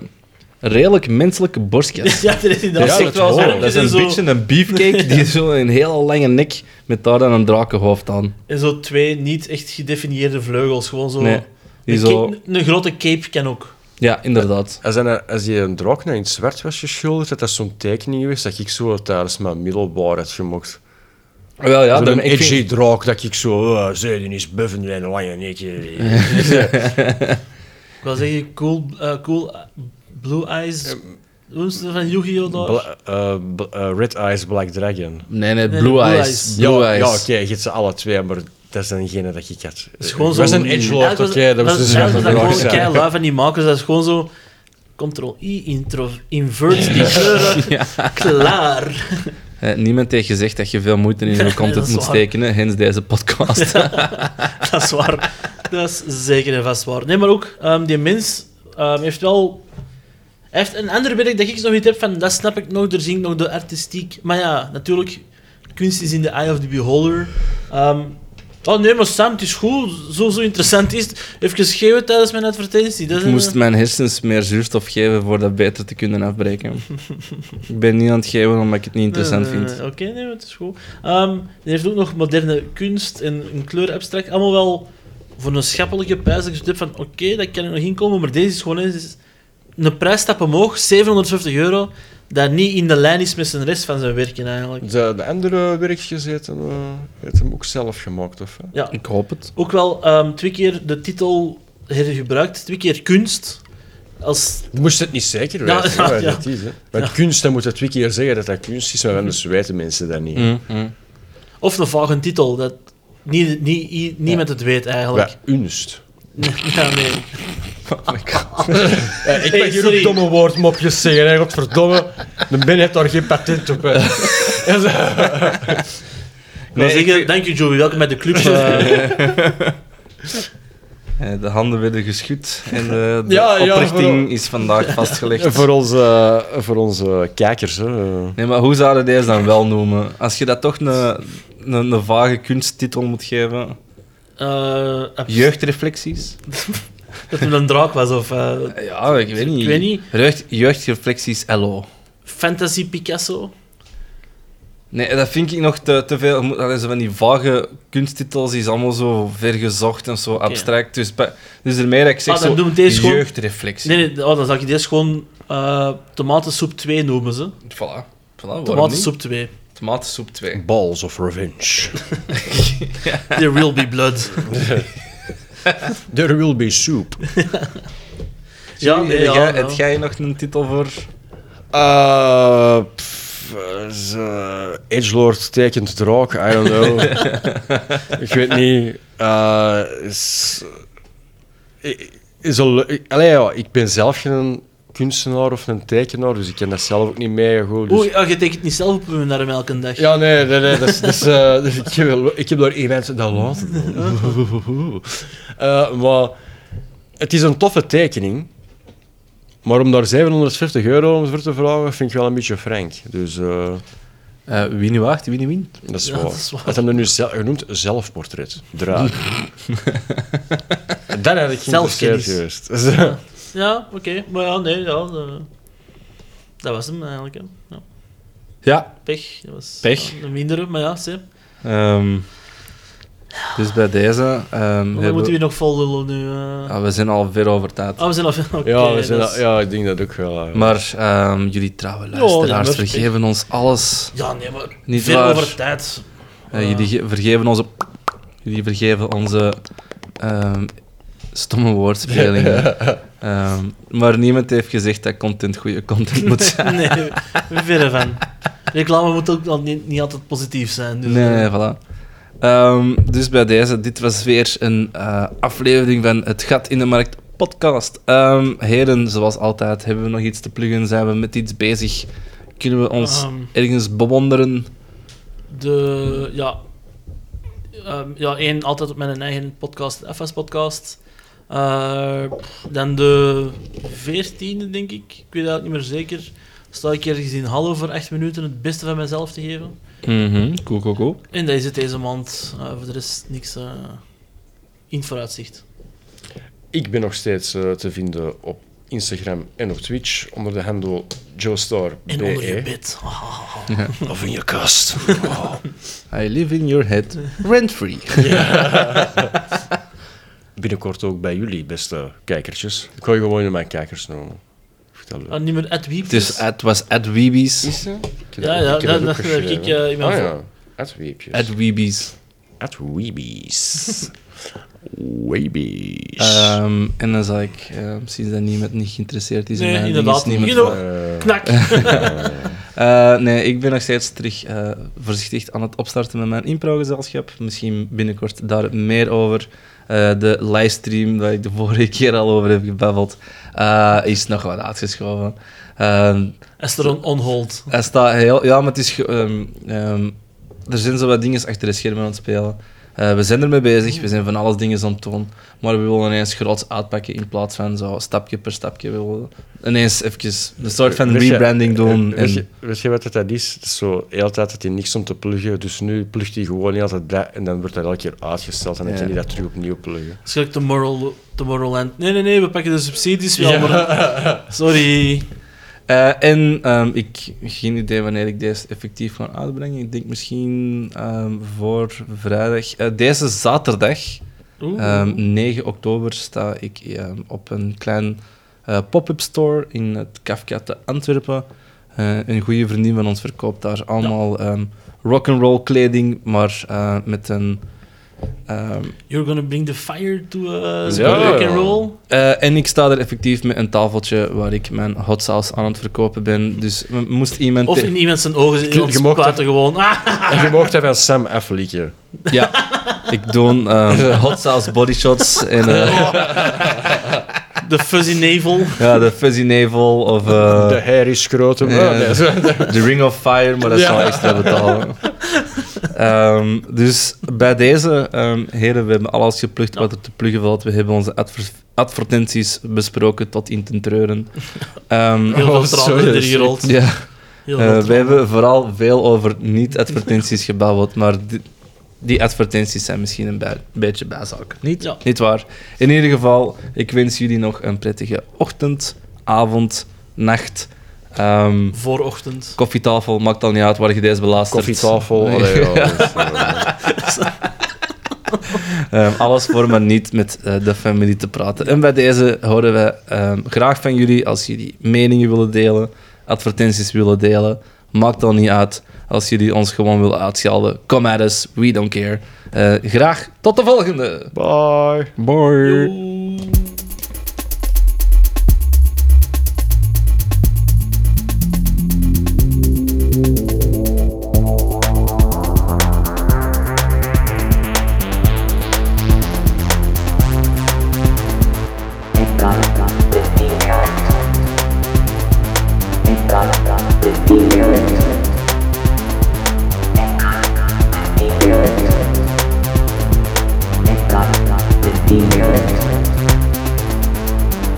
[SPEAKER 2] redelijk menselijke borstkas.
[SPEAKER 3] <laughs> Ja, er is
[SPEAKER 2] Dat
[SPEAKER 3] inderdaad
[SPEAKER 2] is
[SPEAKER 4] Ja,
[SPEAKER 2] echt
[SPEAKER 4] dat
[SPEAKER 2] wel
[SPEAKER 4] hoor.
[SPEAKER 2] zo. Dat is
[SPEAKER 3] en
[SPEAKER 2] een
[SPEAKER 3] zo,
[SPEAKER 2] beetje een beefcake die zo een hele lange nek met daar dan een drakenhoofd aan.
[SPEAKER 3] En zo twee niet echt gedefinieerde vleugels. Gewoon zo.
[SPEAKER 2] Nee, die
[SPEAKER 3] een,
[SPEAKER 2] zo-
[SPEAKER 3] cape- een grote cape kan ook.
[SPEAKER 2] Ja, inderdaad.
[SPEAKER 4] Als, hij, als hij een draak naar in het zwart was geschilderd, dat dat zo'n tekening geweest dat ik zo tijdens mijn middelbaar had gemokt.
[SPEAKER 2] Wel ja,
[SPEAKER 4] Zo'n
[SPEAKER 2] dan, ik
[SPEAKER 4] edgy
[SPEAKER 2] vind,
[SPEAKER 4] draak dat ik zo... eh,
[SPEAKER 6] Zuiden is buffen en lange nekje.
[SPEAKER 3] Ik wil zeggen, cool, eh, cool eh, blue eyes. Hoe is het van Yu-Gi-Oh! daar?
[SPEAKER 4] bla- eh, bl- eh, Red Eyes Black Dragon.
[SPEAKER 2] nee, nee,
[SPEAKER 3] Nee,
[SPEAKER 2] blue,
[SPEAKER 3] Blue
[SPEAKER 2] eyes.
[SPEAKER 3] Eyes.
[SPEAKER 2] Blue
[SPEAKER 4] ja,
[SPEAKER 2] eyes.
[SPEAKER 4] ja oké, je hebt ze alle twee, maar dat is dan degene dat ik had.
[SPEAKER 3] Het is gewoon
[SPEAKER 4] Ik
[SPEAKER 3] zo...
[SPEAKER 4] was een edgelord, oké, dat was dus
[SPEAKER 3] eigenlijk
[SPEAKER 4] een
[SPEAKER 3] dat gewoon
[SPEAKER 4] draak.
[SPEAKER 3] een kei lui van die makers. Dat is gewoon zo... Ctrl-I, intro, invert
[SPEAKER 4] <laughs>
[SPEAKER 3] die kleuren. Klaar.
[SPEAKER 2] Eh, niemand heeft gezegd dat je veel moeite in je
[SPEAKER 3] Nee, dat
[SPEAKER 2] content
[SPEAKER 3] is
[SPEAKER 2] moet
[SPEAKER 3] waar.
[SPEAKER 2] steken, hè, hence deze podcast.
[SPEAKER 3] <laughs> Dat is waar. Dat is zeker en vast waar. Nee, maar ook, ehm, die mens ehm, heeft wel... Hij heeft een ander werk dat ik nog niet heb van... Dat snap ik nog, daar zie ik nog de artistiek. Maar ja, natuurlijk, kunst is in the eye of the beholder. Ehm, oh nee, maar Sam, het is goed. Zo, zo interessant is het. Even geschreven tijdens mijn advertentie. Dat is
[SPEAKER 2] ik moest mijn hersens meer zuurstof geven voor dat beter te kunnen afbreken. ik ben niet aan het geven omdat ik het niet interessant
[SPEAKER 3] Nee, nee,
[SPEAKER 2] vind.
[SPEAKER 3] nee. Eh, Oké, nee, maar het is goed. Ehm die heeft ook nog moderne kunst en een kleurabstract. Allemaal wel voor een schappelijke prijs. Ik heb van, oké, dat kan er nog inkomen, maar deze is gewoon eens een prijsstap omhoog, 750 euro, dat niet in de lijn is met zijn rest van zijn werken eigenlijk.
[SPEAKER 4] De, de andere werkjes heeft hem, eh, heeft hem ook zelf gemaakt, of? hè?
[SPEAKER 3] Ja,
[SPEAKER 2] Ik hoop het.
[SPEAKER 3] ook wel ehm, twee keer de titel hergebruikt, twee keer kunst. Als,
[SPEAKER 4] Moest het niet zeker
[SPEAKER 3] Ja,
[SPEAKER 4] weten,
[SPEAKER 3] ja,
[SPEAKER 4] hè,
[SPEAKER 3] ja.
[SPEAKER 4] dat is, hè. Want kunst, dan moet het twee keer zeggen dat dat kunst is, maar anders weten mensen dat niet.
[SPEAKER 2] Mm,
[SPEAKER 3] Mm-hmm.
[SPEAKER 2] mm.
[SPEAKER 3] of een vage titel, dat niet, niet, niet, niemand het weet eigenlijk.
[SPEAKER 4] Wat unst.
[SPEAKER 3] <laughs> Ja, nee. <laughs>
[SPEAKER 4] ik
[SPEAKER 3] Hey,
[SPEAKER 4] ben hier ook
[SPEAKER 3] sorry.
[SPEAKER 4] domme woordmopjes zeggen, hè, godverdomme. Dan ben je daar geen patent <laughs> op. hè.
[SPEAKER 3] Ik wil
[SPEAKER 2] Nee, ik
[SPEAKER 3] zeggen, dank je Joey, welkom bij de
[SPEAKER 2] <laughs>
[SPEAKER 3] club. eh.
[SPEAKER 2] Eh, De handen werden geschud en eh,
[SPEAKER 3] <laughs>
[SPEAKER 2] de, de
[SPEAKER 4] Ja, ja,
[SPEAKER 2] oprichting
[SPEAKER 4] vooral.
[SPEAKER 2] is vandaag vastgelegd.
[SPEAKER 4] voor, onze, voor onze kijkers, hè.
[SPEAKER 2] Nee, maar hoe zouden deze dan wel noemen? Als je dat toch een, een, een vage kunsttitel moet geven.
[SPEAKER 3] Eh,
[SPEAKER 2] Jeugdreflecties?
[SPEAKER 3] Dat het een draak was of eh,
[SPEAKER 2] Ja, ik weet niet.
[SPEAKER 3] Ik weet niet.
[SPEAKER 2] Jeugd- jeugdreflecties LO.
[SPEAKER 3] Fantasy Picasso.
[SPEAKER 2] Nee, dat vind ik nog te, te veel. Moet- Dat is van die vage kunsttitels, die is allemaal zo vergezocht en zo abstract. Dus, bij- dus ermee dat ik zeg
[SPEAKER 3] Ah, dan
[SPEAKER 2] zo,
[SPEAKER 3] doen we deze gewoon-
[SPEAKER 2] jeugdreflectie.
[SPEAKER 3] Nee, nee oh, dan zal ik dit gewoon eh, tomatensoep 2 noemen ze.
[SPEAKER 2] Voilà. Voilà, waarom
[SPEAKER 3] Tomatensoep 2.
[SPEAKER 2] niet? Tomatensoep 2.
[SPEAKER 4] Balls of Revenge.
[SPEAKER 3] There will be
[SPEAKER 2] <laughs>
[SPEAKER 3] blood.
[SPEAKER 4] There will be soup.
[SPEAKER 3] ja, nee, ja,
[SPEAKER 2] Jij-
[SPEAKER 3] ja.
[SPEAKER 2] heb jij nog een titel voor?
[SPEAKER 4] Eh, pff, eh, z- eh, Edgelord tekent draak, I don't know. ik weet niet. Eh, is, i- is een le- i- allee, ja, ik ben zelf geen kunstenaar of een tekenaar, dus ik ken dat zelf ook niet mee. Goed, dus-
[SPEAKER 3] Oei, oh, je tekent niet zelf op een naar hem elke dag.
[SPEAKER 4] Ja, nee, nee, nee. Dat is, dat is, eh, <laughs> dus ik, heb, wel- ik heb daar iemand dat laten. <laughs> Eh, maar het is een toffe tekening. Maar om daar 750 euro om voor te vragen, vind ik wel een beetje frank. Dus eh,
[SPEAKER 2] Eh wie nu waagt, wie nu wint.
[SPEAKER 4] dat is
[SPEAKER 3] Ja,
[SPEAKER 4] waar.
[SPEAKER 3] dat is waar.
[SPEAKER 4] Wat hebben we nu zelf genoemd? Zelfportret.
[SPEAKER 3] <laughs>
[SPEAKER 4] Draak. dat had ik
[SPEAKER 3] Zelfkennis.
[SPEAKER 4] geïnteresseerd
[SPEAKER 3] <laughs>
[SPEAKER 4] geweest. Dus, eh,
[SPEAKER 3] Ja, oké. Maar ja, nee, ja. eh, dat was hem eigenlijk. Hè. Ja.
[SPEAKER 2] Ja.
[SPEAKER 3] Pech. Dat was
[SPEAKER 2] Pech.
[SPEAKER 3] Een mindere, maar ja, zie.
[SPEAKER 2] ehm, dus bij deze... ehm,
[SPEAKER 3] We
[SPEAKER 2] hebben
[SPEAKER 3] moeten
[SPEAKER 2] we,
[SPEAKER 3] hier nog vol lullen nu. eh.
[SPEAKER 2] ja, we zijn al ver over tijd.
[SPEAKER 3] Ah, we zijn al <laughs> veel. Oké,
[SPEAKER 4] <laughs> Ja, we zijn
[SPEAKER 3] dat
[SPEAKER 4] dat-
[SPEAKER 3] is-
[SPEAKER 4] ja, ik denk dat ook wel. eh. ja.
[SPEAKER 2] Maar ehm, jullie trouwe luisteraars
[SPEAKER 3] jammer.
[SPEAKER 2] vergeven ons alles.
[SPEAKER 3] Ja, nee, maar
[SPEAKER 2] Niet
[SPEAKER 3] veel
[SPEAKER 2] waar.
[SPEAKER 3] over tijd. Ah.
[SPEAKER 2] Eh, jullie ge- vergeven onze... Jullie vergeven onze... ehm, stomme
[SPEAKER 3] <laughs>
[SPEAKER 2] woordspelingen. Ehm, maar niemand heeft gezegd dat content goede content moet zijn.
[SPEAKER 3] <laughs> Nee, verre van. Reclame moet ook al niet, niet altijd positief zijn. Dus,
[SPEAKER 2] Nee,
[SPEAKER 3] eh,
[SPEAKER 2] nee, voilà. Ehm, dus bij deze, dit was weer een eh, aflevering van Het Gat in de Markt podcast. Ehm heren, zoals altijd, hebben we nog iets te pluggen? Zijn we met iets bezig? Kunnen we ons
[SPEAKER 3] Ehm.
[SPEAKER 2] ergens bewonderen?
[SPEAKER 3] De, ja. Ehm, ja, één, altijd op mijn eigen podcast, de FS-podcast. dan de veertiende, denk ik. Ik weet eigenlijk niet meer zeker. Sta ik ergens in Hallo voor acht minuten het beste van mezelf te geven.
[SPEAKER 2] Mhm, Cool, cool, cool.
[SPEAKER 3] En dat is het deze maand. Eh, voor de rest niks eh, in het vooruitzicht.
[SPEAKER 4] Ik ben nog steeds eh, te vinden op Instagram en op Twitch onder de handle joestar E.
[SPEAKER 3] En onder je
[SPEAKER 4] BE.
[SPEAKER 3] bed. Ah,
[SPEAKER 4] Of in je kast.
[SPEAKER 2] I live in your
[SPEAKER 3] <laughs>
[SPEAKER 2] head, rent-free.
[SPEAKER 4] <laughs> Binnenkort ook bij jullie, beste kijkertjes. Ik ga je gewoon in mijn kijkers noemen. Vertel u.
[SPEAKER 3] ah, niet meer Ed
[SPEAKER 2] <laughs>
[SPEAKER 3] Wiep.
[SPEAKER 2] dus het was at Weebies.
[SPEAKER 4] Is dat?
[SPEAKER 3] Ja, ja, dat- dat heb ik, eh, in mijn
[SPEAKER 4] Ah
[SPEAKER 3] vo-
[SPEAKER 4] ja, at weepjes.
[SPEAKER 2] At Weebies.
[SPEAKER 6] At
[SPEAKER 4] <laughs>
[SPEAKER 6] Weebies. Weebies.
[SPEAKER 4] Eh,
[SPEAKER 2] Ehm, en dan zal ik, eh, sinds dat niemand niet geïnteresseerd is
[SPEAKER 3] Nee,
[SPEAKER 2] in mij,
[SPEAKER 3] inderdaad.
[SPEAKER 2] is niemand
[SPEAKER 3] You know,
[SPEAKER 4] Eh,
[SPEAKER 3] Knak.
[SPEAKER 2] <laughs> Eh, nee, ik ben nog steeds terug eh, voorzichtig aan het opstarten met mijn improgezelschap. Misschien binnenkort daar meer over. Eh, de livestream waar ik de <laughs> vorige keer al over heb gebabbeld, eh, is nog wat uitgeschoven. Ehm
[SPEAKER 3] Is er een on hold?
[SPEAKER 2] hij staat heel... Ja, maar het is... ge- ehm, ehm, er zijn zo wat dingen achter de schermen aan het spelen. Eh, we zijn ermee bezig, we zijn van alles dingen aan het doen. Maar we willen ineens groots uitpakken in plaats van zo stapje per stapje. We willen ineens even een soort van
[SPEAKER 4] Weet je-
[SPEAKER 2] rebranding doen.
[SPEAKER 4] Weet, je,
[SPEAKER 2] en-
[SPEAKER 4] weet je wat dat is? Het is zo, de hele tijd had hij niks om te pluggen, dus nu plugt hij gewoon heel tijd dat en dan wordt dat elke keer uitgesteld en dan
[SPEAKER 2] Ja.
[SPEAKER 4] kan hij dat terug opnieuw pluggen.
[SPEAKER 3] Schrik Tomorrow, Tomorrowland. Nee, nee, nee, we pakken de subsidies wel, maar-
[SPEAKER 4] <laughs>
[SPEAKER 3] Sorry.
[SPEAKER 2] Eh, en ehm, ik geen idee wanneer ik deze effectief ga uitbrengen. Ik denk misschien ehm, voor vrijdag. Eh, deze zaterdag, ehm, 9 oktober, sta ik ehm, op een klein eh, pop-up store in het Kafka te Antwerpen. Eh, een goede vriendin van ons verkoopt daar allemaal ehm rock'n'roll kleding, maar eh, met een. ehm,
[SPEAKER 3] You're gonna bring the fire to uh,
[SPEAKER 4] Ja.
[SPEAKER 3] rock and roll.
[SPEAKER 2] eh, en ik sta er effectief met een tafeltje waar ik mijn hot sauce aan het verkopen ben. Dus m- moest iemand.
[SPEAKER 3] Of in iemand zijn ogen
[SPEAKER 4] Je
[SPEAKER 3] zitten ons
[SPEAKER 4] mocht
[SPEAKER 3] kwaten gewoon. Ah,
[SPEAKER 4] En je mocht even Sam aflikken.
[SPEAKER 2] Eh. Ja, ik doe ehm, <laughs> hot sauce body shots en eh,
[SPEAKER 3] de fuzzy
[SPEAKER 4] <laughs>
[SPEAKER 3] navel.
[SPEAKER 2] ja, de fuzzy navel of eh,
[SPEAKER 4] Oh. de hair is groot.
[SPEAKER 2] eh, de ring of fire, maar dat zal extra betalen. Ehm, dus bij deze, ehm, heren, we hebben alles geplukt wat er te pluggen valt. We hebben onze adver- advertenties besproken tot in ten treuren.
[SPEAKER 4] <laughs>
[SPEAKER 2] Ehm,
[SPEAKER 3] Heel
[SPEAKER 4] Oh,
[SPEAKER 3] veel
[SPEAKER 4] sorry, Ehm,
[SPEAKER 3] tranen erin
[SPEAKER 4] shit.
[SPEAKER 3] gerold.
[SPEAKER 2] ja,
[SPEAKER 3] Heel
[SPEAKER 2] eh,
[SPEAKER 3] veel
[SPEAKER 2] we
[SPEAKER 3] tranen.
[SPEAKER 2] hebben vooral veel over niet-advertenties gebabbeld, maar di- die advertenties zijn misschien een bij- beetje bijzaak. Niet?
[SPEAKER 3] Ja.
[SPEAKER 2] Niet waar. In ieder geval, ik wens jullie nog een prettige ochtend, avond, nacht. Ehm,
[SPEAKER 3] Voorochtend.
[SPEAKER 2] koffietafel, maakt al niet uit waar je deze beluistert.
[SPEAKER 4] Koffietafel. allee, ja, dus, eh,
[SPEAKER 2] Ehm, alles voor, maar niet met eh, de familie te praten. En bij deze horen we ehm, graag van jullie als jullie meningen willen delen, advertenties willen delen. Maakt al niet uit. Als jullie ons gewoon willen uitschelden, come at us, we don't care. Eh, graag tot de volgende!
[SPEAKER 4] Bye.
[SPEAKER 2] Bye!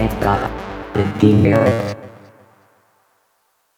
[SPEAKER 1] It got 15 minutes.